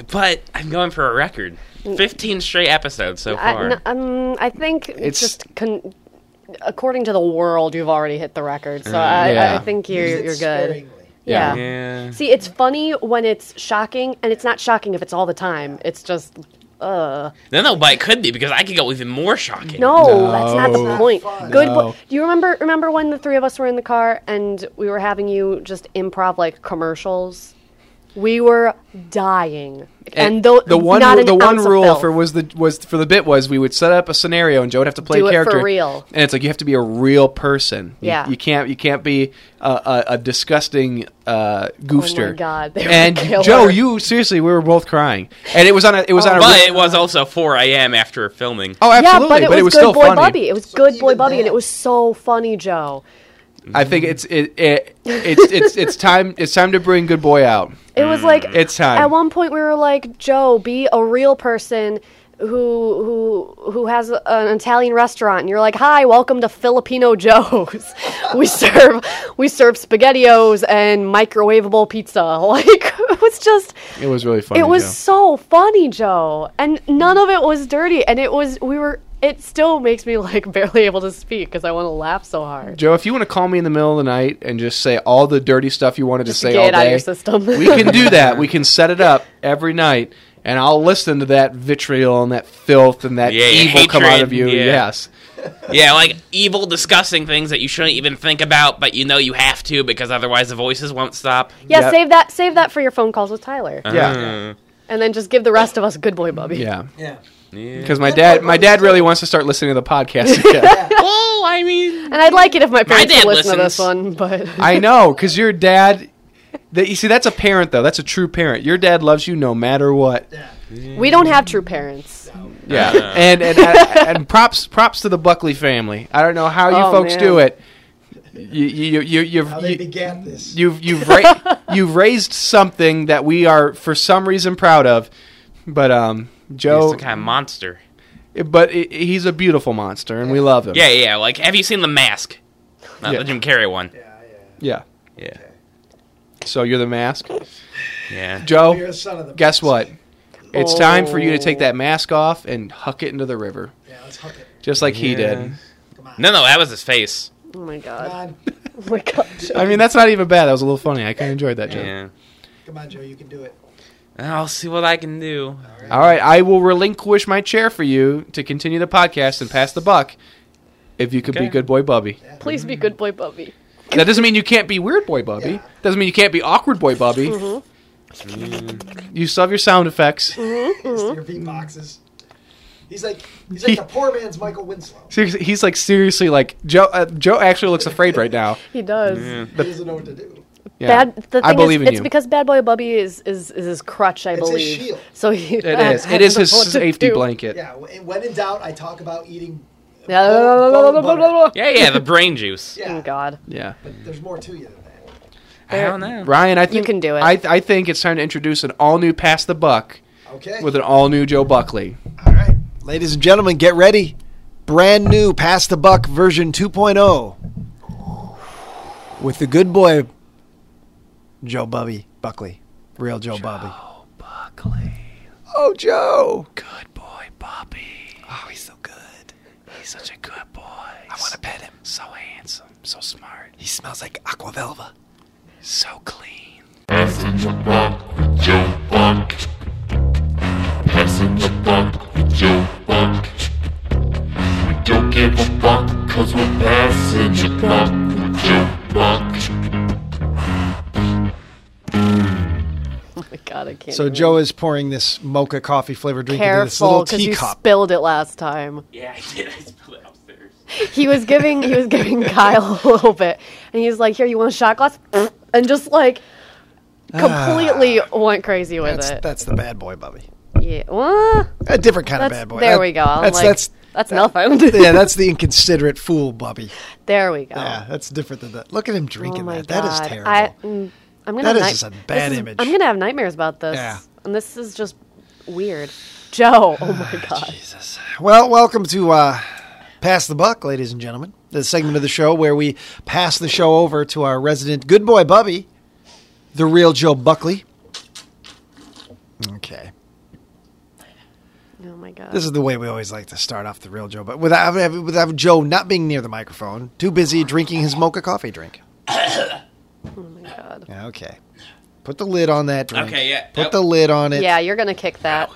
[SPEAKER 7] But I'm going for a record. 15 straight episodes so
[SPEAKER 4] I,
[SPEAKER 7] far.
[SPEAKER 4] n- um, I think
[SPEAKER 6] It's-
[SPEAKER 4] it's just con- according to the world, you've already hit the record. So I, I,
[SPEAKER 6] yeah.
[SPEAKER 4] I think you're you're good. Yeah.
[SPEAKER 7] Yeah.
[SPEAKER 4] See, it's funny when it's shocking, and it's not shocking if it's all the time. It's just uh
[SPEAKER 7] Then they'll bite could be because I could go even more shocking.
[SPEAKER 4] no, that's not the point.
[SPEAKER 5] fun.
[SPEAKER 4] Good. Bo- Do you remember remember when the three of us were in the car and we were having you just improv like commercials? We were dying, and, tho-
[SPEAKER 6] the one
[SPEAKER 4] not
[SPEAKER 6] ru-
[SPEAKER 4] an
[SPEAKER 6] the one
[SPEAKER 4] ounce of
[SPEAKER 6] rule
[SPEAKER 4] filth.
[SPEAKER 6] for was the was for the bit was we would set up a scenario and Joe would have to play
[SPEAKER 4] Do
[SPEAKER 6] a
[SPEAKER 4] it for
[SPEAKER 6] character
[SPEAKER 4] real.
[SPEAKER 6] and it's like you have to be a real person You-
[SPEAKER 4] Yeah.
[SPEAKER 6] you, can't you can't be a, a, a disgusting uh, goofster
[SPEAKER 4] Oh God, they were
[SPEAKER 6] and
[SPEAKER 4] killer.
[SPEAKER 6] Joe you seriously we were both crying and it was on a it was on a
[SPEAKER 7] Oh, But
[SPEAKER 6] real-
[SPEAKER 7] it was also 4 a.m. after filming.
[SPEAKER 6] oh absolutely
[SPEAKER 4] yeah, but it was, good
[SPEAKER 6] still
[SPEAKER 4] boy
[SPEAKER 6] funny
[SPEAKER 4] Bubby. It was good boy
[SPEAKER 5] even
[SPEAKER 4] Bubby, and
[SPEAKER 5] then-
[SPEAKER 4] it was so funny, Joe.
[SPEAKER 6] I think it's it, it it's it's it's time it's time to bring good boy out
[SPEAKER 4] It was like
[SPEAKER 6] It's time.
[SPEAKER 4] At one point, we were like, Joe, be a real person who who who has a- an Italian restaurant. And you're like, Hi, welcome to Filipino Joe's. we serve we serve spaghettios and microwavable pizza. Like it was just.
[SPEAKER 6] it was really funny
[SPEAKER 4] It was
[SPEAKER 6] Joe.
[SPEAKER 4] so funny, Joe, and none of it was dirty. And it was we were. It still makes me like barely able to speak because I want to laugh so hard.
[SPEAKER 6] Joe, if you want to call me in the middle of the night and just say all the dirty stuff you wanted to say
[SPEAKER 4] Get
[SPEAKER 6] all
[SPEAKER 4] it out of
[SPEAKER 6] day,
[SPEAKER 4] your system.
[SPEAKER 6] we can do that. We can set it up every night, and I'll listen to that vitriol and that filth and that
[SPEAKER 7] Yeah,
[SPEAKER 6] evil come out of you.
[SPEAKER 7] hatred, yeah.
[SPEAKER 6] Yes,
[SPEAKER 7] Yeah, like evil, disgusting things that you shouldn't even think about, but you know you have to because otherwise the voices won't stop.
[SPEAKER 4] Yeah,
[SPEAKER 6] Yep.
[SPEAKER 4] save that save that for your phone calls with Tyler.
[SPEAKER 6] yeah,
[SPEAKER 4] And then just give the rest of us good boy Bubby.
[SPEAKER 6] yeah.
[SPEAKER 5] Yeah.
[SPEAKER 6] Because my dad, my dad really wants to start listening to the podcast again.
[SPEAKER 7] Well, I mean,
[SPEAKER 4] And I'd like it if my parents
[SPEAKER 7] dad
[SPEAKER 4] would listen
[SPEAKER 7] listens.
[SPEAKER 4] to this one, but
[SPEAKER 6] I know, because your dad. That, you see, that's a parent though. That's a true parent. Your dad loves you no matter what.
[SPEAKER 4] we don't have true parents.
[SPEAKER 6] Yeah, and and, uh, and and props props to the Buckley family. I don't know how you
[SPEAKER 4] Oh,
[SPEAKER 6] folks
[SPEAKER 4] man.
[SPEAKER 6] do it. You you you you've
[SPEAKER 5] How they
[SPEAKER 6] you,
[SPEAKER 5] began this.
[SPEAKER 6] you've you've, ra- you've raised something that we are for some reason proud of. But um,
[SPEAKER 7] He's
[SPEAKER 6] Joe,
[SPEAKER 7] some kind of monster.
[SPEAKER 6] but i he's a beautiful monster, and we love him.
[SPEAKER 7] Yeah, yeah. Like, have you seen The Mask? Not
[SPEAKER 6] Yeah.
[SPEAKER 7] the Jim Carrey one.
[SPEAKER 6] yeah.
[SPEAKER 7] Yeah.
[SPEAKER 6] So you're the mask,
[SPEAKER 7] Yeah.
[SPEAKER 6] Joe.
[SPEAKER 5] son of the.
[SPEAKER 6] Oh, Guess what? It's time for you to take
[SPEAKER 4] Oh.
[SPEAKER 6] that mask off and huck it into the river,
[SPEAKER 5] Yeah, let's hook it.
[SPEAKER 6] just like he did.
[SPEAKER 7] No, no, that was his face.
[SPEAKER 4] Oh my god.
[SPEAKER 5] on,
[SPEAKER 4] Oh my god.
[SPEAKER 6] I mean, that's not even bad. That was a little funny. I kind of enjoyed that, Joe.
[SPEAKER 7] Yeah.
[SPEAKER 5] come on, Joe, you can do it.
[SPEAKER 7] I'll see what I can do.
[SPEAKER 6] All right, I will relinquish my chair for you to continue the podcast and pass the buck. If you could be
[SPEAKER 7] Okay.
[SPEAKER 6] good boy Bubby,
[SPEAKER 4] Please be good boy Bubby.
[SPEAKER 6] that doesn't mean you can't be weird boy Bubby. Doesn't mean you can't be awkward boy Bubby. You still have your sound effects.
[SPEAKER 4] Mm-hmm.
[SPEAKER 5] Your beatboxes. He's like he's like the poor man's Michael Winslow.
[SPEAKER 6] Seriously, he's like seriously like Joe. Uh, Joe actually looks afraid right now.
[SPEAKER 4] He does.
[SPEAKER 5] He doesn't know what to do.
[SPEAKER 6] Yeah.
[SPEAKER 4] Bad. The thing
[SPEAKER 6] I believe
[SPEAKER 4] is,
[SPEAKER 6] in
[SPEAKER 4] it's
[SPEAKER 6] you.
[SPEAKER 4] because Bad Boy Bubby is is, is his crutch, I
[SPEAKER 5] his
[SPEAKER 4] believe.
[SPEAKER 5] shield.
[SPEAKER 4] So he
[SPEAKER 6] it is. It is his safety blanket.
[SPEAKER 5] Yeah, wh- when in doubt, I talk about eating.
[SPEAKER 4] Yeah.
[SPEAKER 5] Bone- bone butter.
[SPEAKER 7] Yeah, yeah, the brain juice.
[SPEAKER 5] Yeah,
[SPEAKER 4] Oh God.
[SPEAKER 6] Yeah.
[SPEAKER 5] but there's more to you than that.
[SPEAKER 7] I don't know.
[SPEAKER 6] Ryan, I think
[SPEAKER 4] can do it.
[SPEAKER 6] I, I think it's time to introduce an all new pass the buck
[SPEAKER 5] Okay.
[SPEAKER 6] with an all new Joe Buckley.
[SPEAKER 5] All right, ladies and gentlemen, get ready. Brand new Pass the Buck version 2.0 with the good boy Joe Bubby Buckley, real Joe, Bubby.
[SPEAKER 6] Buckley,
[SPEAKER 5] Oh, Joe!
[SPEAKER 6] good boy Bubby.
[SPEAKER 5] Oh, he's so good.
[SPEAKER 6] He's such a good boy. I want to pet him. So handsome, so smart,
[SPEAKER 5] He smells like Aquavelva.
[SPEAKER 6] so clean.
[SPEAKER 8] Passing the buck with Joe Buck. Passing the buck with Joe Buck. We don't give a buck, cause we're passing the buck with Joe Buck.
[SPEAKER 4] Oh my God. I can't.
[SPEAKER 5] So
[SPEAKER 4] even.
[SPEAKER 5] Joe is pouring this mocha coffee flavored drink into this
[SPEAKER 4] Careful,
[SPEAKER 5] little
[SPEAKER 4] because you
[SPEAKER 5] teacup.
[SPEAKER 4] spilled it last time.
[SPEAKER 3] Yeah, I did. I spilled it upstairs.
[SPEAKER 4] He was giving he was giving Kyle a little bit, and he was like, "Here, you want a shot glass?" And just like completely went crazy with
[SPEAKER 5] Ah. that's,
[SPEAKER 4] it.
[SPEAKER 5] that's the bad boy, Bubby.
[SPEAKER 4] yeah. Well,
[SPEAKER 5] A different kind
[SPEAKER 4] that's,
[SPEAKER 5] of bad boy.
[SPEAKER 4] there
[SPEAKER 5] That-
[SPEAKER 4] we go. I'm
[SPEAKER 5] that's
[SPEAKER 4] like,
[SPEAKER 5] that's
[SPEAKER 4] that's nothing.
[SPEAKER 5] yeah, that's the inconsiderate fool, Bubby.
[SPEAKER 4] there we go.
[SPEAKER 5] Yeah, that's different than that. Look at him drinking
[SPEAKER 4] Oh my
[SPEAKER 5] that.
[SPEAKER 4] god.
[SPEAKER 5] That is terrible.
[SPEAKER 4] I, mm, I'm gonna have
[SPEAKER 5] That is
[SPEAKER 4] night-
[SPEAKER 5] just a bad
[SPEAKER 4] this is-
[SPEAKER 5] image.
[SPEAKER 4] I'm gonna have nightmares about this.
[SPEAKER 5] Yeah. Ah,
[SPEAKER 4] And this is just weird. Joe. Oh my god.
[SPEAKER 5] Well, welcome to uh, Pass the Buck, ladies and gentlemen. The segment of the show where we pass the show over to our resident good boy, Bubby, the real Joe Buckley. Okay.
[SPEAKER 4] Oh my god.
[SPEAKER 5] This is the way we always like to start off the real Joe, but without, without Joe not being near the microphone, too busy drinking his mocha coffee drink.
[SPEAKER 4] oh my god.
[SPEAKER 5] Yeah, Okay. Put the lid on that drink.
[SPEAKER 7] Okay, yeah.
[SPEAKER 5] Put the lid on it.
[SPEAKER 4] Yeah, you're gonna kick that.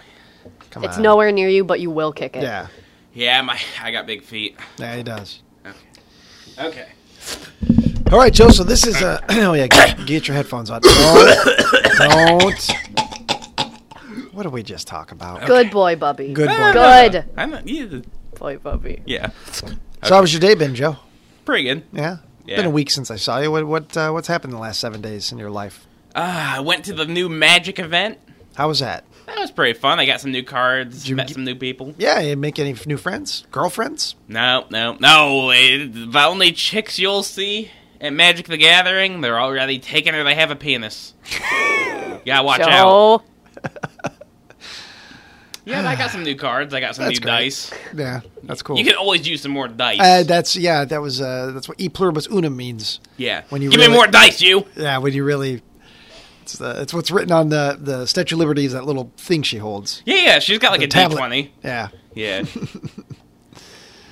[SPEAKER 5] Come
[SPEAKER 4] It's
[SPEAKER 5] on.
[SPEAKER 4] nowhere near you, but you will kick it.
[SPEAKER 5] Yeah.
[SPEAKER 7] Yeah, my I got big feet.
[SPEAKER 5] Yeah, he does.
[SPEAKER 7] Okay.
[SPEAKER 5] All right, Joe. So this is a. Oh yeah, get, get your headphones on. Don't, don't. What did we just talk about?
[SPEAKER 4] Good boy, Bubby.
[SPEAKER 5] Good boy.
[SPEAKER 4] Good
[SPEAKER 7] I'm not, yeah,
[SPEAKER 4] boy, Bubby.
[SPEAKER 7] yeah,
[SPEAKER 5] So how was your day been, Joe?
[SPEAKER 7] pretty good.
[SPEAKER 5] Yeah. It's
[SPEAKER 7] Yeah.
[SPEAKER 5] Been a week since I saw you. What what uh, what's happened in the last seven days in your life?
[SPEAKER 7] Ah, I went to the new Magic event.
[SPEAKER 5] How was that?
[SPEAKER 7] That was pretty fun. I got some new cards,
[SPEAKER 5] you
[SPEAKER 7] met
[SPEAKER 5] get-
[SPEAKER 7] some new people.
[SPEAKER 5] Yeah, you make any f- new friends, girlfriends?
[SPEAKER 7] No, no, no. It, the only chicks you'll see at Magic the Gathering, they're already taken or they have a penis. you gotta watch out.
[SPEAKER 4] Joe.
[SPEAKER 7] Yeah, but I got some new cards. I got some
[SPEAKER 5] That's
[SPEAKER 7] new
[SPEAKER 5] great.
[SPEAKER 7] dice.
[SPEAKER 5] Yeah, that's cool.
[SPEAKER 7] You can always use some more dice.
[SPEAKER 5] uh, that's yeah. That was uh, that's what e pluribus unum means.
[SPEAKER 7] yeah.
[SPEAKER 5] when you
[SPEAKER 7] Give
[SPEAKER 5] really-
[SPEAKER 7] me more dice, you.
[SPEAKER 5] Yeah, when you really, it's the it's what's written on the the Statue of Liberty is that little thing she holds.
[SPEAKER 7] Yeah, yeah. She's got like
[SPEAKER 5] The
[SPEAKER 7] a
[SPEAKER 5] tablet.
[SPEAKER 7] twenty.
[SPEAKER 5] Yeah.
[SPEAKER 7] Yeah.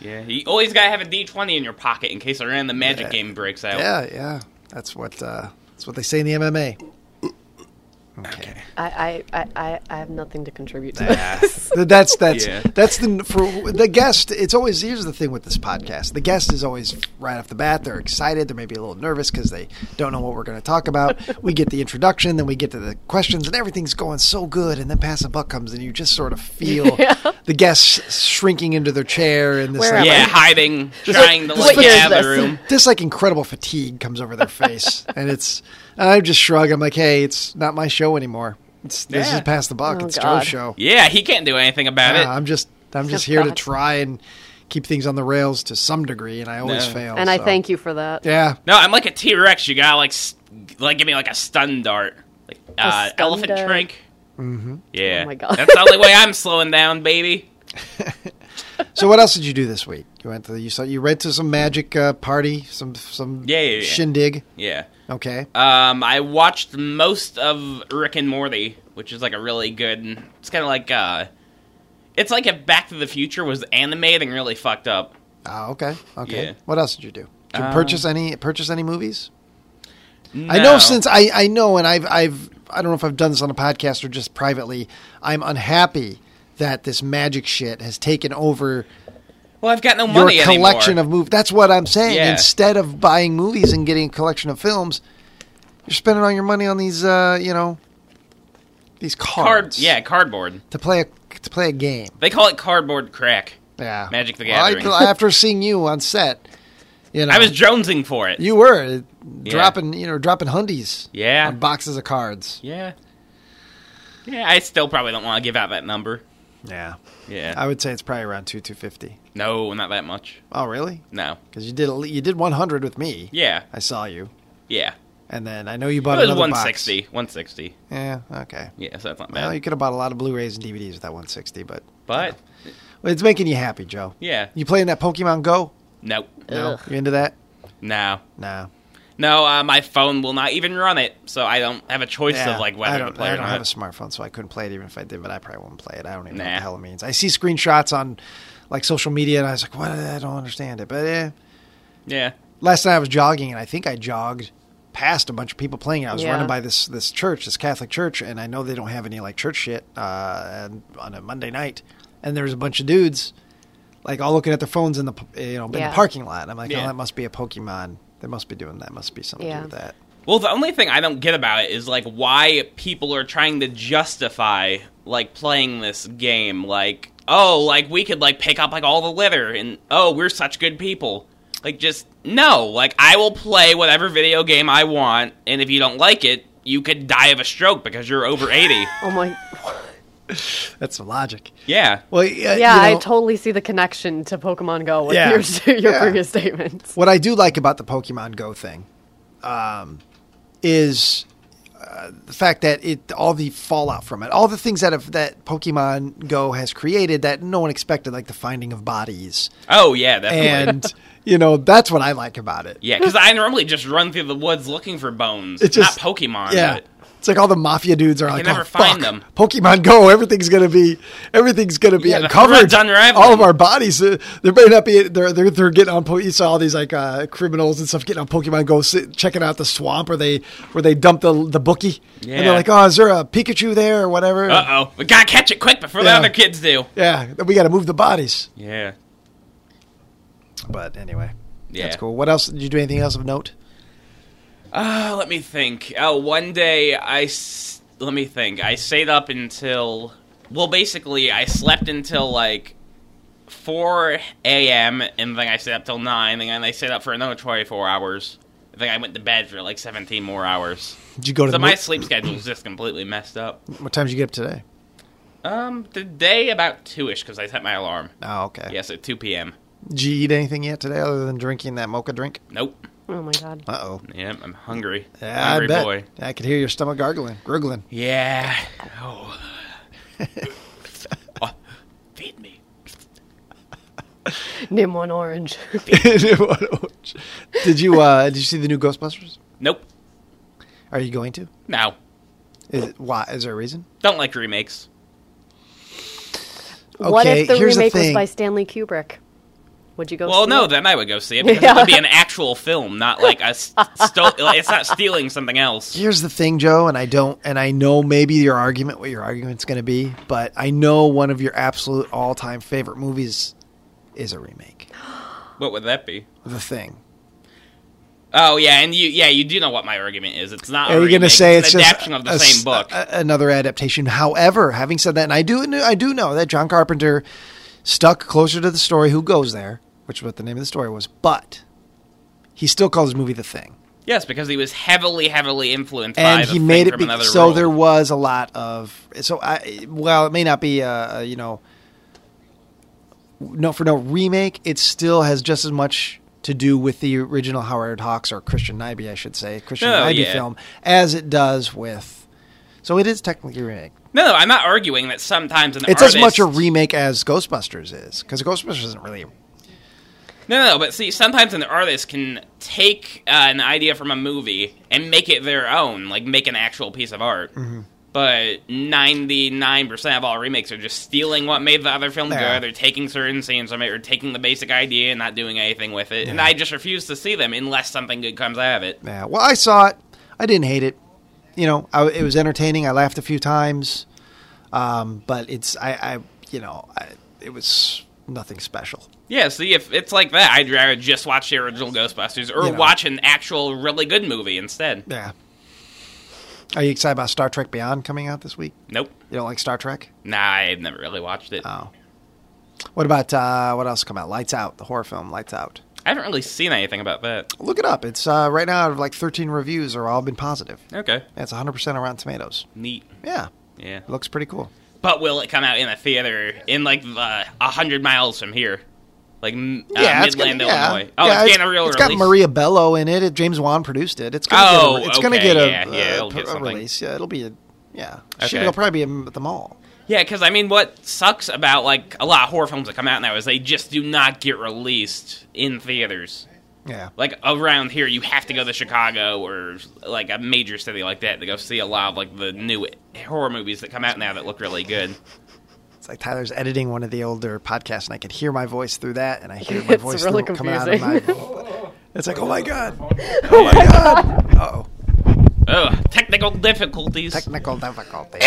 [SPEAKER 7] yeah. You always gotta have a D twenty in your pocket in case a random magic game breaks out.
[SPEAKER 5] Yeah, yeah. That's what uh, that's what they say in the MMA. Okay.
[SPEAKER 4] I, I, I, I, I have nothing to contribute to this.
[SPEAKER 5] Th- That's that's
[SPEAKER 7] Yeah.
[SPEAKER 5] that's the for the guest. It's always here's the thing with this podcast. The guest is always right off the bat. They're excited. They're maybe a little nervous because they don't know what we're going to talk about. we get the introduction, then we get to the questions, and everything's going so good. And then pass the buck comes, and you just sort of feel the guests shrinking into their chair and this
[SPEAKER 4] Where
[SPEAKER 5] like,
[SPEAKER 4] am I?
[SPEAKER 7] Yeah, hiding, trying to like
[SPEAKER 4] what year
[SPEAKER 7] get
[SPEAKER 4] is
[SPEAKER 7] out of the
[SPEAKER 4] this?
[SPEAKER 7] room.
[SPEAKER 5] this like incredible fatigue comes over their face, and it's and I just shrug. I'm like, hey, it's not my show anymore. It's this
[SPEAKER 7] Yeah.
[SPEAKER 5] is past the buck.
[SPEAKER 4] Oh,
[SPEAKER 5] it's
[SPEAKER 4] God.
[SPEAKER 5] Joe's show.
[SPEAKER 7] Yeah, he can't do anything about
[SPEAKER 5] Yeah,
[SPEAKER 7] it.
[SPEAKER 5] Uh, I'm just I'm just
[SPEAKER 4] Oh,
[SPEAKER 5] here to
[SPEAKER 4] God.
[SPEAKER 5] try and keep things on the rails to some degree, and I always
[SPEAKER 7] No.
[SPEAKER 5] fail.
[SPEAKER 4] and I
[SPEAKER 5] so-
[SPEAKER 4] thank you for that.
[SPEAKER 5] Yeah,
[SPEAKER 7] No, I'm like a T Rex. You gotta like, s- like give me like a stun dart, like uh,
[SPEAKER 4] stun
[SPEAKER 7] elephant
[SPEAKER 4] dart.
[SPEAKER 7] drink. Mm-hmm. Yeah.
[SPEAKER 4] Oh my God.
[SPEAKER 7] That's the only way I'm slowing down, baby.
[SPEAKER 5] So what else did you do this week? You went to the, you saw you went to some magic uh, party, some some
[SPEAKER 7] Yeah, yeah, yeah.
[SPEAKER 5] shindig.
[SPEAKER 7] Yeah.
[SPEAKER 5] Okay,
[SPEAKER 7] Um, I watched most of Rick and Morty, which is like a really good. It's kind of like uh, it's like if Back to the Future was animated and really fucked up.
[SPEAKER 5] Ah, okay, okay.
[SPEAKER 7] Yeah. Um,
[SPEAKER 5] What else did you do? Did you purchase any purchase any movies? I
[SPEAKER 7] No.
[SPEAKER 5] know since I I know, and I've I've I don't know if I've done this on a podcast or just privately. I'm unhappy that this magic shit has taken over
[SPEAKER 7] well, I've got no
[SPEAKER 5] your
[SPEAKER 7] money
[SPEAKER 5] collection
[SPEAKER 7] anymore.
[SPEAKER 5] of movies. That's what I'm saying.
[SPEAKER 7] Yeah.
[SPEAKER 5] Instead of buying movies and getting a collection of films, you're spending all your money on these uh, you know these
[SPEAKER 7] card.
[SPEAKER 5] cards.
[SPEAKER 7] Yeah, cardboard.
[SPEAKER 5] to play a to play a game.
[SPEAKER 7] They call it cardboard crack.
[SPEAKER 5] Yeah,
[SPEAKER 7] Magic the
[SPEAKER 5] Well, I-
[SPEAKER 7] Gathering.
[SPEAKER 5] after seeing you on set, you know,
[SPEAKER 7] I was jonesing for it.
[SPEAKER 5] you were dropping you know dropping hundies,
[SPEAKER 7] Yeah.
[SPEAKER 5] on boxes of cards.
[SPEAKER 7] Yeah. Yeah, I still probably don't want to give out that number.
[SPEAKER 5] Yeah,
[SPEAKER 7] Yeah.
[SPEAKER 5] I would say it's probably around two two fifty.
[SPEAKER 7] no, not that much.
[SPEAKER 5] Oh, really?
[SPEAKER 7] No.
[SPEAKER 5] Because you did at le- you did one hundred with me.
[SPEAKER 7] Yeah.
[SPEAKER 5] I saw you,
[SPEAKER 7] Yeah.
[SPEAKER 5] and then I know you
[SPEAKER 7] It
[SPEAKER 5] bought
[SPEAKER 7] was
[SPEAKER 5] another
[SPEAKER 7] 160.
[SPEAKER 5] Box.
[SPEAKER 7] 160.
[SPEAKER 5] Yeah, okay.
[SPEAKER 7] Yeah, so that's not bad.
[SPEAKER 5] Well, you could have bought a lot of Blu-rays and DVDs with that one sixty, but
[SPEAKER 7] but
[SPEAKER 5] well, it's making you happy, Joe.
[SPEAKER 7] yeah.
[SPEAKER 5] You playing that Pokemon Go?
[SPEAKER 7] Nope.
[SPEAKER 5] No, you into that?
[SPEAKER 7] No.
[SPEAKER 5] No.
[SPEAKER 7] No, uh, my phone will not even run it, so I don't have a choice
[SPEAKER 5] Yeah,
[SPEAKER 7] of like
[SPEAKER 5] I
[SPEAKER 7] whether
[SPEAKER 5] don't,
[SPEAKER 7] to play
[SPEAKER 5] I
[SPEAKER 7] or
[SPEAKER 5] don't
[SPEAKER 7] not.
[SPEAKER 5] have a smartphone, so I couldn't play it even if I did. But I probably wouldn't play it. I don't even know what
[SPEAKER 7] Nah.
[SPEAKER 5] the hell it means. I see screenshots on like social media, and I was like, "What? I don't understand it." But eh.
[SPEAKER 7] yeah.
[SPEAKER 5] last night I was jogging, and I think I jogged past a bunch of people playing. it. I was
[SPEAKER 4] Yeah.
[SPEAKER 5] running by this this church, this Catholic church, and I know they don't have any like church shit uh, and on a Monday night. And there was a bunch of dudes like all looking at their phones in the p- you know in
[SPEAKER 4] Yeah.
[SPEAKER 5] the parking lot. I'm like,
[SPEAKER 7] Yeah.
[SPEAKER 5] "Oh, that must be a Pokemon. They must be doing that. Must be something
[SPEAKER 4] Yeah.
[SPEAKER 5] to do with that."
[SPEAKER 7] Well, the only thing I don't get about it is like why people are trying to justify like playing this game. Like, oh, like we could like pick up like all the litter, and oh, we're such good people. Like, just no. Like, I will play whatever video game I want, and if you don't like it, you could die of a stroke because you're over eighty.
[SPEAKER 4] Oh my.
[SPEAKER 5] Uh, That's some logic.
[SPEAKER 7] yeah.
[SPEAKER 5] Well, yeah,
[SPEAKER 4] Yeah,
[SPEAKER 5] you
[SPEAKER 4] I
[SPEAKER 5] know-
[SPEAKER 4] totally see the connection to Pokemon Go with
[SPEAKER 5] Yeah.
[SPEAKER 4] your, your
[SPEAKER 5] Yeah.
[SPEAKER 4] previous statements.
[SPEAKER 5] What I do like about the Pokemon Go thing um, is uh, the fact that it all the fallout from it, all the things that have, that Pokemon Go has created that no one expected, like the finding of bodies,
[SPEAKER 7] Oh yeah, definitely.
[SPEAKER 5] and you know that's what I like about it.
[SPEAKER 7] yeah, because I normally just run through the woods looking for bones.
[SPEAKER 5] It's just-
[SPEAKER 7] not Pokemon.
[SPEAKER 5] Yeah.
[SPEAKER 7] but-
[SPEAKER 5] It's like all the mafia dudes are like,
[SPEAKER 7] never
[SPEAKER 5] oh,
[SPEAKER 7] find
[SPEAKER 5] fuck,
[SPEAKER 7] them."
[SPEAKER 5] Pokemon Go, everything's gonna be, everything's gonna be
[SPEAKER 7] Yeah, the
[SPEAKER 5] uncovered.
[SPEAKER 7] threat's unraveling.
[SPEAKER 5] All of our bodies, uh, there may not be. They're they're, they're getting on. Po- you saw all these like uh, criminals and stuff getting on Pokemon Go, sit, checking out the swamp where they where they dump the the bookie, and
[SPEAKER 7] Yeah.
[SPEAKER 5] they're like, oh, is there a Pikachu there or whatever?
[SPEAKER 7] Uh oh, we gotta catch it quick before the
[SPEAKER 5] Yeah.
[SPEAKER 7] other kids do.
[SPEAKER 5] Yeah, then we got to move the bodies.
[SPEAKER 7] Yeah.
[SPEAKER 5] But anyway,
[SPEAKER 7] Yeah.
[SPEAKER 5] that's cool. What else? Did you do anything else of note?
[SPEAKER 7] Uh, let me think. Oh, one day I s- let me think. I stayed up until well, basically I slept until like four a.m. and then I stayed up till nine, and then I stayed up for another twenty-four hours. And then I went to bed for like seventeen more hours.
[SPEAKER 5] Did you go to
[SPEAKER 7] So
[SPEAKER 5] the
[SPEAKER 7] my
[SPEAKER 5] mo-
[SPEAKER 7] sleep schedule's just completely messed up.
[SPEAKER 5] what time did you get up today?
[SPEAKER 7] Um, today about two-ish because I set my alarm.
[SPEAKER 5] Oh, okay.
[SPEAKER 7] Yes, at two p.m.
[SPEAKER 5] Did you eat anything yet today other than drinking that mocha drink?
[SPEAKER 7] Nope.
[SPEAKER 4] Oh my god.
[SPEAKER 5] Uh oh.
[SPEAKER 7] Yeah, I'm hungry.
[SPEAKER 5] Yeah,
[SPEAKER 7] hungry
[SPEAKER 5] I bet.
[SPEAKER 7] boy.
[SPEAKER 5] I could hear your stomach gargling, gurgling.
[SPEAKER 7] Yeah. Oh. Oh, Feed me.
[SPEAKER 4] Name one orange.
[SPEAKER 5] did you uh, did you see the new Ghostbusters?
[SPEAKER 7] Nope.
[SPEAKER 5] Are you going to?
[SPEAKER 7] No.
[SPEAKER 5] Is it, why? Is there a reason?
[SPEAKER 7] Don't like remakes.
[SPEAKER 4] what
[SPEAKER 5] Okay,
[SPEAKER 4] if the
[SPEAKER 5] here's the
[SPEAKER 4] remake was
[SPEAKER 5] thing.
[SPEAKER 4] by Stanley Kubrick? Would you go?
[SPEAKER 7] Well,
[SPEAKER 4] see
[SPEAKER 7] no,
[SPEAKER 4] it?
[SPEAKER 7] then I would go see it because it would be an actual film, not like a s- sto- like, it's not stealing something else.
[SPEAKER 5] Here's the thing, Joe, and I don't, and I know maybe your argument, what your argument's going to be, but I know one of your absolute all time favorite movies is a remake.
[SPEAKER 7] What would that be?
[SPEAKER 5] The Thing.
[SPEAKER 7] Oh yeah, and you yeah you do know what my argument is. It's not.
[SPEAKER 5] Are
[SPEAKER 7] a
[SPEAKER 5] you going to
[SPEAKER 7] remake,
[SPEAKER 5] say
[SPEAKER 7] it's
[SPEAKER 5] it's
[SPEAKER 7] an
[SPEAKER 5] just
[SPEAKER 7] adaptation of the
[SPEAKER 5] a s- uh,
[SPEAKER 7] same book?
[SPEAKER 5] a- another adaptation? However, having said that, and I do, kn- I do know that John Carpenter stuck closer to the story. Who goes there? Which is what the name of the story was, but he still calls his movie The Thing,
[SPEAKER 7] yes, because he was heavily heavily influenced by
[SPEAKER 5] and
[SPEAKER 7] the
[SPEAKER 5] he
[SPEAKER 7] thing
[SPEAKER 5] made it
[SPEAKER 7] from
[SPEAKER 5] be-
[SPEAKER 7] another
[SPEAKER 5] so
[SPEAKER 7] world.
[SPEAKER 5] there was a lot of so I well, it may not be uh, you know no for no remake, it still has just as much to do with the original Howard Hawks or Christian Nyby, I should say, Christian
[SPEAKER 7] Oh,
[SPEAKER 5] Nyby
[SPEAKER 7] yeah.
[SPEAKER 5] film, as it does with. So it is technically a remake.
[SPEAKER 7] No, no, I'm not arguing that sometimes an
[SPEAKER 5] It's
[SPEAKER 7] artist,
[SPEAKER 5] as much a remake as Ghostbusters is, because Ghostbusters isn't really.
[SPEAKER 7] No, no, but see, sometimes an artist can take uh, an idea from a movie and make it their own, like make an actual piece of art.
[SPEAKER 5] Mm-hmm.
[SPEAKER 7] But ninety-nine percent of all remakes are just stealing what made the other film
[SPEAKER 5] Yeah.
[SPEAKER 7] good. They're taking certain scenes from it, or taking the basic idea and not doing anything with it. And I just refuse to see them unless something good comes out of it.
[SPEAKER 5] Yeah. Well, I saw it. I didn't hate it. You know, I, it was entertaining. I laughed a few times, um, but it's I, I you know, I, it was nothing special.
[SPEAKER 7] Yeah, see, if it's like that, I'd rather just watch the original Ghostbusters or
[SPEAKER 5] You know.
[SPEAKER 7] watch an actual really good movie instead.
[SPEAKER 5] Yeah. Are you excited about Star Trek Beyond coming out this week?
[SPEAKER 7] Nope.
[SPEAKER 5] You don't like Star Trek?
[SPEAKER 7] Nah, I've never really watched it.
[SPEAKER 5] Oh. What about uh, what else come out? Lights Out, the horror film Lights Out.
[SPEAKER 7] I haven't really seen anything about that.
[SPEAKER 5] Look it up. It's uh, right now out of like 13 reviews are all been positive.
[SPEAKER 7] Okay.
[SPEAKER 5] It's 100% around Tomatoes.
[SPEAKER 7] Neat.
[SPEAKER 5] Yeah.
[SPEAKER 7] Yeah.
[SPEAKER 5] It looks pretty cool.
[SPEAKER 7] But will it come out in a theater in like uh, a hundred miles from here, like m uh,
[SPEAKER 5] it's gonna-
[SPEAKER 7] Midland,
[SPEAKER 5] yeah.
[SPEAKER 7] Illinois? Oh,
[SPEAKER 5] Yeah,
[SPEAKER 7] it's getting a real
[SPEAKER 5] it's got
[SPEAKER 7] release.
[SPEAKER 5] Maria Bello in it. It- James Wan produced it. It's gonna
[SPEAKER 7] Oh,
[SPEAKER 5] get a, it's gonna
[SPEAKER 7] okay,
[SPEAKER 5] get a,
[SPEAKER 7] yeah, yeah,
[SPEAKER 5] uh,
[SPEAKER 7] it'll
[SPEAKER 5] pr-
[SPEAKER 7] get
[SPEAKER 5] a
[SPEAKER 7] something.
[SPEAKER 5] release. Yeah, it'll be a yeah. Shit,
[SPEAKER 7] Okay.
[SPEAKER 5] it'll probably be at the mall.
[SPEAKER 7] Yeah, because I mean, what sucks about like a lot of horror films that come out now is they just do not get released in theaters.
[SPEAKER 5] Yeah.
[SPEAKER 7] Like around here, you have to go to Chicago or like a major city like that to go see a lot of like the new horror movies that come out now that look really good.
[SPEAKER 5] It's like Tyler's editing one of the older podcasts, and I could hear my voice through that, and I hear my
[SPEAKER 4] It's
[SPEAKER 5] voice
[SPEAKER 4] really
[SPEAKER 5] through, coming out of my. It's like, oh my god, oh my god, oh
[SPEAKER 7] Oh, technical difficulties.
[SPEAKER 5] technical difficulty.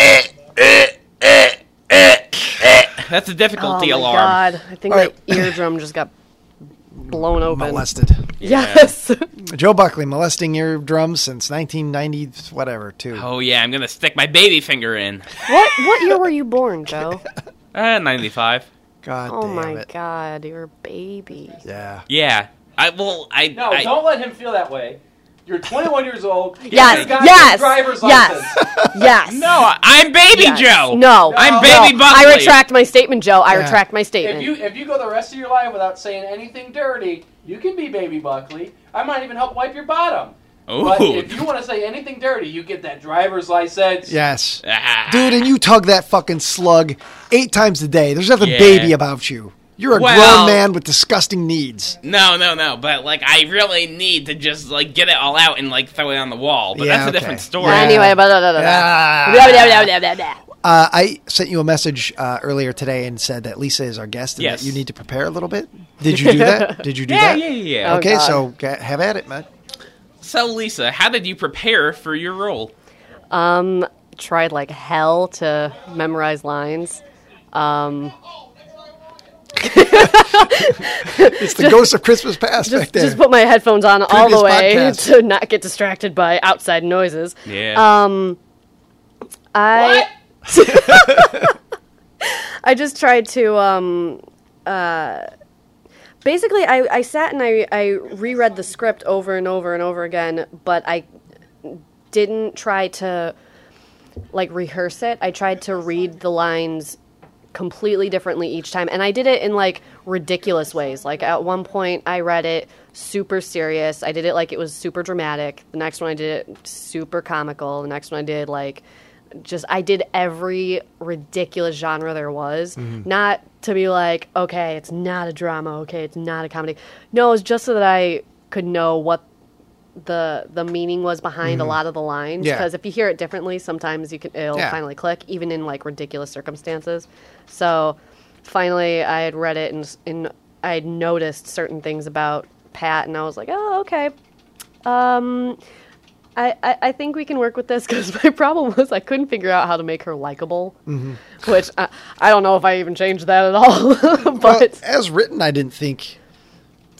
[SPEAKER 7] That's a difficulty
[SPEAKER 4] oh my
[SPEAKER 7] alarm.
[SPEAKER 4] god! I think
[SPEAKER 5] All
[SPEAKER 4] my
[SPEAKER 5] right.
[SPEAKER 4] eardrum just got blown open.
[SPEAKER 5] Molested.
[SPEAKER 4] Yes.
[SPEAKER 5] Joe Buckley molesting your drums since 1990, whatever, too.
[SPEAKER 7] Oh yeah, I'm gonna stick my baby finger in.
[SPEAKER 4] what What year were you born, Joe?
[SPEAKER 7] Uh, 95.
[SPEAKER 5] God
[SPEAKER 4] Oh
[SPEAKER 5] damn
[SPEAKER 4] my
[SPEAKER 5] it.
[SPEAKER 4] god, you're a baby.
[SPEAKER 5] Yeah.
[SPEAKER 7] Yeah. I well, I
[SPEAKER 9] No,
[SPEAKER 7] I,
[SPEAKER 9] don't let him feel that way. You're 21 years old. You
[SPEAKER 4] Yes,
[SPEAKER 9] got your
[SPEAKER 4] yes,
[SPEAKER 9] driver's
[SPEAKER 4] yes.
[SPEAKER 9] license.
[SPEAKER 4] Yes.
[SPEAKER 7] No, I- I'm Baby
[SPEAKER 4] Yes.
[SPEAKER 7] Joe.
[SPEAKER 4] No.
[SPEAKER 7] I'm
[SPEAKER 9] No.
[SPEAKER 7] Baby
[SPEAKER 4] No.
[SPEAKER 7] Buckley.
[SPEAKER 4] I retract my statement, Joe. I
[SPEAKER 5] Yeah.
[SPEAKER 4] retract my
[SPEAKER 9] If
[SPEAKER 4] statement.
[SPEAKER 9] you if you go the rest of your life without saying anything dirty, you can be Baby Buckley. I might even help wipe your bottom. But
[SPEAKER 7] Ooh.
[SPEAKER 9] if you want to say anything dirty, you get that driver's license.
[SPEAKER 5] Yes.
[SPEAKER 7] Ah.
[SPEAKER 5] Dude, and you tug that fucking slug eight times a day. There's nothing
[SPEAKER 7] Yeah.
[SPEAKER 5] baby about you. You're a
[SPEAKER 7] Well-
[SPEAKER 5] grown man with disgusting needs.
[SPEAKER 7] No, no, no. But like, I really need to just like get it all out and like throw it on the wall. But
[SPEAKER 5] Yeah,
[SPEAKER 7] that's a
[SPEAKER 5] okay.
[SPEAKER 7] different story.
[SPEAKER 5] Yeah.
[SPEAKER 4] Anyway, blah, blah, blah, blah, blah. Blah,
[SPEAKER 5] Ah.
[SPEAKER 4] blah, blah, blah, blah, blah.
[SPEAKER 5] Uh, I sent you a message uh, earlier today and said that Lisa is our guest and
[SPEAKER 7] Yes.
[SPEAKER 5] that you need to prepare a little bit. Did you do that? Did you do
[SPEAKER 7] Yeah,
[SPEAKER 5] that?
[SPEAKER 7] yeah, yeah, yeah.
[SPEAKER 4] Oh,
[SPEAKER 5] Okay,
[SPEAKER 4] God.
[SPEAKER 5] so ga- have at it, man.
[SPEAKER 7] So, Lisa, how did you prepare for your role?
[SPEAKER 4] Tried like hell to memorize lines.
[SPEAKER 5] It's the ghost of Christmas past back there.
[SPEAKER 4] Just put my headphones on all the
[SPEAKER 5] Previous
[SPEAKER 4] way
[SPEAKER 5] podcast.
[SPEAKER 4] to not get distracted by outside noises.
[SPEAKER 7] Yeah. Um.
[SPEAKER 4] I I just tried to um uh basically I, I sat and I, I reread the script over and over and over again, but I didn't try to like rehearse it. I tried to read the lines completely differently each time and I did it in like ridiculous ways. Like at one point I read it super serious. I did it like it was super dramatic. The next one I did it super comical. The next one I did like just I did every ridiculous genre there was. Not to be like, okay, it's not a drama, okay, it's not a comedy. No, it was just so that I could know what the the meaning was behind a lot of the lines
[SPEAKER 5] Yeah.
[SPEAKER 4] because if you hear it differently sometimes you can it'll
[SPEAKER 5] Yeah.
[SPEAKER 4] finally click even in like ridiculous circumstances so finally i had read it and, and i had noticed certain things about pat and i was like oh okay um I, I, I think we can work with this because my problem was I couldn't figure out how to make her likable,
[SPEAKER 5] Mm-hmm.
[SPEAKER 4] which I, I don't know if I even changed that at all.
[SPEAKER 5] Well,
[SPEAKER 4] but
[SPEAKER 5] as written, I didn't think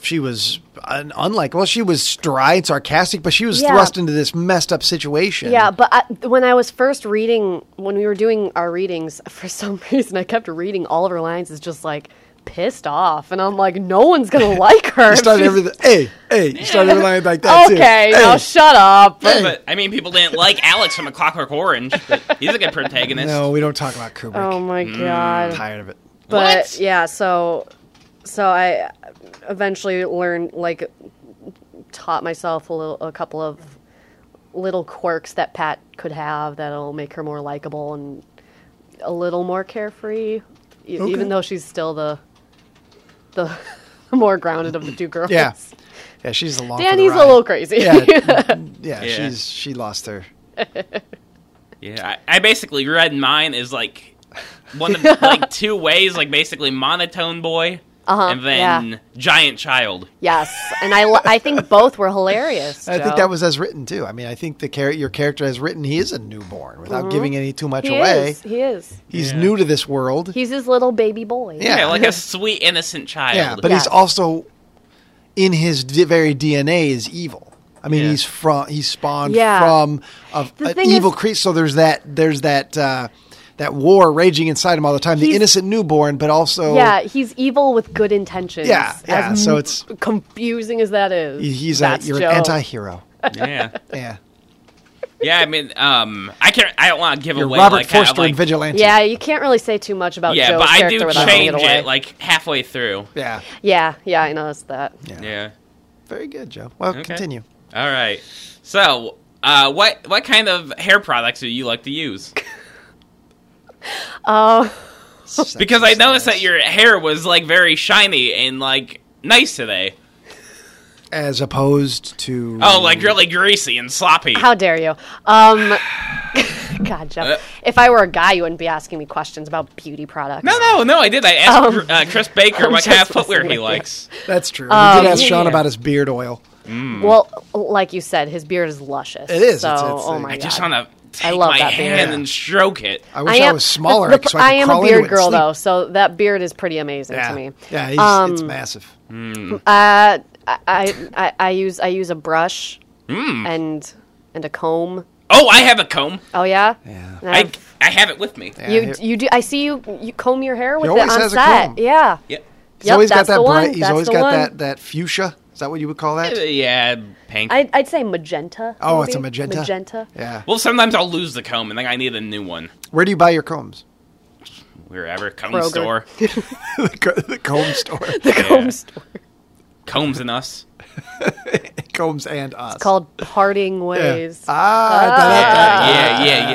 [SPEAKER 5] she was un- unlike. Well, she was dry and sarcastic, but she was
[SPEAKER 4] Yeah.
[SPEAKER 5] thrust into this messed up situation.
[SPEAKER 4] Yeah, but I, when I was first reading, when we were doing our readings, for some reason I kept reading all of her lines as just like pissed off, and I'm like, no one's gonna like her.
[SPEAKER 5] You
[SPEAKER 4] if
[SPEAKER 5] started
[SPEAKER 4] she's-
[SPEAKER 5] everything. Hey, hey, you started everything like that too.
[SPEAKER 4] okay,
[SPEAKER 5] Hey.
[SPEAKER 4] now shut up.
[SPEAKER 7] But I mean, people didn't like Alex from A Clockwork Orange. But he's a good protagonist.
[SPEAKER 5] No, we don't talk about Kubrick.
[SPEAKER 4] Oh my god.
[SPEAKER 5] tired of it.
[SPEAKER 4] But
[SPEAKER 7] What?
[SPEAKER 4] yeah, so so I eventually learned, like, taught myself a, little, a couple of little quirks that Pat could have that'll make her more likable and a little more carefree, e- even though she's still the the more grounded of the two girls.
[SPEAKER 5] Yeah. Yeah, she's along. for the
[SPEAKER 4] Danny's a
[SPEAKER 5] ride.
[SPEAKER 4] little crazy.
[SPEAKER 5] Yeah, yeah,
[SPEAKER 7] Yeah.
[SPEAKER 5] she's she lost her.
[SPEAKER 7] Yeah, I, I basically read mine as like one of like two ways, like basically monotone boy
[SPEAKER 4] Uh-huh,
[SPEAKER 7] and then giant child.
[SPEAKER 4] yes, and I, lo- I think both were hilarious.
[SPEAKER 5] I
[SPEAKER 4] Joe.
[SPEAKER 5] think that was as written too. I mean, I think the char- your character as written, he is a newborn without giving any too much
[SPEAKER 4] Mm-hmm. he
[SPEAKER 5] away.
[SPEAKER 4] is. He is.
[SPEAKER 5] He's new to this world.
[SPEAKER 4] He's his little baby boy.
[SPEAKER 5] Yeah.
[SPEAKER 7] Yeah, like a sweet innocent child.
[SPEAKER 5] yeah, but
[SPEAKER 4] Yes.
[SPEAKER 5] he's also in his d- very DNA is evil. I mean,
[SPEAKER 7] Yeah.
[SPEAKER 5] he's from he's spawned
[SPEAKER 4] Yeah.
[SPEAKER 5] from a,
[SPEAKER 4] The
[SPEAKER 5] an
[SPEAKER 4] thing
[SPEAKER 5] evil
[SPEAKER 4] is-
[SPEAKER 5] creature. So there's that there's that uh, that war raging inside him all the time. The
[SPEAKER 4] He's-
[SPEAKER 5] innocent newborn, but also
[SPEAKER 4] Yeah, he's evil with good intentions.
[SPEAKER 5] yeah, yeah.
[SPEAKER 4] As
[SPEAKER 5] so it's
[SPEAKER 4] confusing as that is.
[SPEAKER 5] he's a,
[SPEAKER 4] that's
[SPEAKER 5] you're
[SPEAKER 4] Joe.
[SPEAKER 5] an anti-hero.
[SPEAKER 7] yeah,
[SPEAKER 5] Yeah,
[SPEAKER 7] yeah. I mean, um, I can't. I don't want to give
[SPEAKER 5] you're
[SPEAKER 7] away
[SPEAKER 5] Robert
[SPEAKER 7] like,
[SPEAKER 5] Forster
[SPEAKER 7] I, like
[SPEAKER 5] and vigilante.
[SPEAKER 4] Yeah, you can't really say too much about
[SPEAKER 7] yeah,
[SPEAKER 4] Joe's
[SPEAKER 7] but I
[SPEAKER 4] character
[SPEAKER 7] do
[SPEAKER 4] without giving
[SPEAKER 7] change
[SPEAKER 4] it away.
[SPEAKER 7] it like halfway through.
[SPEAKER 5] yeah,
[SPEAKER 4] yeah, yeah, I noticed that.
[SPEAKER 7] Yeah.
[SPEAKER 5] very good, Joe. Well,
[SPEAKER 7] Okay.
[SPEAKER 5] continue.
[SPEAKER 7] All right. So, uh, what what kind of hair products do you like to use? Because I noticed that your hair was like very shiny and like nice today.
[SPEAKER 5] as opposed to
[SPEAKER 7] Oh, like really greasy and sloppy.
[SPEAKER 4] How dare you? Um, God, Joe.
[SPEAKER 7] Uh,
[SPEAKER 4] if I were a guy, you wouldn't be asking me questions about beauty products.
[SPEAKER 7] no, no, no! I did. I asked
[SPEAKER 4] Um,
[SPEAKER 7] uh, Chris Baker
[SPEAKER 4] I'm
[SPEAKER 7] what kind of
[SPEAKER 4] just
[SPEAKER 7] footwear
[SPEAKER 4] messing
[SPEAKER 7] he
[SPEAKER 4] with
[SPEAKER 7] likes.
[SPEAKER 5] That's true. We
[SPEAKER 4] Um,
[SPEAKER 5] did ask Sean about his beard oil.
[SPEAKER 4] Well, like you said, his beard is luscious.
[SPEAKER 5] It is.
[SPEAKER 4] So,
[SPEAKER 5] It's- it's
[SPEAKER 4] oh
[SPEAKER 5] like-
[SPEAKER 4] my
[SPEAKER 5] I
[SPEAKER 7] I
[SPEAKER 4] God.
[SPEAKER 7] just want to
[SPEAKER 4] I
[SPEAKER 7] take
[SPEAKER 4] love
[SPEAKER 7] my
[SPEAKER 4] that beard.
[SPEAKER 7] hand and stroke it.
[SPEAKER 5] I wish I,
[SPEAKER 4] am-
[SPEAKER 5] was smaller.
[SPEAKER 4] the- the-
[SPEAKER 5] so I, could
[SPEAKER 4] am a
[SPEAKER 5] crawl into it
[SPEAKER 4] beard
[SPEAKER 5] and
[SPEAKER 4] girl,
[SPEAKER 5] sleep.
[SPEAKER 4] though, so that beard is pretty amazing
[SPEAKER 5] Yeah,
[SPEAKER 4] to me. Um,
[SPEAKER 5] yeah, he's, it's massive.
[SPEAKER 4] Uh, I, I, I- I use I use a brush and and a comb.
[SPEAKER 7] Oh, I have a comb.
[SPEAKER 4] Oh yeah.
[SPEAKER 5] Yeah.
[SPEAKER 4] And I
[SPEAKER 7] I,
[SPEAKER 4] have-
[SPEAKER 7] I have it with me.
[SPEAKER 5] Yeah,
[SPEAKER 4] you
[SPEAKER 5] he-
[SPEAKER 4] you do. I see you you comb your hair with it
[SPEAKER 5] always
[SPEAKER 4] on
[SPEAKER 5] has a
[SPEAKER 4] set.
[SPEAKER 5] comb.
[SPEAKER 4] Yeah.
[SPEAKER 7] Yep.
[SPEAKER 5] he's
[SPEAKER 4] Yep,
[SPEAKER 5] always got
[SPEAKER 4] that's
[SPEAKER 5] that
[SPEAKER 4] the
[SPEAKER 5] bright.
[SPEAKER 4] one.
[SPEAKER 5] He's
[SPEAKER 4] That's
[SPEAKER 5] always
[SPEAKER 4] the
[SPEAKER 5] got
[SPEAKER 4] one.
[SPEAKER 5] that that fuchsia. Is that what you would call that?
[SPEAKER 7] Uh, Yeah, pink.
[SPEAKER 4] I, I'd say magenta.
[SPEAKER 5] Oh, it's a
[SPEAKER 4] maybe?
[SPEAKER 5] magenta?
[SPEAKER 4] Magenta.
[SPEAKER 5] Yeah.
[SPEAKER 7] well, sometimes I'll lose the comb and then I need a new one.
[SPEAKER 5] Where do you buy your combs?
[SPEAKER 7] Wherever comb
[SPEAKER 4] Kroger.
[SPEAKER 7] store,
[SPEAKER 5] the, co- the comb store.
[SPEAKER 4] The comb store
[SPEAKER 7] combs and us.
[SPEAKER 5] combs and us.
[SPEAKER 4] called Parting Ways.
[SPEAKER 5] Uh,
[SPEAKER 4] Uh,
[SPEAKER 5] Ah,
[SPEAKER 7] Uh, yeah, yeah, yeah,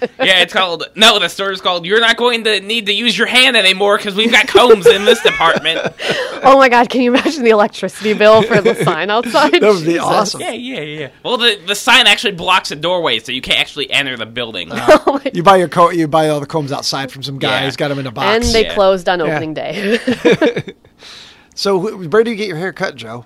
[SPEAKER 7] yeah. Yeah, it's called. No, the store is called. You're not going to need to use your hand anymore because we've got combs in this department.
[SPEAKER 4] Oh my God! Can you imagine the electricity bill for the sign outside?
[SPEAKER 5] that would be
[SPEAKER 4] Jesus.
[SPEAKER 5] awesome.
[SPEAKER 7] Yeah, yeah, yeah. Well, the the sign actually blocks a doorway, so you can't actually enter the building.
[SPEAKER 4] Uh. Oh
[SPEAKER 5] You buy your co- you buy all the combs outside from some guy
[SPEAKER 7] Yeah.
[SPEAKER 5] who's got them in a
[SPEAKER 4] And
[SPEAKER 5] box.
[SPEAKER 4] they
[SPEAKER 7] Yeah.
[SPEAKER 4] closed on opening day.
[SPEAKER 5] so wh- where do you get your hair cut, Joe?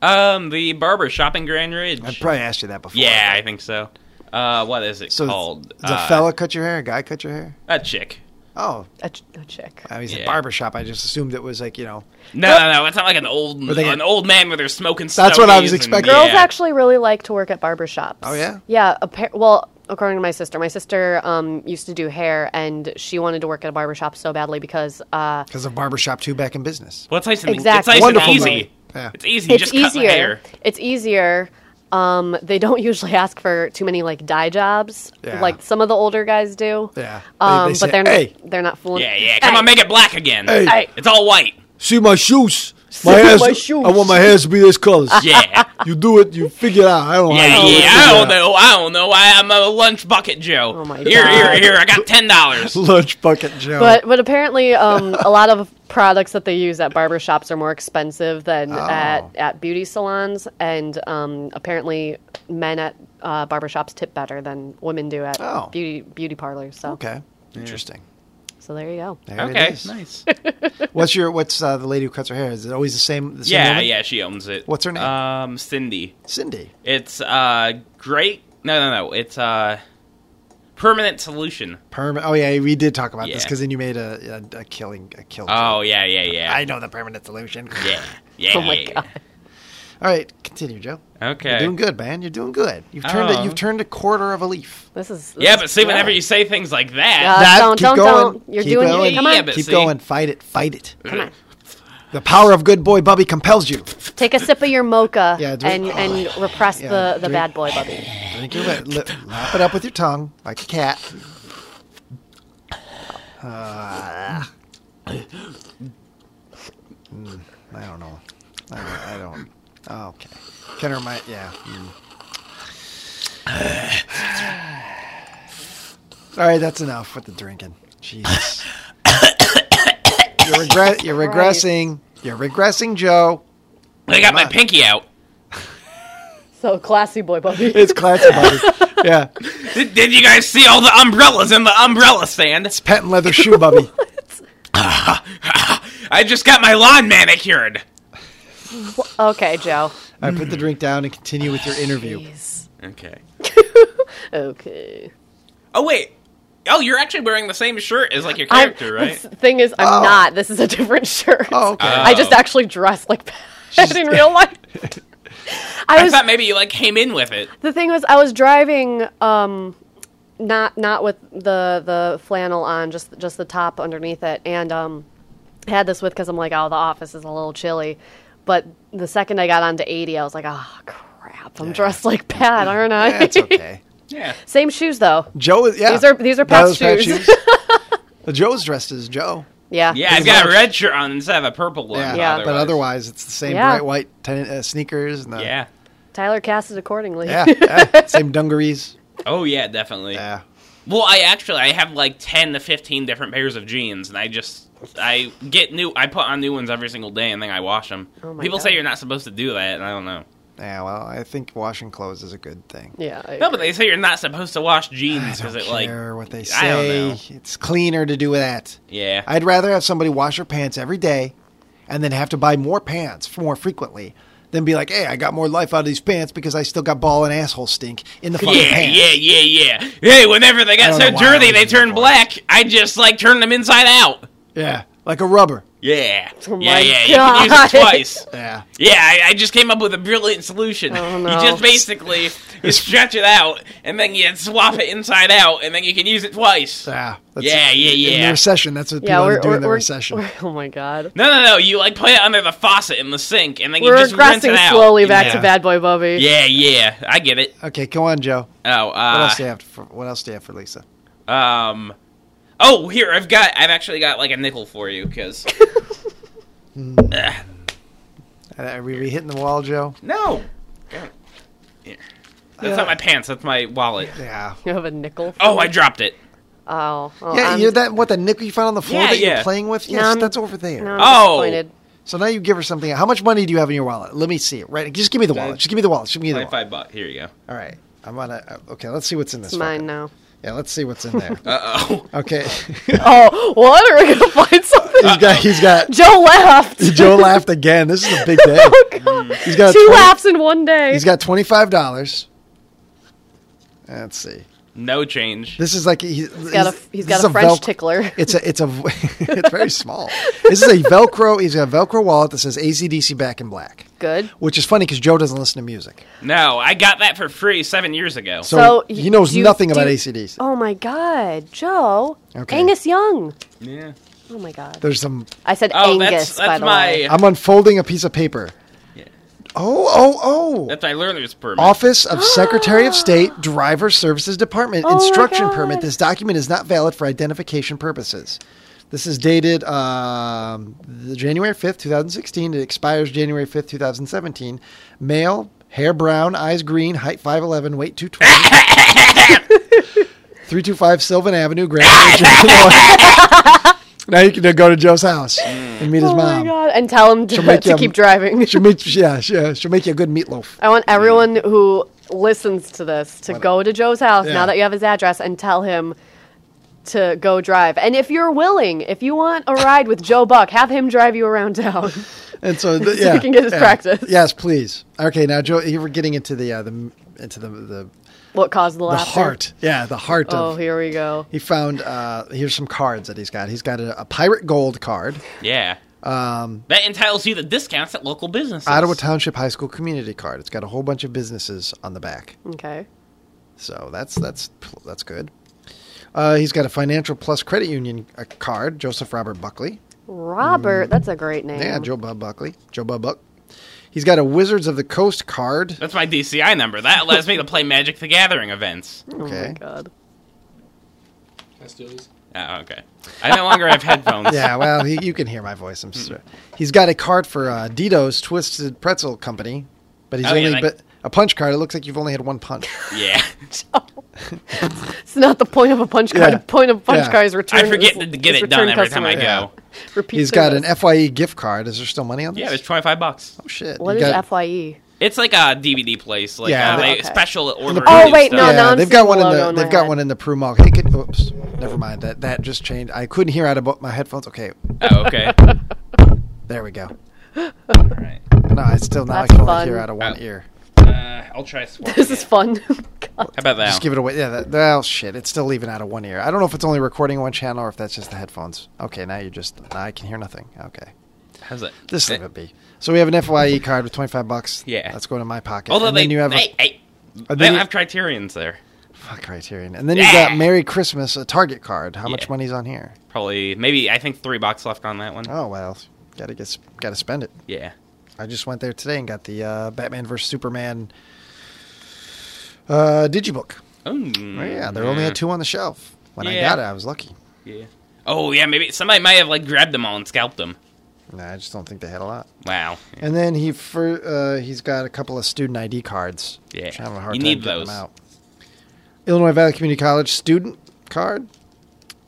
[SPEAKER 7] Um, the barber shop in Grand Ridge.
[SPEAKER 5] I probably asked you that before.
[SPEAKER 7] yeah, I think so. Uh, what is it
[SPEAKER 5] So th-
[SPEAKER 7] called?
[SPEAKER 5] does a
[SPEAKER 7] Uh,
[SPEAKER 5] fella cut your hair? A guy cut your hair?
[SPEAKER 7] A chick.
[SPEAKER 5] Oh,
[SPEAKER 4] a, ch- a chick.
[SPEAKER 5] I was at
[SPEAKER 7] Yeah.
[SPEAKER 5] barbershop. I just assumed it was like you know.
[SPEAKER 7] No, no, no. It's not like an old
[SPEAKER 5] they-
[SPEAKER 7] an old man where they're smoking.
[SPEAKER 5] That's what I was
[SPEAKER 7] stogies and-
[SPEAKER 5] expecting.
[SPEAKER 4] Girls
[SPEAKER 7] yeah.
[SPEAKER 4] actually really like to work at barbershops.
[SPEAKER 5] Oh, yeah?
[SPEAKER 4] Yeah. Appa- well, according to my sister, my sister um, used to do hair, and she wanted to work at a barbershop so badly because uh,
[SPEAKER 5] Because of barbershop two back in business.
[SPEAKER 7] Well, it's nice and
[SPEAKER 4] Exactly.
[SPEAKER 7] it's nice
[SPEAKER 5] Wonderful
[SPEAKER 7] and easy.
[SPEAKER 5] money. Yeah.
[SPEAKER 7] It's easy. You
[SPEAKER 4] it's
[SPEAKER 7] just cut my
[SPEAKER 4] easier.
[SPEAKER 7] hair.
[SPEAKER 4] It's easier. Um, they don't usually ask for too many like dye jobs,
[SPEAKER 5] Yeah.
[SPEAKER 4] like some of the older guys do.
[SPEAKER 5] Yeah. They-
[SPEAKER 4] Um, but
[SPEAKER 5] they say,
[SPEAKER 4] they're
[SPEAKER 5] "Hey."
[SPEAKER 4] not, they're not fooling.
[SPEAKER 7] Yeah, yeah. Come on, make it black again.
[SPEAKER 5] Hey.
[SPEAKER 7] It's all white.
[SPEAKER 5] See my shoes. My, hair's,
[SPEAKER 4] my shoes.
[SPEAKER 5] I want my hairs to be this color.
[SPEAKER 7] Yeah.
[SPEAKER 5] You do it. You figure it out. I don't. know
[SPEAKER 7] Yeah,
[SPEAKER 5] how you do it.
[SPEAKER 7] yeah, I don't know. I don't know. I, I'm a lunch bucket Joe.
[SPEAKER 4] Oh my
[SPEAKER 7] here,
[SPEAKER 4] God.
[SPEAKER 7] here, here. I got ten dollars.
[SPEAKER 5] Lunch bucket Joe.
[SPEAKER 4] But but apparently, um, a lot of products that they use at barbershops are more expensive than
[SPEAKER 5] Oh.
[SPEAKER 4] at, at beauty salons, and um, apparently, men at uh, barbershops tip better than women do at
[SPEAKER 5] Oh.
[SPEAKER 4] beauty beauty parlors. So
[SPEAKER 5] okay, interesting.
[SPEAKER 4] so there you go.
[SPEAKER 5] There it
[SPEAKER 7] Okay,
[SPEAKER 5] is.
[SPEAKER 7] nice.
[SPEAKER 5] What's your what's uh, the lady who cuts her hair? Is it always the same? The same
[SPEAKER 7] Yeah,
[SPEAKER 5] woman?
[SPEAKER 7] yeah. She owns it.
[SPEAKER 5] What's her name?
[SPEAKER 7] Um, Cindy.
[SPEAKER 5] Cindy.
[SPEAKER 7] It's uh great. No, no, no. It's uh permanent solution.
[SPEAKER 5] Permanent. Oh yeah, we did talk about this
[SPEAKER 7] Yeah.
[SPEAKER 5] because then you made a, a, a killing a kill.
[SPEAKER 7] Oh yeah, yeah, yeah.
[SPEAKER 5] I know the permanent solution.
[SPEAKER 7] yeah, yeah.
[SPEAKER 4] Oh my god.
[SPEAKER 5] All right, continue, Joe.
[SPEAKER 7] Okay.
[SPEAKER 5] You're doing good, man. You're doing good. You've turned it.
[SPEAKER 7] Oh.
[SPEAKER 5] You've turned a quarter of a leaf.
[SPEAKER 4] This is this
[SPEAKER 7] Yeah,
[SPEAKER 4] is
[SPEAKER 7] but see, whenever
[SPEAKER 4] good.
[SPEAKER 7] you say things like that,
[SPEAKER 4] Uh,
[SPEAKER 5] That-
[SPEAKER 4] don't,
[SPEAKER 5] keep
[SPEAKER 4] don't,
[SPEAKER 5] going.
[SPEAKER 4] don't. You're
[SPEAKER 5] Keep
[SPEAKER 4] doing
[SPEAKER 5] going.
[SPEAKER 4] it. Come
[SPEAKER 7] Yeah,
[SPEAKER 4] on.
[SPEAKER 7] but-
[SPEAKER 5] Keep
[SPEAKER 7] see.
[SPEAKER 5] going. Fight it. Fight it. Come on. The power of good boy Bubby compels you.
[SPEAKER 4] Take a sip of your mocha
[SPEAKER 5] Yeah, drink-
[SPEAKER 4] and, and repress
[SPEAKER 5] Yeah,
[SPEAKER 4] the, the
[SPEAKER 5] drink-
[SPEAKER 4] bad boy bubby.
[SPEAKER 5] Drink your lip. lip- Lap it up with your tongue like a cat. Uh, Ah. Kind of remind, yeah. mm. All right, that's enough with the drinking. Jesus, you're, regre- you're regressing. You're regressing, Joe.
[SPEAKER 7] I got my
[SPEAKER 5] on.
[SPEAKER 7] pinky out.
[SPEAKER 4] So classy boy, Bubby.
[SPEAKER 5] It's classy, buddy. yeah,
[SPEAKER 7] Did, did you guys see all the umbrellas in the umbrella stand?
[SPEAKER 5] patent leather shoe, Bubby.
[SPEAKER 7] I just got my lawn manicured.
[SPEAKER 4] okay, Joe.
[SPEAKER 5] I put the drink down and continue with your interview.
[SPEAKER 4] Jeez.
[SPEAKER 7] Okay.
[SPEAKER 4] Okay.
[SPEAKER 7] Oh wait. Oh, you're actually wearing the same shirt as like your character,
[SPEAKER 4] I'm-
[SPEAKER 7] right?
[SPEAKER 4] The thing is, I'm not. This is a different shirt.
[SPEAKER 5] Oh, okay.
[SPEAKER 4] I just actually dressed like that in real life. I
[SPEAKER 7] I
[SPEAKER 4] was
[SPEAKER 7] thought maybe you like came in with it.
[SPEAKER 4] the thing was I was driving um not not with the the flannel on just just the top underneath it and um I had this with cuz I'm like oh the office is a little chilly but the second I got onto 80 I was like oh crap I'm dressed like Pat aren't I
[SPEAKER 5] That's okay.
[SPEAKER 7] Yeah.
[SPEAKER 4] Same shoes though
[SPEAKER 5] Joe is yeah.
[SPEAKER 4] These are- these are Pat's shoes.
[SPEAKER 5] Joe's dressed as Joe.
[SPEAKER 4] yeah
[SPEAKER 7] Yeah, I've got a red shirt on instead of a purple one.
[SPEAKER 5] Yeah,
[SPEAKER 4] Yeah.
[SPEAKER 5] but otherwise it's the same
[SPEAKER 4] Yeah.
[SPEAKER 5] bright white ten- uh, sneakers and the
[SPEAKER 7] Yeah.
[SPEAKER 4] Tyler casted accordingly
[SPEAKER 5] yeah, yeah, same dungarees.
[SPEAKER 7] Oh yeah, definitely.
[SPEAKER 5] Yeah,
[SPEAKER 7] Well, I actually I have like ten to fifteen different pairs of jeans, and I just I get new. I put on new ones every single day, and then I wash them.
[SPEAKER 4] Oh my
[SPEAKER 7] People
[SPEAKER 4] God.
[SPEAKER 7] say you're not supposed to do that, and I don't know.
[SPEAKER 5] yeah. Well, I think washing clothes is a good thing.
[SPEAKER 4] yeah I
[SPEAKER 7] No, but they say you're not supposed to wash jeans
[SPEAKER 5] I
[SPEAKER 7] because
[SPEAKER 5] don't
[SPEAKER 7] it like
[SPEAKER 5] care what they
[SPEAKER 7] I don't
[SPEAKER 5] say.
[SPEAKER 7] know.
[SPEAKER 5] It's cleaner to do that.
[SPEAKER 7] yeah.
[SPEAKER 5] I'd rather have somebody wash your pants every day, and then have to buy more pants f- more frequently. than be like, hey, I got more life out of these pants because I still got ball and asshole stink in the fucking
[SPEAKER 7] yeah,
[SPEAKER 5] pants.
[SPEAKER 7] yeah, yeah, yeah. Hey, whenever they
[SPEAKER 5] I
[SPEAKER 7] got
[SPEAKER 5] don't
[SPEAKER 7] so
[SPEAKER 5] know why I
[SPEAKER 7] dirty,
[SPEAKER 5] was
[SPEAKER 7] they
[SPEAKER 5] in
[SPEAKER 7] turned
[SPEAKER 5] for it.
[SPEAKER 7] black. I just like turned them inside out.
[SPEAKER 5] yeah, like a rubber.
[SPEAKER 7] Yeah,
[SPEAKER 4] Oh
[SPEAKER 7] yeah,
[SPEAKER 4] my
[SPEAKER 7] yeah. You can use
[SPEAKER 4] God.
[SPEAKER 7] it twice.
[SPEAKER 5] Yeah,
[SPEAKER 7] Yeah, I, I just came up with a brilliant solution.
[SPEAKER 4] Oh, no.
[SPEAKER 7] You just basically you stretch it out, and then you swap it inside out, and then you can use it twice.
[SPEAKER 5] yeah, that's
[SPEAKER 7] Yeah, yeah,
[SPEAKER 5] In
[SPEAKER 7] yeah.
[SPEAKER 5] the recession, that's what people
[SPEAKER 4] yeah
[SPEAKER 5] are
[SPEAKER 4] we're,
[SPEAKER 5] doing
[SPEAKER 4] we're,
[SPEAKER 5] in the
[SPEAKER 4] we're-
[SPEAKER 5] recession.
[SPEAKER 4] we're- oh my god
[SPEAKER 7] No, no, no. You like put it under the faucet in the sink, and then you
[SPEAKER 4] we're
[SPEAKER 7] just rinse it
[SPEAKER 4] regressing
[SPEAKER 7] out.
[SPEAKER 4] slowly back
[SPEAKER 5] Yeah.
[SPEAKER 4] to bad boy Bubby
[SPEAKER 7] Yeah, yeah. I get it.
[SPEAKER 5] Okay, go on, Joe.
[SPEAKER 7] Oh,
[SPEAKER 5] What
[SPEAKER 7] uh,
[SPEAKER 5] else do you have? For, what else do you have for Lisa?
[SPEAKER 7] um, oh, here I've got. I've actually got like a nickel for you because
[SPEAKER 5] Uh, Are we hitting the wall, Joe?
[SPEAKER 7] no, Yeah. that's not my pants. That's my wallet.
[SPEAKER 5] Yeah.
[SPEAKER 4] you have a nickel
[SPEAKER 7] Oh, I dropped it.
[SPEAKER 4] oh well,
[SPEAKER 5] Yeah,
[SPEAKER 4] I'm-
[SPEAKER 5] you that what the nickel you found on the floor
[SPEAKER 7] Yeah,
[SPEAKER 5] that you're
[SPEAKER 7] yeah.
[SPEAKER 5] playing with?
[SPEAKER 4] No,
[SPEAKER 5] Yes,
[SPEAKER 4] I'm-
[SPEAKER 5] that's over there.
[SPEAKER 4] No, I'm
[SPEAKER 7] Oh.
[SPEAKER 4] disappointed.
[SPEAKER 5] So now you give her something. How much money do you have in your wallet? Let me see it. Right, just give me the wallet. Just give me the wallet. Just give me the wallet.
[SPEAKER 7] Twenty-five bucks. Here you go.
[SPEAKER 5] All right, I'm on a. uh, Okay, let's see what's in this.
[SPEAKER 4] It's mine
[SPEAKER 5] fucker.
[SPEAKER 4] now.
[SPEAKER 5] Yeah, let's see what's in there.
[SPEAKER 7] Uh oh.
[SPEAKER 5] okay,
[SPEAKER 4] Oh, what? Are we gonna find something?
[SPEAKER 7] Uh,
[SPEAKER 5] he's got. He's got.
[SPEAKER 4] Joe left.
[SPEAKER 5] Joe laughed again. This is a big day.
[SPEAKER 4] Oh,
[SPEAKER 7] Mm.
[SPEAKER 4] God.
[SPEAKER 5] He's got a
[SPEAKER 4] Two
[SPEAKER 5] 20
[SPEAKER 4] laughs in one day.
[SPEAKER 5] He's got twenty five dollars. Let's see.
[SPEAKER 7] No change.
[SPEAKER 5] This is like he's,
[SPEAKER 4] He's got a, he's got a French tickler.
[SPEAKER 5] It's a it's a it's very small. This is a Velcro. He's got a Velcro wallet that says ACDC Back in Black,
[SPEAKER 4] Good.
[SPEAKER 5] which is funny because Joe doesn't listen to music,
[SPEAKER 7] No, I got that for free seven years ago.
[SPEAKER 5] so,
[SPEAKER 4] So,
[SPEAKER 5] he knows
[SPEAKER 4] do you-
[SPEAKER 5] nothing
[SPEAKER 4] do
[SPEAKER 5] about
[SPEAKER 4] you-
[SPEAKER 5] ACDC.
[SPEAKER 4] Oh my God, Joe.
[SPEAKER 5] Okay.
[SPEAKER 4] Angus Young.
[SPEAKER 7] Yeah.
[SPEAKER 4] Oh my God.
[SPEAKER 5] There's some.
[SPEAKER 4] I said
[SPEAKER 7] Oh,
[SPEAKER 4] Angus.
[SPEAKER 7] that's
[SPEAKER 4] by
[SPEAKER 7] that's
[SPEAKER 4] the
[SPEAKER 7] my
[SPEAKER 4] way.
[SPEAKER 5] I'm unfolding a piece of paper. Oh oh oh!
[SPEAKER 7] that's my learner's permit.
[SPEAKER 5] Office of Secretary of State Driver Services Department
[SPEAKER 4] Oh my
[SPEAKER 5] instruction
[SPEAKER 4] God.
[SPEAKER 5] permit. This document is not valid for identification purposes. This is dated um, the January 5th, 2016. It expires January 5th, 2017. Male, hair brown, eyes green, height 5'11, weight 220. 325 Sylvan Avenue, Grand Rapids, Illinois. Now you can go to Joe's house and meet his
[SPEAKER 4] Oh my
[SPEAKER 5] mom.
[SPEAKER 4] God. And tell him to,
[SPEAKER 5] make
[SPEAKER 4] to
[SPEAKER 5] you a-
[SPEAKER 4] keep driving.
[SPEAKER 5] She'll make, yeah, she- she'll make you a good meatloaf.
[SPEAKER 4] I want everyone who listens to this to go to Joe's house
[SPEAKER 5] Yeah.
[SPEAKER 4] now that you have his address and tell him to go drive. And if you're willing, if you want a ride with Joe Buck, have him drive you around town.
[SPEAKER 5] And so, th- yeah,
[SPEAKER 4] we can get his
[SPEAKER 5] yeah.
[SPEAKER 4] practice.
[SPEAKER 5] Yes, please. Okay, now Joe, you were getting into the uh, the into the the,
[SPEAKER 4] What caused the
[SPEAKER 5] the
[SPEAKER 4] laughter?
[SPEAKER 5] heart. Yeah, the heart
[SPEAKER 4] Oh,
[SPEAKER 5] of.
[SPEAKER 4] here we go.
[SPEAKER 5] He found uh, here's some cards that he's got. He's got a, a pirate gold card,
[SPEAKER 7] Yeah. Um, that entitles you to discounts at local businesses.
[SPEAKER 5] Ottawa Township High School community card. It's got a whole bunch of businesses on the back.
[SPEAKER 4] Okay.
[SPEAKER 5] So that's that's that's good. Uh, he's got a financial plus credit union uh, card. Joseph Robert Buckley.
[SPEAKER 4] Robert, that's a great name.
[SPEAKER 5] Mm. Yeah, Joe Bob Buckley. Joe Bob Buck. He's got a Wizards of the Coast card.
[SPEAKER 7] That's my DCI number. That allows me to play Magic the Gathering events.
[SPEAKER 4] Oh my
[SPEAKER 5] Okay.
[SPEAKER 4] god.
[SPEAKER 3] Can I steal these?
[SPEAKER 7] Oh, okay. I no longer have headphones.
[SPEAKER 5] yeah, well,
[SPEAKER 7] Hmm.
[SPEAKER 5] he, you can hear my voice. I'm sure. He's got a card for uh, Dito's Twisted Pretzel Company. But he's
[SPEAKER 7] Oh, yeah, like-
[SPEAKER 5] only but a punch card. It looks like you've only had one punch.
[SPEAKER 7] Yeah.
[SPEAKER 4] It's not the point of a punch card.
[SPEAKER 5] Yeah.
[SPEAKER 4] The point of a punch
[SPEAKER 5] Yeah.
[SPEAKER 4] card is return.
[SPEAKER 7] I forget
[SPEAKER 4] is-
[SPEAKER 7] to get
[SPEAKER 4] is
[SPEAKER 7] it done
[SPEAKER 4] return
[SPEAKER 7] every time I go.
[SPEAKER 4] customer. Repeat
[SPEAKER 5] He's got an
[SPEAKER 4] service.
[SPEAKER 5] Fye gift card. Is there still money on this?
[SPEAKER 7] Yeah, it's twenty five bucks.
[SPEAKER 5] oh shit.
[SPEAKER 4] What
[SPEAKER 5] You
[SPEAKER 4] is E?
[SPEAKER 5] got-
[SPEAKER 4] Fye?
[SPEAKER 7] It's like a DVD place, like
[SPEAKER 5] Yeah,
[SPEAKER 7] uh,
[SPEAKER 5] they-
[SPEAKER 7] they
[SPEAKER 4] okay.
[SPEAKER 7] special order.
[SPEAKER 4] Oh,
[SPEAKER 7] and
[SPEAKER 4] wait,
[SPEAKER 7] stuff.
[SPEAKER 4] no,
[SPEAKER 5] yeah,
[SPEAKER 4] now I'm
[SPEAKER 5] they've
[SPEAKER 4] seeing
[SPEAKER 5] got one in
[SPEAKER 4] the
[SPEAKER 5] the
[SPEAKER 4] logo in my
[SPEAKER 5] they've got
[SPEAKER 4] head.
[SPEAKER 5] one in the Prumog. Hey, could, oops, never mind. That that just changed. I couldn't hear out of bo- my headphones. Okay,
[SPEAKER 7] Oh, okay.
[SPEAKER 5] there we go.
[SPEAKER 7] Alright.
[SPEAKER 5] No, it's still not.
[SPEAKER 4] That's
[SPEAKER 5] I can only
[SPEAKER 4] fun.
[SPEAKER 5] hear out of one
[SPEAKER 7] Oh.
[SPEAKER 5] ear.
[SPEAKER 7] Uh, I'll try swap.
[SPEAKER 4] This is fun. God.
[SPEAKER 7] How about that?
[SPEAKER 5] Just give it away. Yeah, that, well, shit. It's still leaving out of one ear. I don't know if it's only recording one channel or if that's just the headphones. Okay, now you're just. Now I can hear nothing. Okay,
[SPEAKER 7] How's it?
[SPEAKER 5] just leave it be. So we have an Fye card with twenty five bucks.
[SPEAKER 7] Eh. Yeah.
[SPEAKER 5] that's going in my pocket.
[SPEAKER 7] Although
[SPEAKER 5] and
[SPEAKER 7] they,
[SPEAKER 5] then you have a-
[SPEAKER 7] they, hey,
[SPEAKER 5] and
[SPEAKER 7] they
[SPEAKER 5] then
[SPEAKER 7] don't
[SPEAKER 5] you-
[SPEAKER 7] have criterions there.
[SPEAKER 5] Fuck Criterion. And then you got
[SPEAKER 7] Yeah.
[SPEAKER 5] Merry Christmas, a Target card. How much
[SPEAKER 7] Yeah.
[SPEAKER 5] money's on here?
[SPEAKER 7] Probably maybe I think three bucks left on that one.
[SPEAKER 5] Oh well, gotta get gotta spend it.
[SPEAKER 7] Yeah.
[SPEAKER 5] I just went there today and got the uh, Batman vs Superman uh, digibook.
[SPEAKER 7] Oh
[SPEAKER 5] Yeah, they only had two on the shelf. When I
[SPEAKER 7] Mm-hmm. Yeah.
[SPEAKER 5] got it, I was lucky.
[SPEAKER 7] Yeah. Oh yeah, maybe somebody might have like grabbed them all and scalped them.
[SPEAKER 5] Nah, I just don't think they had a lot.
[SPEAKER 7] Wow. Yeah.
[SPEAKER 5] And then he for, uh, he's got a couple of student ID cards.
[SPEAKER 7] Yeah.
[SPEAKER 5] which I'm having a hard
[SPEAKER 7] You
[SPEAKER 5] time
[SPEAKER 7] need
[SPEAKER 5] getting them
[SPEAKER 7] those.
[SPEAKER 5] out. Illinois Valley Community College student card,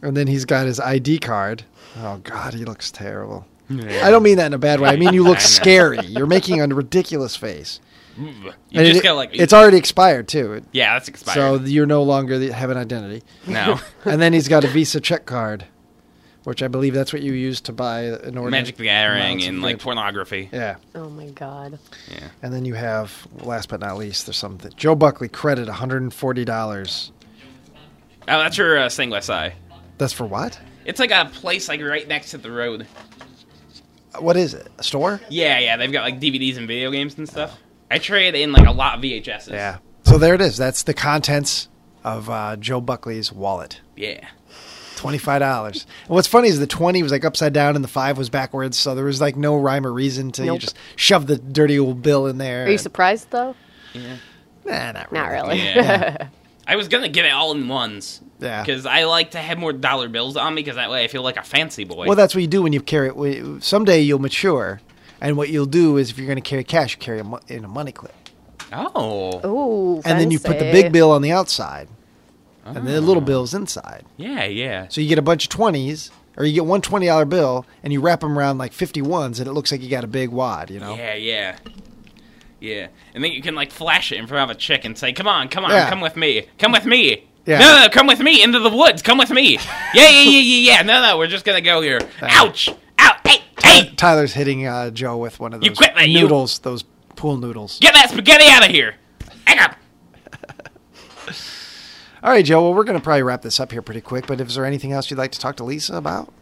[SPEAKER 5] and then he's got his ID card. Oh God, he looks terrible. I don't mean that in a bad way. I mean you look
[SPEAKER 7] I know.
[SPEAKER 5] scary. You're making a ridiculous face.
[SPEAKER 7] You
[SPEAKER 5] And
[SPEAKER 7] just
[SPEAKER 5] it-
[SPEAKER 7] got like
[SPEAKER 5] it's already expired too. It-
[SPEAKER 7] yeah, that's expired.
[SPEAKER 5] So you're no longer the, have an identity.
[SPEAKER 7] no.
[SPEAKER 5] And then he's got a Visa check card, which I believe that's what you use to buy an order.
[SPEAKER 7] Magic the Gathering and like pornography.
[SPEAKER 5] yeah.
[SPEAKER 4] Oh my god.
[SPEAKER 7] Yeah.
[SPEAKER 5] And then you have, last but not least, there's something. Joe Buckley credit $140.
[SPEAKER 7] Oh, that's your uh, Singles Eye.
[SPEAKER 5] That's for what?
[SPEAKER 7] It's like a place like right next to the road.
[SPEAKER 5] What is it? A store?
[SPEAKER 7] Yeah, yeah, they've got like DVDs and video games and stuff. I trade in like a lot of VHSs.
[SPEAKER 5] So there it is. That's the contents of uh, Joe Buckley's wallet.
[SPEAKER 7] Yeah.
[SPEAKER 5] Twenty-five dollars. And what's funny is the twenty was like upside down and the five was backwards, so there was like no rhyme or reason to you
[SPEAKER 4] Nope.
[SPEAKER 5] just shove the dirty old bill in there.
[SPEAKER 4] Are you
[SPEAKER 5] and-
[SPEAKER 4] surprised though?
[SPEAKER 5] Nah, not really.
[SPEAKER 4] Not really.
[SPEAKER 7] Yeah. I was gonna get it all in ones.
[SPEAKER 5] Yeah.
[SPEAKER 7] Because I like to have more dollar bills on me, because that way I feel like a fancy boy.
[SPEAKER 5] Well, that's what you do when you carry. when- Someday you'll mature, and what you'll do is if you're going to carry cash, you carry a mo- in a money clip,
[SPEAKER 7] oh.
[SPEAKER 4] Ooh.
[SPEAKER 5] and then you put the
[SPEAKER 4] fancy.
[SPEAKER 5] big bill on the outside, and the
[SPEAKER 7] Ah.
[SPEAKER 5] little bill's inside.
[SPEAKER 7] Yeah, yeah.
[SPEAKER 5] So you get a bunch of twenties, or you get one twenty dollar bill, and you wrap them around like fifty ones, and it looks like you got a big wad. You know.
[SPEAKER 7] Yeah, yeah. Yeah. And then you can like flash it in front of a chick and say, Come on, come on,
[SPEAKER 5] Yeah.
[SPEAKER 7] come with me. Come with me.
[SPEAKER 5] Yeah.
[SPEAKER 7] No, no, no, come with me into the woods. Come with me. Yeah, yeah, yeah, yeah, yeah. No, no, we're just gonna go here. Ouch! Ow! Hey, hey!
[SPEAKER 5] Tyler's hitting uh, Joe with one of those
[SPEAKER 7] You quit that, you-
[SPEAKER 5] noodles, those pool noodles.
[SPEAKER 7] Get that spaghetti out of here! Hang up!
[SPEAKER 5] All right, Joe. Well, we're going to probably wrap this up here pretty quick. But is there anything else you'd like to talk to Lisa about?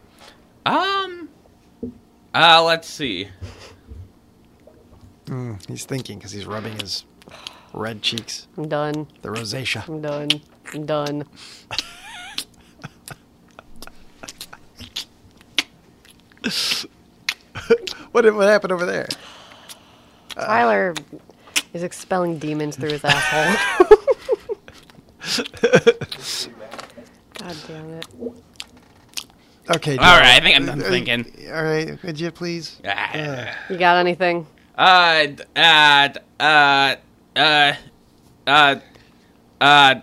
[SPEAKER 7] Um. Uh, let's see.
[SPEAKER 5] He's thinking because he's rubbing his red cheeks,
[SPEAKER 4] I'm done.
[SPEAKER 5] the rosacea.
[SPEAKER 4] I'm done. I'm done.
[SPEAKER 5] What, what happened over there? Uh.
[SPEAKER 4] Tyler is expelling demons through his asshole. God damn it.
[SPEAKER 5] Okay. Joe.
[SPEAKER 7] All right, I think I'm done
[SPEAKER 5] Uh,
[SPEAKER 7] thinking.
[SPEAKER 5] All right. Could you please?
[SPEAKER 7] Ah.
[SPEAKER 4] You got anything?
[SPEAKER 7] Uh, d- uh, d- uh, uh, uh, uh,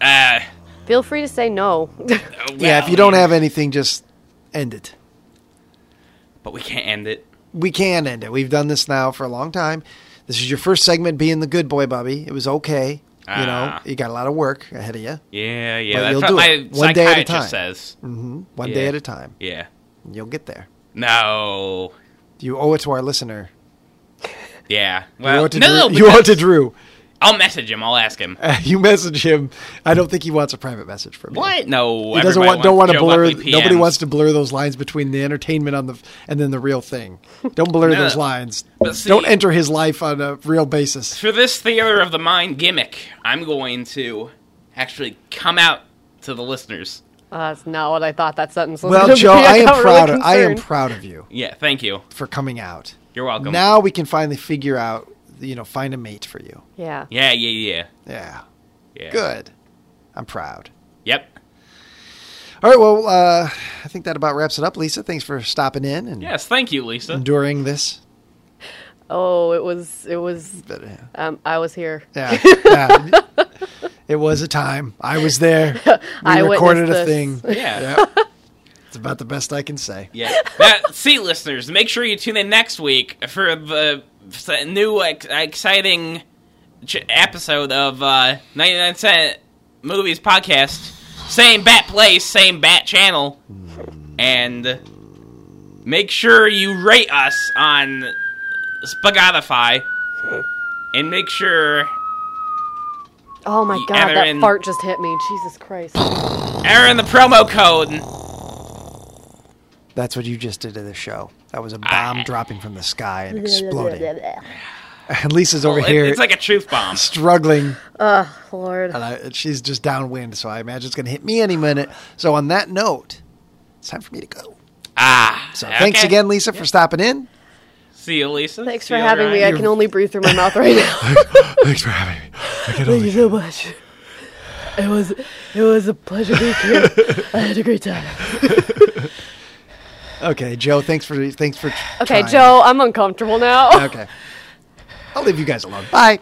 [SPEAKER 7] uh.
[SPEAKER 4] Feel free to say no.
[SPEAKER 5] yeah. If you don't have anything, just end it.
[SPEAKER 7] But we can't end it.
[SPEAKER 5] We can end it. We've done this now for a long time. This is your first segment being the good boy, Bubby. It was okay. You know,
[SPEAKER 7] Ah.
[SPEAKER 5] you got a lot of work ahead of you.
[SPEAKER 7] Yeah, yeah.
[SPEAKER 5] But
[SPEAKER 7] that's
[SPEAKER 5] you'll
[SPEAKER 7] what
[SPEAKER 5] do
[SPEAKER 7] my
[SPEAKER 5] it. One day at a
[SPEAKER 7] psychiatrist
[SPEAKER 5] time. Mm.
[SPEAKER 7] says.
[SPEAKER 5] One day
[SPEAKER 7] Yeah.
[SPEAKER 5] at a time.
[SPEAKER 7] Yeah.
[SPEAKER 5] You'll get there.
[SPEAKER 7] No.
[SPEAKER 5] You owe it to our listener.
[SPEAKER 7] Yeah.
[SPEAKER 5] You
[SPEAKER 7] Well,
[SPEAKER 5] owe it to
[SPEAKER 7] no,
[SPEAKER 5] Drew.
[SPEAKER 7] no,
[SPEAKER 5] you owe it to
[SPEAKER 7] because-
[SPEAKER 5] Drew.
[SPEAKER 7] I'll message him. I'll ask him.
[SPEAKER 5] you message him. I don't think he wants a private message from you.
[SPEAKER 7] What? No.
[SPEAKER 5] He doesn't
[SPEAKER 7] everybody
[SPEAKER 5] want, don't want
[SPEAKER 7] wants
[SPEAKER 5] to
[SPEAKER 7] Joe
[SPEAKER 5] blur.
[SPEAKER 7] Buckley
[SPEAKER 5] Nobody
[SPEAKER 7] PMs.
[SPEAKER 5] wants to blur those lines between the entertainment on the and then the real thing. Don't blur
[SPEAKER 7] No.
[SPEAKER 5] those lines.
[SPEAKER 7] But see-
[SPEAKER 5] don't enter his life on a real basis.
[SPEAKER 7] For this theater of the mind gimmick, I'm going to actually come out to the listeners.
[SPEAKER 4] Uh, that's not what I thought that sentence was
[SPEAKER 5] Well,
[SPEAKER 4] gonna
[SPEAKER 5] Joe,
[SPEAKER 4] be.
[SPEAKER 5] I am
[SPEAKER 4] got really
[SPEAKER 5] proud. Of, I am
[SPEAKER 4] concerned.
[SPEAKER 5] proud of you
[SPEAKER 7] Yeah, thank you.
[SPEAKER 5] for coming out.
[SPEAKER 7] You're welcome.
[SPEAKER 5] Now we can finally figure out, you know, find a mate for you.
[SPEAKER 4] Yeah.
[SPEAKER 7] Yeah, yeah, yeah.
[SPEAKER 5] Yeah,
[SPEAKER 7] yeah.
[SPEAKER 5] good. I'm proud.
[SPEAKER 7] Yep.
[SPEAKER 5] All right. Well, uh, I think that about wraps it up, Lisa. Thanks for stopping in and
[SPEAKER 7] Yes, thank you, Lisa.
[SPEAKER 5] enduring this.
[SPEAKER 4] Oh, it was it was.
[SPEAKER 5] But, yeah.
[SPEAKER 4] Um, I was here.
[SPEAKER 5] Yeah, yeah. it was a time. I was there. We
[SPEAKER 4] I
[SPEAKER 5] recorded a
[SPEAKER 4] witnessed
[SPEAKER 5] thing.
[SPEAKER 4] this.
[SPEAKER 7] Yeah.
[SPEAKER 5] It's about the best I can say.
[SPEAKER 7] Yeah. That, see, listeners, make sure you tune in next week for the s- new ex- exciting ch- episode of uh, 99 Cent Movies Podcast. Same bat place, same bat channel. And make sure you rate us on Spotify. And make sure
[SPEAKER 4] Oh my
[SPEAKER 7] You
[SPEAKER 4] god,
[SPEAKER 7] enter
[SPEAKER 4] that
[SPEAKER 7] in-
[SPEAKER 4] fart just hit me. Jesus Christ.
[SPEAKER 7] enter in the promo code.
[SPEAKER 5] That's what you just did to the show. That was a
[SPEAKER 7] Ah.
[SPEAKER 5] bomb dropping from the sky and exploding. and Lisa's over
[SPEAKER 7] It-
[SPEAKER 5] here
[SPEAKER 7] it's like a truth bomb.
[SPEAKER 5] struggling.
[SPEAKER 4] Lord.
[SPEAKER 5] And I, she's just downwind, so I imagine it's going to hit me any minute. So on that note, it's time for me to go.
[SPEAKER 7] Ah.
[SPEAKER 5] So thanks
[SPEAKER 7] okay.
[SPEAKER 5] again, Lisa, for stopping in.
[SPEAKER 7] See you, Lisa.
[SPEAKER 4] Thanks
[SPEAKER 7] See
[SPEAKER 4] for
[SPEAKER 7] you,
[SPEAKER 4] having me. I
[SPEAKER 7] Ryan.
[SPEAKER 4] can only breathe through my mouth right now.
[SPEAKER 5] Thanks for having me.
[SPEAKER 4] Thank you so much. It was it was a pleasure being here. I had a great time.
[SPEAKER 5] Okay, Joe. Thanks for thanks for.
[SPEAKER 4] Okay,
[SPEAKER 5] trying.
[SPEAKER 4] Joe, I'm uncomfortable now.
[SPEAKER 5] Okay. I'll leave you guys alone. Bye.